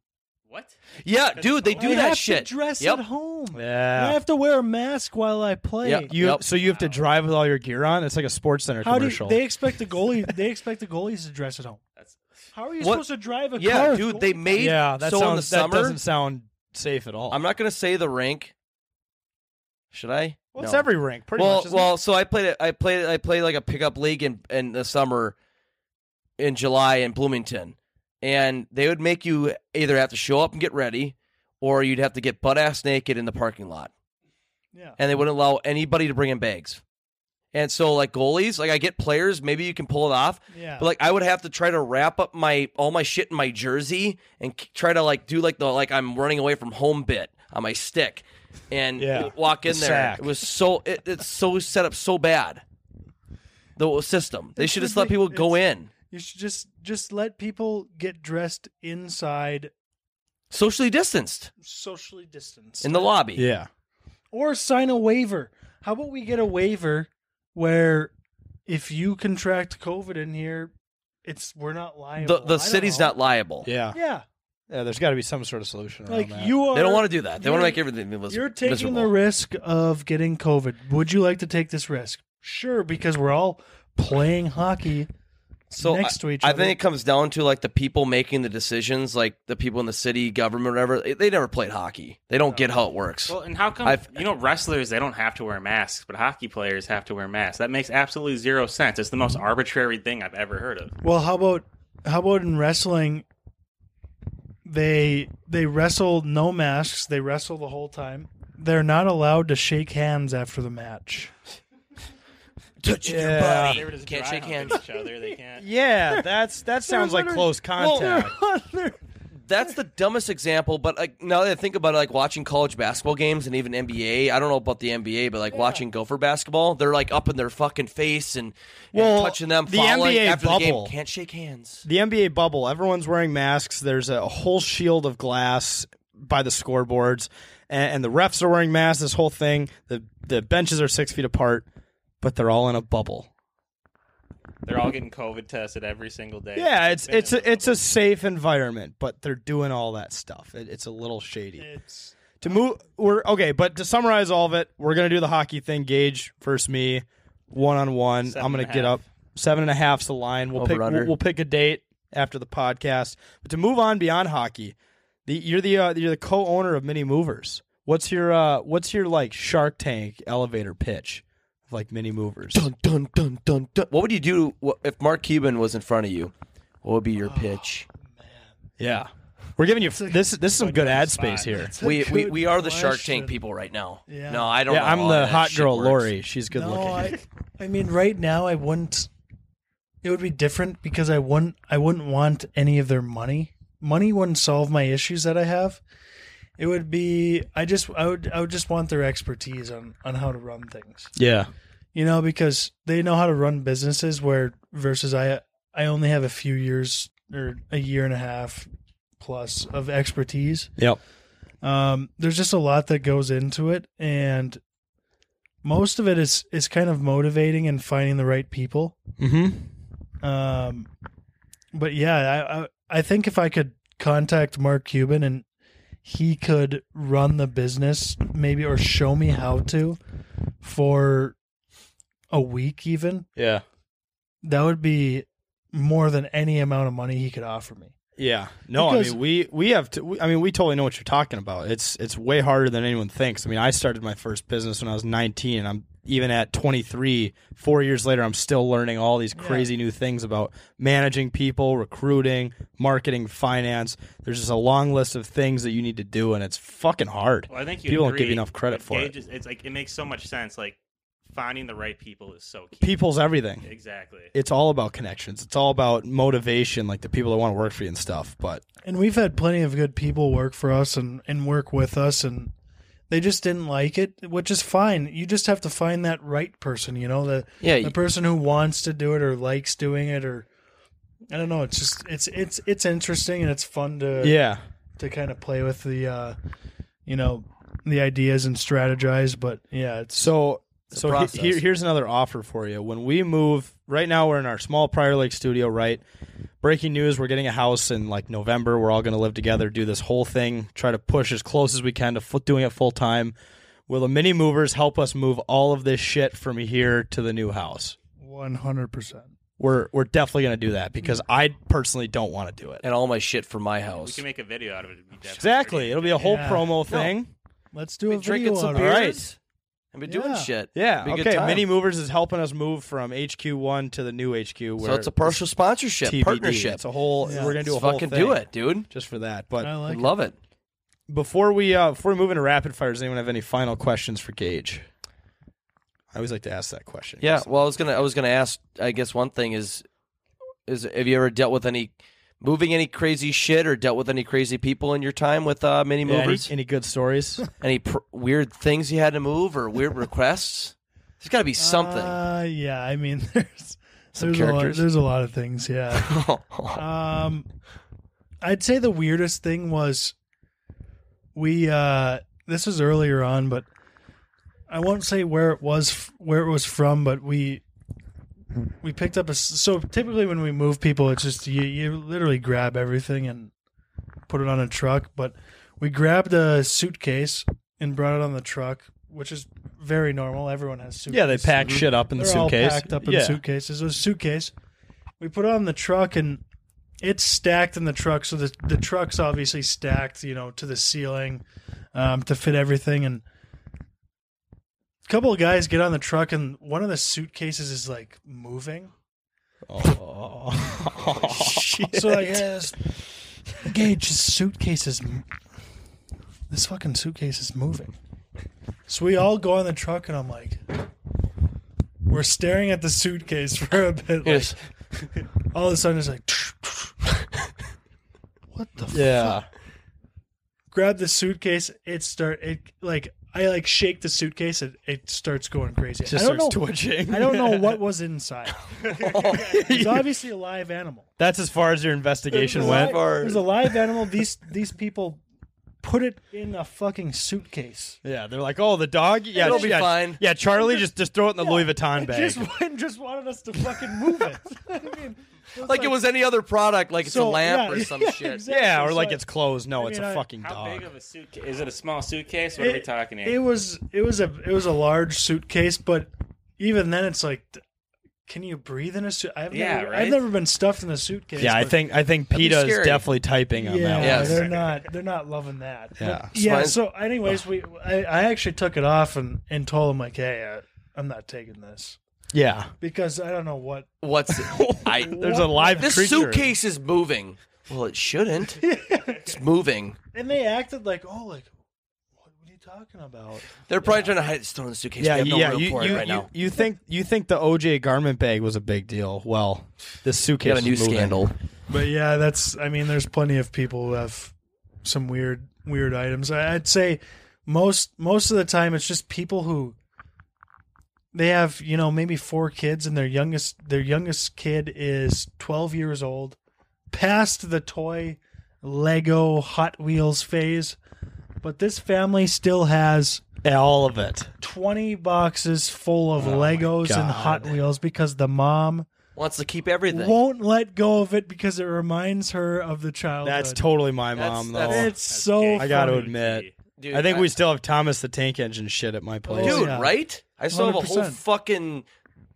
What? Yeah, dude, they do I that have shit. To dress yep. at home. Yeah. And I have to wear a mask while I play. Yep. You Yep. so you have to drive with all your gear on. It's like a sports center How do you, commercial. they expect the goalie? They expect the goalies to dress at home. How are you What- supposed to drive a car? Yeah, if dude, goalies- they made yeah, that so sounds in the that summer. doesn't sound safe at all. I'm not gonna say the rank. Should I? well, it's No. every rank pretty well, much. isn't well, so I played it. I played. I played like a pickup league in in the summer, in July in Bloomington, and they would make you either have to show up and get ready, or you'd have to get butt ass naked in the parking lot, Yeah. and they wouldn't allow anybody to bring in bags. And so, like goalies, like I get players, maybe you can pull it off. Yeah. But like I would have to try to wrap up my all my shit in my jersey and k- try to like do like the like I'm running away from home bit on my stick, and Yeah. walk in The there. sack. It was so it, it's so set up so bad. The system. They It's should just let people ridic- go it's- in. You should just just let people get dressed inside, Socially distanced socially distanced, in the lobby. yeah. or sign a waiver. How about we get a waiver where if you contract COVID in here, it's we're not liable. The I the don't city's know. not liable. Yeah. Yeah, Yeah, there's got to be some sort of solution around like that. you are. They don't want to do that. They want to you're- make everything mis- You're taking miserable. the risk of getting COVID. Would you like to take this risk? Sure, because we're all playing hockey So next to each I, I other. think it comes down to like the people making the decisions, like the people in the city, government, whatever. They, they never played hockey. They don't get how it works. Well, and how come I've- you know wrestlers they don't have to wear masks, but hockey players have to wear masks? That makes absolutely zero sense. It's the most arbitrary thing I've ever heard of. Well, how about how about in wrestling? They they wrestle no masks. They wrestle the whole time. They're not allowed to shake hands after the match. Touching Yeah. your body, can't Dry shake hands. humping Each other, they can't. Yeah, that's that sounds like close contact. That's the dumbest example, but like now that I think about it, like watching college basketball games and even NBA. I don't know about the NBA, but like watching Gopher basketball, they're like up in their fucking face and, and Well, touching them, the falling NBA after the game. bubble. Can't shake hands. the NBA bubble, everyone's wearing masks. There's a whole shield of glass by the scoreboards, and, and the refs are wearing masks. This whole thing, the the benches are six feet apart, but they're all in a bubble. They're all getting COVID tested every single day. Yeah, it's been in it's the a, it's a safe environment, but they're doing all that stuff. It, it's a little shady. It's To move, we're okay, but to summarize all of it, we're gonna do the hockey thing. Gage versus me, one on one. Seven I'm gonna and a get half. up. Seven and a half's the line. We'll pick. Over, under. We'll, we'll pick a date after the podcast. But to move on beyond hockey, the, you're the uh, you're the co-owner of Mini Movers. What's your uh, what's your like Shark Tank elevator pitch of like Mini Movers? Dun dun dun dun dun. What would you do wh- if Mark Cuban was in front of you? What would be your pitch? Yeah, we're giving you this. This is some good ad space here. It's a we, we good we are the Shark question. Tank people right now. Yeah. No, I don't. Yeah, know I'm how the that hot shit girl works. Lori. She's good no, looking. I, I mean, right now I wouldn't. It would be different because I wouldn't. I wouldn't want any of their money. Money wouldn't solve my issues that I have. It would be. I just. I would. I would just want their expertise on on how to run things. yeah, You know, because they know how to run businesses. Where versus I. I only have a few years or a year and a half plus of expertise yep. um, there's just a lot that goes into it and most of it is is kind of motivating and finding the right people Mm-hmm. um, but yeah I, I i think if i could contact mark cuban and he could run the business maybe or show me how to for a week even Yeah, that would be more than any amount of money he could offer me yeah. No, I Because- mean we we have to. We, I mean we totally know what you're talking about. It's it's way harder than anyone thinks. I mean I started my first business when I was 19, and I'm even at 23, four years later, I'm still learning all these crazy new things about managing people, recruiting, marketing, finance. There's just a long list of things that you need to do, and it's fucking hard. Well, I think you People don't agree give you enough credit with for it. Gage is- It's like it makes so much sense. Like finding the right people is so key. People's everything. exactly. it's all about connections. It's all about motivation, like the people that want to work for you and stuff. But And we've had plenty of good people work for us and, and work with us, and they just didn't like it, which is fine. You just have to find that right person, you know, the Yeah, the you- person who wants to do it or likes doing it, or I don't know. It's just it's it's it's interesting and it's fun to yeah, to kind of play with the uh, you know the ideas and strategize. But yeah, it's so a so he- process. here, here's another offer for you. When we move, right now we're in our small Prior Lake studio. Right, breaking news: we're getting a house in like November. We're all going to live together, do this whole thing, try to push as close as we can to fu- doing it full time. Will the mini movers help us move all of this shit from here to the new house? one hundred percent. We're we're definitely going to do that because I personally don't want to do it. and all my shit from my we house. can make a video out of it. It'd be definitely Exactly, pretty. it'll be a whole Yeah. promo thing. Let's do a Be drinking video some out of it. beers and be doing Yeah. shit. Yeah. Be a good okay. time. Mini Movers is helping us move from HQ one to the new HQ. Where So it's a partial sponsorship, TBD. partnership. It's a whole. Yeah. We're gonna do a Let's whole fucking thing do it, dude. just for that. But I like Love it. before we uh, before we move into rapid fire, does anyone have any final questions for Gage? I always like to ask that question. Yeah. Well, I was gonna I was gonna ask. I guess one thing is is have you ever dealt with any moving any crazy shit or dealt with any crazy people in your time with uh, mini Yeah, any, movers? any good stories? any pr- weird things you had to move or weird requests? There's got to be something. Uh, yeah, I mean, there's Some there's a lot, characters. there's a lot of things. Yeah. Um, I'd say the weirdest thing was we. Uh, this was earlier on, but I won't say where it was f- where it was from. But we we picked up a. s- So typically when we move people, it's just you you literally grab everything and put it on a truck. But we grabbed a suitcase and brought it on the truck, which is very normal. Everyone has suitcases. yeah, they pack shit up in the They're all suitcase. packed up in yeah. suitcases. It was a suitcase, we put it on the truck and it's stacked in the truck. So the the truck's obviously stacked, you know, to the ceiling um, to fit everything. And a couple of guys get on the truck and one of the suitcases is like moving. Oh, shit. So I guess Gage, this suitcase is this fucking suitcase is moving. So we all go on the truck, and I'm like, we're staring at the suitcase for a bit. Like, Yes. All of a sudden, it's like, what the? F-? yeah. Grab the suitcase. It start it like I like shake the suitcase. It it starts going crazy. Just I don't starts know. twitching. I don't know what was inside. it's obviously a live animal. That's as far as your investigation There's a went. live- There's a live animal. These these people put it in a fucking suitcase. Yeah, they're like, oh, the dog. Yeah, It'll be yeah, fine. Yeah, Charlie, just just throw it in the Louis Vuitton It bag. just went- just wanted us to fucking move it. I mean, like it was any other product, like it's a So, yeah, lamp or some yeah, shit. exactly. yeah, or So like I- it's closed. No, I it's mean, a I- fucking How dog. big of a suitcase? Is it a small suitcase? What are we It, talking it here? was it was a it was a large suitcase, but even then, it's like, th- can you breathe in a suit? I've Yeah, never, right? I've never been stuffed in a suitcase. yeah, I but- think I think PETA is scary. definitely typing on that Yeah, one. Yes. they're not they're not loving that. But- Yeah. yeah. Mine's- So, anyways, we I, I actually took it off and and told him like, hey, uh, I'm not taking this Yeah, because I don't know what What's I? there's a live This creature. suitcase is moving. Well, it shouldn't. it's moving. and they acted like, oh, like, what are you talking about? They're probably trying to hide it's thrown in the suitcase. Yeah, we have no yeah. room You, for you, it right you, now. you think you think the OJ garment bag was a big deal? Well, this We suitcase have a new is moving. scandal. But yeah, that's. I mean, there's plenty of people who have some weird, weird items. I- I'd say most most of the time it's just people who they have, you know, maybe four kids, and their youngest their youngest kid is 12 years old, past the toy Lego Hot Wheels phase. But this family still has All of it. 20 boxes full of Legos and Hot God. Wheels because the mom Wants to keep everything. won't let go of it because it reminds her of the childhood. That's totally my That's- mom, that's- though. it's so. I got to funny. admit, Dude, I think we still have Thomas the Tank Engine shit at my place. Dude, yeah. right? I still have a whole 100%. fucking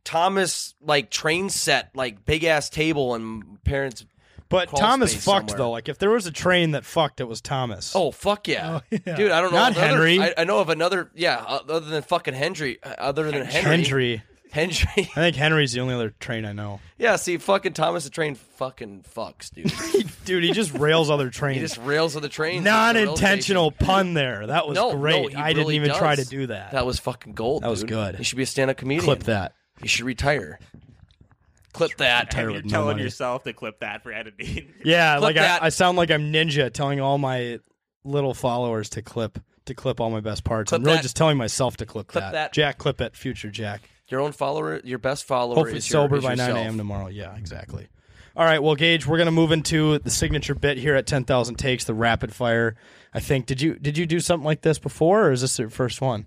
Thomas like train set, like big ass table, and parents. but crawl Thomas space fucked somewhere. though. Like if there was a train that fucked, it was Thomas. Oh fuck yeah, Oh, yeah. dude! I don't know. Not another- Henry. I, I know of another. Yeah, uh, other than fucking Henry. uh, Other than Henry. Henry. Henry. I think Henry's the only other train I know. yeah, see, fucking Thomas the train fucking fucks, dude. Dude, he just rails other trains. He just rails on the train. Non-intentional pun there. That was No, no, great. he I didn't really even try to does. do that. That was fucking gold. That was dude. good. You should be a stand-up comedian. Clip that. You should retire. Clip that. Retire Clip with no You're telling money. yourself to clip that for editing. Yeah, Clip like that. I, I sound like I'm ninja telling all my little followers to clip to clip all my best parts. Clip I'm really that. just telling myself to clip, Clip that. Jack, clip it. Future Jack. Your own follower, your best follower Hopefully is your- sober is by 9 yourself. a.m. tomorrow. Yeah, exactly. All right, well, Gage, we're gonna move into the signature bit here at 10,000 takes, the rapid fire. I think did you did you do something like this before, or is this your first one?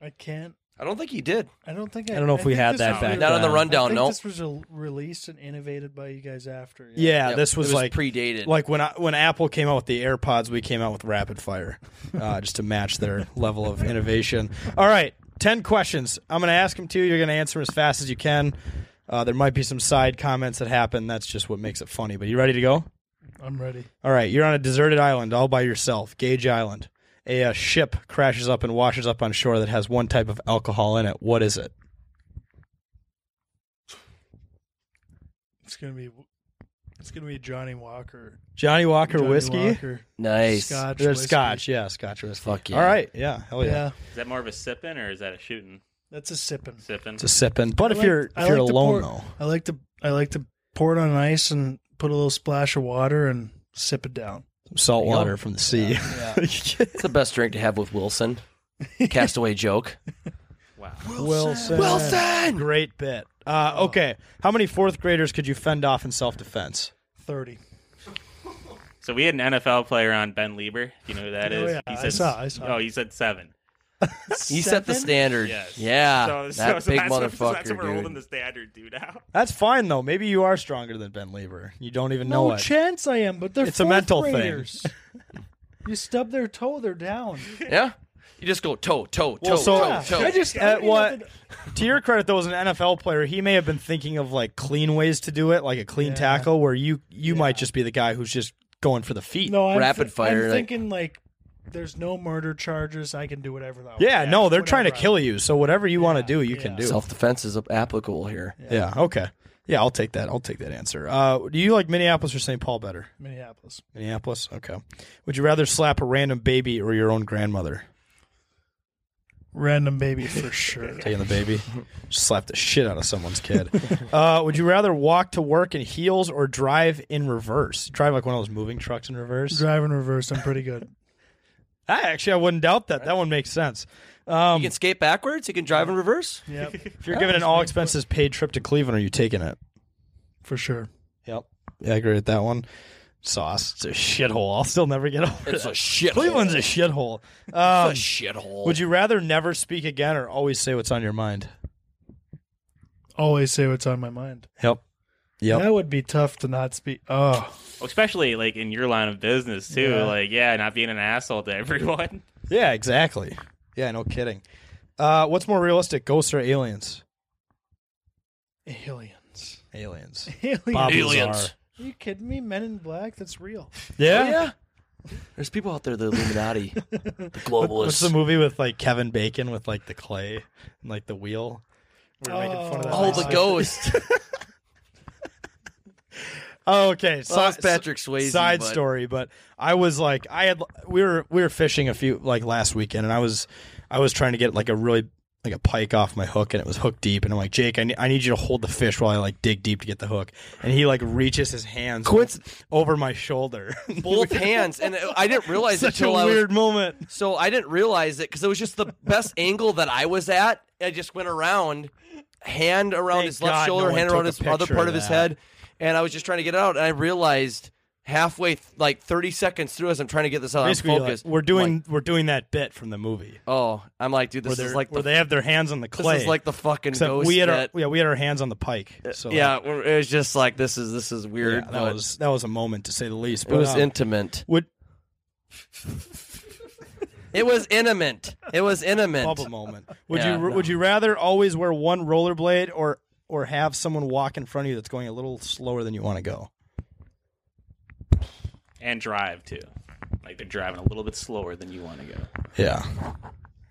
I can't. I don't think he did. I don't think. I, I don't know if we think had this that was back re- Not on the then. I rundown. think No. This was a- released and innovated by you guys after. Yeah, Yep. this was, It was like predated. Like when I, when Apple came out with the AirPods, we came out with Rapid Fire, uh, just to match their level of innovation. All right, ten questions. I'm going to ask them to you. You're going to answer 'em as fast as you can. Uh, there might be some side comments that happen. That's just what makes it funny. But you ready to go? I'm ready. All right, you're on a deserted island all by yourself, Gage Island. A, uh ship crashes up and washes up on shore that has one type of alcohol in it. What is it? It's gonna be. It's gonna be Johnny Walker. Johnny Walker Johnny whiskey. Walker, Nice. Scotch. There's whiskey. Scotch, yeah, Scotch whiskey. Fuck yeah. All right, yeah, hell yeah. Yeah, Is that more of a sipping or is that a shooting? that's a sipping. Sipping. It's a sipping. But I if like- you're I if you're like to alone pour- though, I like to. I like to pour it on ice and put a little splash of water and sip it down. salt you go. water from the sea. It's the best drink to have with Wilson. Castaway joke. Wilson. Wilson! Great bit. Uh, okay, how many fourth graders could you fend off in self defense? Thirty. So we had an NFL player on Ben Lieber. You know who that Oh, is? yeah, I saw, I saw. Oh, he said seven. He set the standard. Yes. Yeah. So, so- that so big that's what- motherfucker, so that's what we're holding dude. the standard to now. That's fine though. Maybe you are stronger than Ben Lieber. You don't even know No it. chance I am, but they're It's a mental thing. thing. you stub their toe, they're down. Yeah. You just go toe, toe, toe, Well, so toe, toe. I just at I mean, uh, what nothing- to your credit though, as an NFL player, he may have been thinking of like clean ways to do it, like a clean tackle, where you you might just be the guy who's just going for the feet. No, I'm Rapid thi- fire, I'm like- thinking like there's no murder charges. I can do whatever. the- yeah, no, they're trying to whatever I- kill you, so whatever you want to do, you can do. Self defense is applicable here. yeah, okay, yeah, I'll take that. I'll take that answer. Uh, do you like Minneapolis or St. Paul better? Minneapolis. Minneapolis. Okay. Would you rather slap a random baby or your own grandmother? Random baby for sure. Taking the baby, just slap the shit out of someone's kid. uh, would you rather walk to work in heels or drive in reverse? Drive like one of those moving trucks in reverse. Drive in reverse. I'm pretty good. I actually, I wouldn't doubt that. That one makes sense. Um, you can skate backwards. You can drive in reverse. Yep, If you're given an all expenses paid trip to Cleveland, are you taking it? for sure. Yep. Yeah, I agree with that one. Sauce. It's a shithole. I'll still never get over It's a that. shithole. Cleveland's a shithole. a Um, shithole. would you rather never speak again or always say what's on your mind? Always say what's on my mind. Yep. Yep. That would be tough to not speak. Oh, especially like in your line of business too. Yeah. Like, yeah, not being an asshole to everyone. Yeah, exactly. Yeah, no kidding. Uh, what's more realistic, ghosts or aliens? aliens. Aliens. Aliens. Bob Aliens. Lazar. Are you kidding me? Men in Black? That's real. Yeah. Yeah. There's people out there, the Illuminati, the What's the globalists. movie with like Kevin Bacon with like the clay and like the wheel? We We're making fun of that. Oh, the last- ghost. Oh, okay. Well, that's Patrick Swayze, Side but- story, but I was like, I had we were we were fishing a few like last weekend, and I was I was trying to get like a really like a pike off my hook, and it was hooked deep, and I'm like, Jake, I need, I need you to hold the fish while I like dig deep to get the hook, and he like reaches his hands Quince- over my shoulder. Both hands, and I didn't realize Such it a until I was weird moment. So I didn't realize it because it was just the best angle that I was at. I just went around, hand around Thank his left God shoulder, no one hand took around a his other picture part of of his that. head, and I was just trying to get it out. And I realized halfway, th- like thirty seconds through, as I'm trying to get this out, Basically, I'm like, focused. we're I'm doing like, we're doing that bit from the movie oh, I'm like, dude, where, this they're- is like where the they have their hands on the clay. this is like the fucking Except ghost. we had bit. our yeah we had our hands on the pike. So yeah, we're- it was just like this is this is Yeah, weird. that but was that was a moment to say the least. it was um, intimate. Would It was intimate. It was intimate. bubble moment. Would Yeah, you would you rather always wear one rollerblade or or have someone walk in front of you that's going a little slower than you want to go? And drive too. Like they're driving a little bit slower than you want to go. Yeah.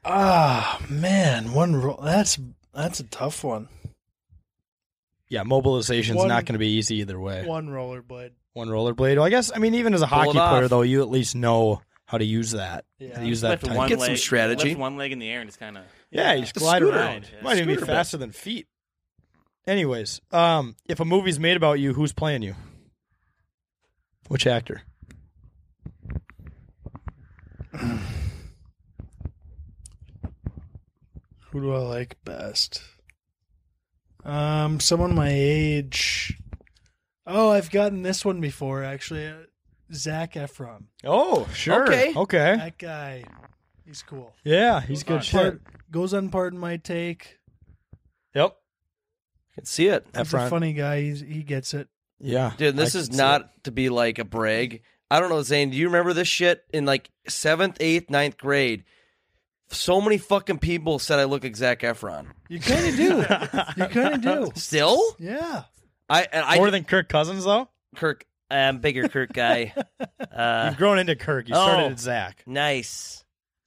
Ah, man, one roll. That's that's a tough one. Yeah, mobilization's One- not going to be easy either way. One, One rollerblade. rollerblade. Well, I guess I mean even as a Pull it hockey player off. though, you at least know how to use that. Yeah. Use that Lift time. one Get some leg, strategy. Lift one leg in the air and just kind of. yeah, you just The glide scooter. around. Yeah. Might even be Scooter bit. faster than feet. Anyways, um, if a movie's made about you, who's playing you? Which actor? Who do I like best? Um, someone my age. Oh, I've gotten this one before actually. Zach Efron. Oh, sure. Okay. Okay. That guy, he's cool. Yeah, he's Eh. good shit. Part, goes on pardon my take. Yep. I can see it. He's a funny guy. He's, he gets it. Yeah. Dude, this I is can see not it. to be like a brag. I don't know, Zane. Do you remember this shit in like seventh, eighth, ninth grade? So many fucking people said I look like Zach Efron. You kind of do. you kind of do. Still, Yeah. I and I more than Kirk Cousins though. Kirk. I'm bigger Kirk guy. Uh, You've grown into Kirk. You started oh. at Zach. nice.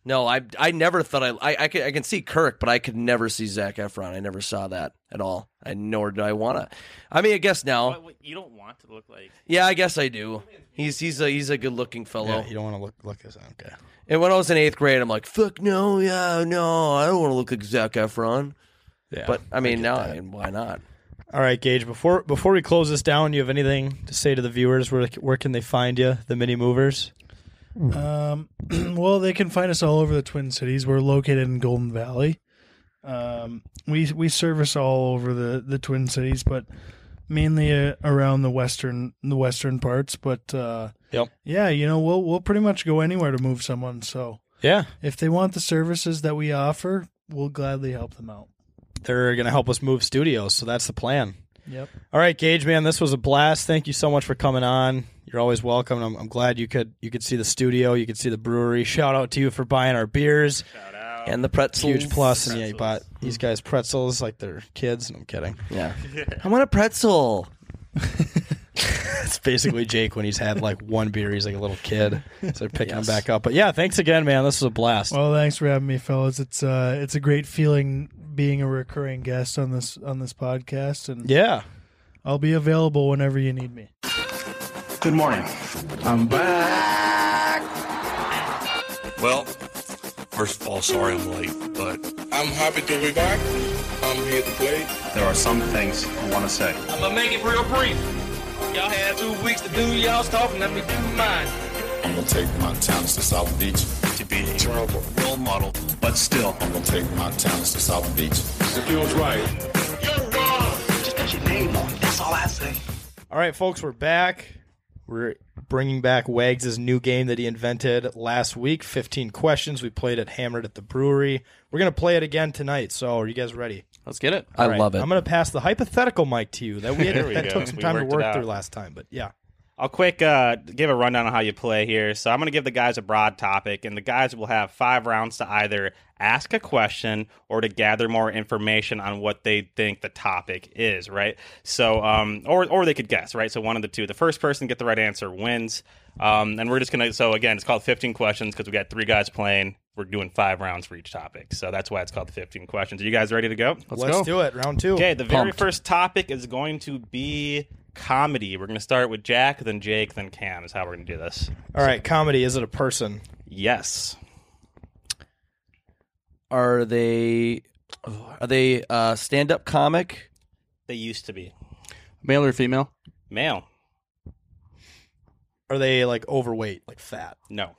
No, I I never thought I I I can, I can see Kirk, but I could never see Zach Efron. I never saw that at all. I nor did I wanna. I mean, I guess now. What, what- you don't want to look like. Yeah, I guess I do. He's he's a he's a good looking fellow. Yeah, you don't want to look look this. Okay. And when I was in eighth grade, I'm like, fuck no, yeah, no, I don't want to look like Zac Efron. Yeah. But I mean, now, I mean, why not? all right, Gage. Before before we close this down, do you have anything to say to the viewers? Where where can they find you? The mini movers. Um, well, they can find us all over the Twin Cities. We're located in Golden Valley. Um, we we service all over the, the Twin Cities, but mainly uh, around the western the western parts. But uh, Yep. yeah, you know, we'll we'll pretty much go anywhere to move someone. So Yeah, if they want the services that we offer, we'll gladly help them out. they're gonna help us move studios, so that's the plan. Yep. All right, Gage, man, this was a blast. Thank you so much for coming on. You're always welcome. I'm, I'm glad you could you could see the studio, you could see the brewery. Shout out to you for buying our beers. and the pretzels. Huge plus, and yeah, you bought these guys pretzels like they're kids. And I'm kidding. Yeah. I want a pretzel. It's basically Jake when he's had like one beer, he's like a little kid. So they're picking him back up. But yeah, thanks again, man. This was a blast. Well, thanks for having me, fellas. It's uh, it's a great feeling being a recurring guest on this on this podcast, and yeah. I'll be available whenever you need me. Good morning. I'm back. Well, first of all, sorry I'm late, but I'm happy to be back. I'm here to play. There are some things I want to say. I'm gonna make it real brief. Y'all had two weeks to do y'all's talking. Let me do mine. I'm gonna take my talents to South Beach to be a terrible role model. But still, I'm gonna take my talents to South Beach. It feels right. You're wrong. Just put your name on. That's all I say. All right, folks, we're back. We're bringing back Wags' new game that he invented last week. 15 questions. We played it hammered at the brewery. We're going to play it again tonight. So, are you guys ready? Let's get it. I All right, love it. I'm going to pass the hypothetical mic to you that we, There we that go. took some We time to worked it work out. through last time. But yeah. I'll quick uh, give a rundown on how you play here. So I'm going to give the guys a broad topic, and the guys will have five rounds to either ask a question or to gather more information on what they think the topic is, right? So, um, or or they could guess, right? So one of the two. The first person to get the right answer wins. Um, and we're just going to. So again, it's called 15 questions because we got three guys playing. We're doing five rounds for each topic, so that's why it's called 15 questions. Are you guys ready to go? Let's, do it. Round two. Okay, the very Pumped. first topic is going to be comedy. We're going to start with Jack, then Jake, then Cam is how we're going to do this. All right, comedy. Is it a person? Yes. Are they are they uh stand up comic? They used to be. Male or female? Male. Are they like overweight, like fat? No.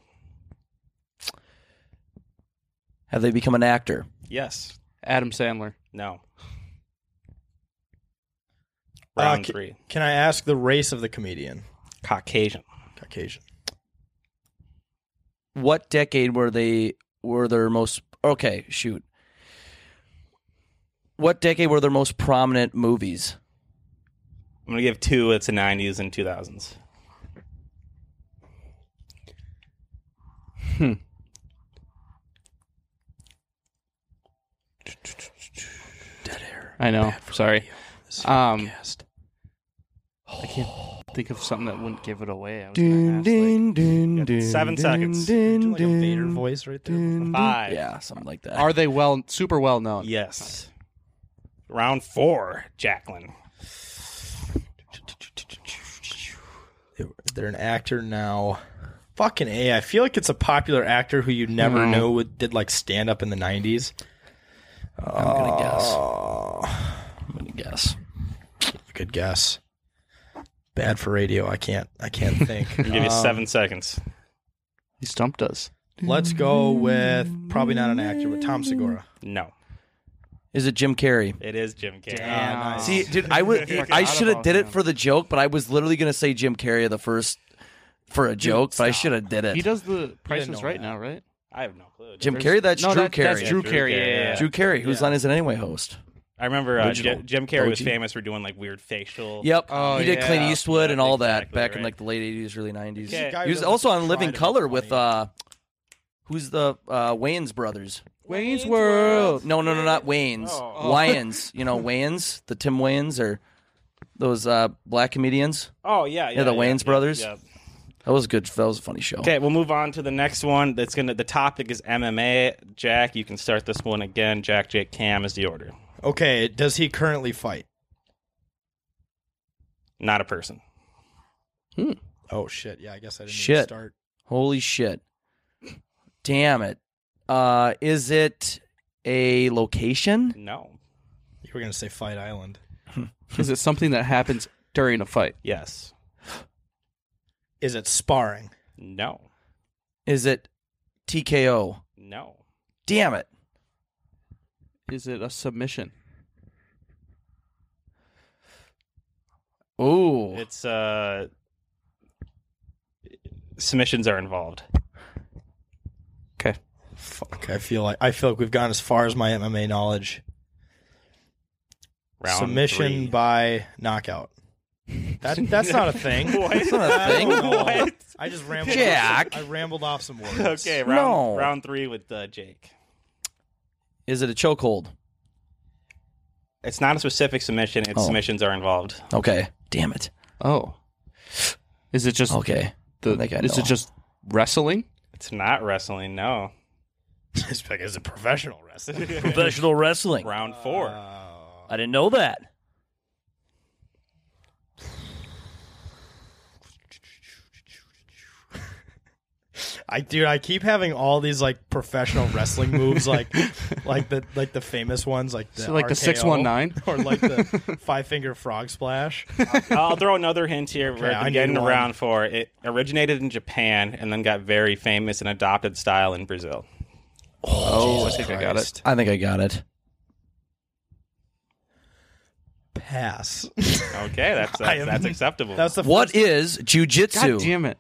Have they become an actor? Yes. Adam Sandler. No. Uh, Round ca- three. Can I ask the race of the comedian? Caucasian. Caucasian. What decade were they were their most okay, shoot. What decade were their most prominent movies? I'm going to give two. It's the 90s and 2000s. I know. Sorry. Um, I can't think of something that wouldn't give it away. I was gonna ask, like- dun, seven seconds. dun, Like a Vader dun, voice right there. dun, dun. Five. Yeah, something like that. Are they well, super well known? Yes. Round four, Jacqueline. They- They're an actor now. Fucking A. I feel like it's a popular actor who you never know would, did like stand up in the 90s. I'm gonna guess. I'm gonna guess. Uh, Good guess. Bad for radio. I can't I can't think. I'll give you Um, seven seconds. He stumped us. Uh, Let's go with probably not an actor, but Tom Segura. No. Is it Jim Carrey? It is Jim Carrey. Um, See, dude, I would. I should have did it for the joke, but I was literally gonna say Jim Carrey the first for a joke, but I should have did He it. does the Price didn't is know Right that. now, right? I have no clue. Jim There's- Carrey, that's no, Drew that- Carrey. that's Drew Carrey. Yeah, yeah, yeah. Drew Carrey, who's on Is It Anyway host. I remember uh, Original. Jim, Jim Carrey was OG. famous for doing like weird facial. Yep, Oh, he did yeah. Clint Eastwood Yeah, and all that exactly, back in right. like the late '80s, early '90s. Okay. Guy who He was doesn't also have to on Living try to be Color with funny. uh, who's the uh, Wayans brothers? Wayne's World. Oh. No, no, no, not Wayans. Wayans, you know Wayans, the Tim Wayans or those uh, black comedians. Oh yeah, yeah. the yeah, Wayans yeah, brothers. yeah. That was a good. That was a funny show. Okay, we'll move on to the next one. That's gonna. The topic is MMA. Jack, you can start this one again. Jack, Jake, Cam is the order. Okay, does he currently fight? Not a person. Oh shit. Yeah, I guess I didn't even Shit. start. Holy shit. Damn it. Uh is it a location? No. You were gonna say Fight Island. Is it something that happens during a fight? Yes. Is it sparring? No. Is it TKO? No. Damn it. Is it a submission? Ooh. It's uh. Submissions are involved. Okay. Fuck. I feel like I feel like we've gone as far as my MMA knowledge. Round Submission three. by knockout. That, that's not a thing. What? That's not I a thing. don't know. What? I just rambled. Jack. I rambled off some words. okay, round round three with uh, Jake. Is it a chokehold? It's not a specific submission. It's Oh. submissions are involved. Okay. Damn it. Oh. Is it just okay? The, think I is know. it just wrestling? It's not wrestling. No. it's like it's a professional wrestling. Professional wrestling. Round four. I didn't know that. I dude, I keep having all these like professional wrestling moves, like like the like the famous ones, like the So, like, the RKO, 619? or like the five finger frog splash. I'll throw another hint here. Okay, we're I need getting one. around for it. Originated in Japan and then got very famous and adopted style in Brazil. Oh, Jesus I think I got Christ. it. I think I got it. Pass. Okay, that's I that's, am- that's acceptable. What is jujitsu? it!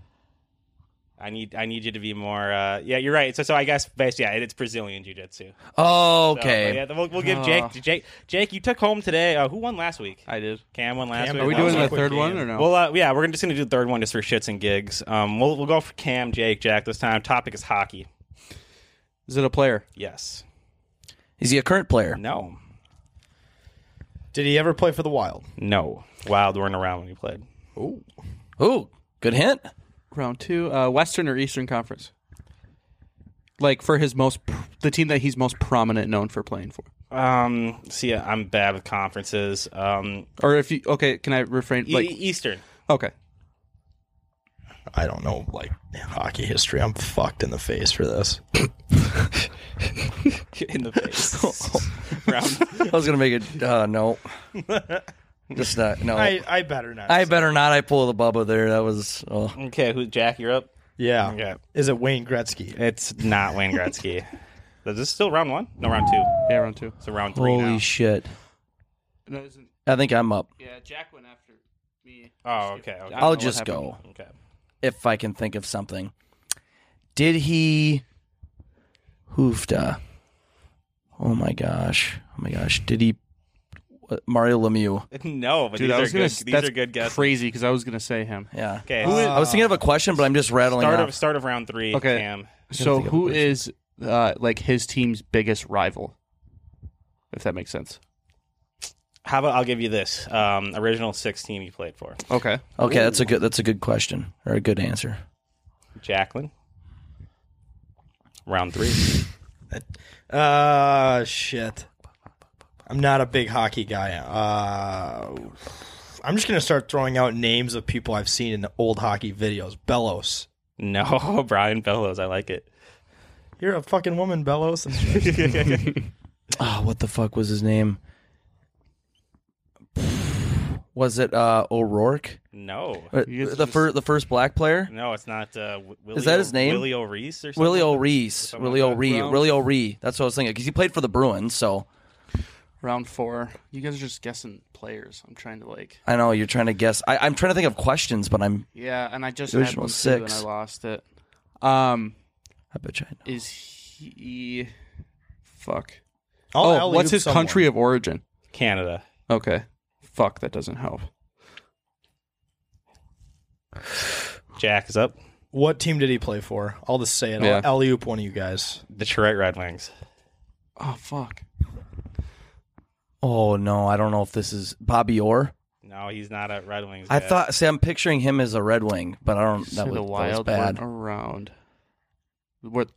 I need I need you to be more. Uh, yeah, you're right. So so I guess base yeah, it's Brazilian jiu jitsu. Oh, okay. yeah, we'll, we'll give Oh. Jake Jake Jake. You took home today. Uh, who won last week? I did. Cam won last Cam week. Are we That was doing a the quick third one or no? Well, uh, yeah, we're just gonna do the third one just for shits and gigs. Um, we'll we'll go for Cam, Jake, Jack this time. Topic is hockey. Is it a player? Yes. Is he a current player? No. Did he ever play for the Wild? No. Wild weren't around when he played. Ooh. Ooh, good hint. Round two, uh, Western or Eastern Conference? Like for his most, pr- the team that he's most prominent known for playing for, Um, see, I'm bad with conferences. Um, or if you okay, can I refrain? E- Like Eastern. Okay, I don't know like hockey history. I'm fucked in the face for this. in the face. I was gonna make it. Uh, no, just not. No, I- I better not. I better not. I pull the bubba there. That was. Oh. Okay, who Jack? You're up. Yeah. Okay. Is it Wayne Gretzky? It's not Wayne Gretzky. Is this still round one? No, round two. Yeah, round two. So round three Holy now. shit! No, isn't- I think I'm up. yeah, Jack went after me. Oh, okay. okay. I'll just go. Okay. If I can think of something. Did he hoofda? Oh my gosh. Oh my gosh. Did he what- Mario Lemieux? No, but these, are good, these are good guesses. Crazy, because I was gonna say him. Yeah. Okay. Who is- I was thinking of a question, but I'm just rattling Start off. of start of round three. Okay, Cam. so who is uh, like his team's biggest rival? If that makes sense. How about I'll give you this um, original six team you played for? Okay. Okay, that's a good that's a good question or a good answer. Jacqueline. Round three. Uh shit. I'm not a big hockey guy. Uh I'm just gonna start throwing out names of people I've seen in old hockey videos. Bellows. No, Brian Bellows. I like it. You're a fucking woman, Bellows. Oh, what the fuck was his name? Was it uh, O'Rourke? No. Uh, You guys the just- first the first black player. No, it's not. Uh, Wi- Willie is that O- his name? Willie O'Reese or something? Willie O'Reese. Something Willie like that. O'Ree. Well- Willie O'Ree. That's what I was thinking because he played for the Bruins. So Round four. You guys are just guessing players. I'm trying to like. I know you're trying to guess. I, I'm trying to think of questions, but I'm Yeah, and I just had original one six. six and I lost it. Um, I bet you. I Is he? Fuck. I'll oh, alley-oop what's his someone. country of origin? Canada. Okay. Fuck, that doesn't help. Jack is up. What team did he play for? I'll just say it. Yeah. I'll alley oop one of you guys. Detroit Red Wings. Oh fuck. Oh no, I don't know if this is Bobby Orr. No, he's not a Red Wings. I guy. thought. See, I'm picturing him as a Red Wing, but I don't. So That was, the that was wild bad. went around. What?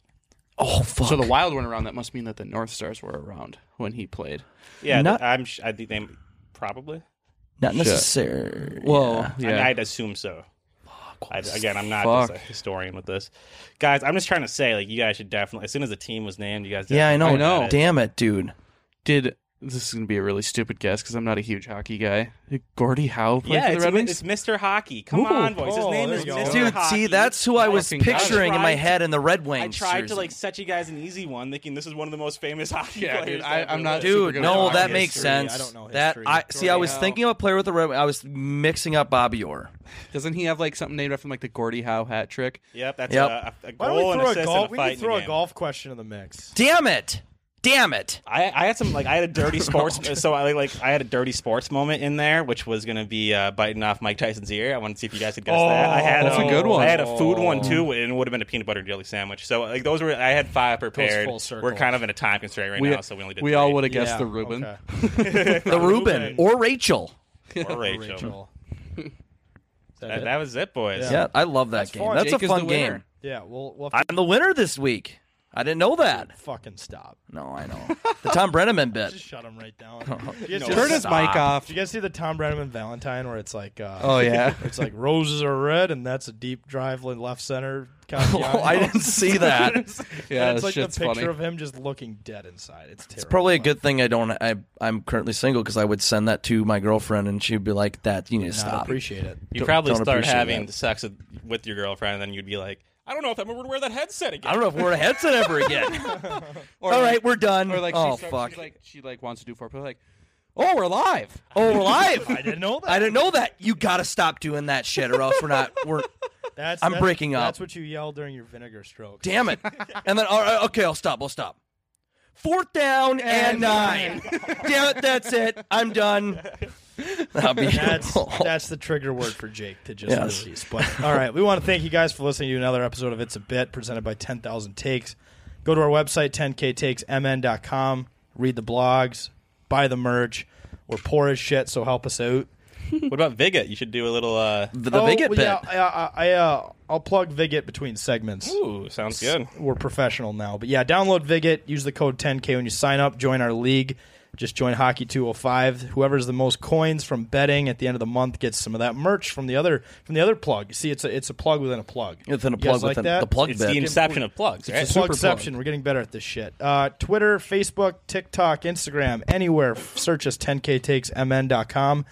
Oh fuck. So the wild went around. That must mean that the North Stars were around when he played. Yeah, Not- th- I'm. Sh- I think they probably. Not Shit. necessarily. Well, I mean, yeah. I'd assume so. I, again, I'm not fuck? just a historian with this, guys. I'm just trying to say, like, you guys should definitely. As soon as the team was named, you guys. Yeah, I know. definitely got it. Damn it, dude. Did this is gonna be a really stupid guess because I'm not a huge hockey guy. Did Gordie Howe play Yeah, for it's, the Red Wings? it's Mr. Hockey. Come on, boys. Oh, His name is Mr. Dude, Hockey. see, that's who I was Fucking God. picturing in I my tried- head in the Red Wings. I tried jersey. to like set you guys an easy one, thinking this is one of the most famous hockey Yeah, players. dude, I- ever I'm not lived. Dude, no, that makes sense. That I see. I was thinking of a player with the Red. Wings. I was mixing up Bobby Orr. Doesn't he have like something named after him, like the Gordie Howe hat trick? Yep, that's Yep. A, a Why don't goal we throw and a Oh, assist golf? and a We fight can in throw the a game. golf question in the mix. Damn it! damn it. I, I had some like I had a dirty sports so I like I had a dirty sports moment in there which was gonna be uh, biting off Mike Tyson's ear. I wanted to see if you guys could guess that. I had Oh, that's a good one. Oh. I had a food one too, and it would have been a peanut butter and jelly sandwich. So like those were I had five prepared. full circle. We're kind of in a time constraint right we, now, so we only did. we three. all would have guessed the Reuben. the Reuben or Rachel. or Rachel. that, that was it, boys. Yeah, I love that game. fun. That's Jake a is the fun winner. game. Yeah, we'll, we'll have I'm to the winner this week. I didn't know that. fucking stop. No, I know. The Tom Brenneman bit. Just shut him right down. Did You guys No, see- turn his mic Stop. off. Did you guys see the Tom Brenneman Valentine where it's like, uh, Oh, yeah. it's like roses are red and that's a deep drive in left center. Castellanos. Oh, I didn't see that. And it's- Yeah, and it's that like the shit's picture funny. of him just looking dead inside. It's terrible. It's probably a good thing I don't. I, I'm currently single because I would send that to my girlfriend and she'd be like, "That you need to Not stop." appreciate it. You Don't- probably don't start appreciate having that. sex with, with your girlfriend, and then you'd be like, I don't know if I'm ever going to wear that headset again. I don't know if we're a headset ever again. Or All like- right, we're done. Or like, oh she starts, fuck. She like, she like wants to do foreplay. Like, oh, we're live. Oh, we're live. I didn't know that. I didn't know that. You gotta stop doing that shit, or else we're not. We're. That's, I'm that's- breaking up. That's what you yelled during your vinegar stroke. Damn it. And then, all right, okay, I'll stop. I'll stop. Fourth down and, And nine. Damn it, that's it. I'm done. That'll be that's that's the trigger word for Jake to just Yes. release. But all right, we want to thank you guys for listening to another episode of It's a Bit presented by 10,000 Takes. Go to our website 10ktakesmn.com, read the blogs, buy the merch. We're poor as shit, so help us out. What about Vigot? You should do a little. Uh, Oh, well, Yeah, I, I, I, uh, I'll plug Viget between segments. Ooh, sounds good. We're professional now. But yeah, download Viget. Use the code 10K when you sign up. Join our league. Just join Hockey 205. Whoever's the most coins from betting at the end of the month gets some of that merch from the other from the other plug. See, it's a it's a plug within a plug. Within a You guys plug like within- that? the plug It's the bit. inception of plugs, right? It's the Super plugception. plug. We're getting better at this shit. Uh, Twitter, Facebook, TikTok, Instagram, anywhere. F- Search us 10ktakesmn.com.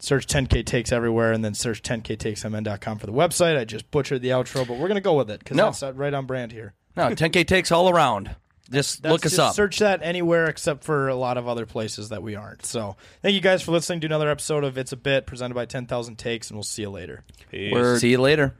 Search 10k takes everywhere, and then search 10ktakesmn.com for the website. I just butchered the outro, but we're gonna go with it because No. that's uh, right on brand here. No, 10K takes all around. Just That's look us just up. Search that anywhere except for a lot of other places that we aren't. So thank you guys for listening to another episode of It's a Bit presented by 10,000 Takes, and we'll see you later. See you later.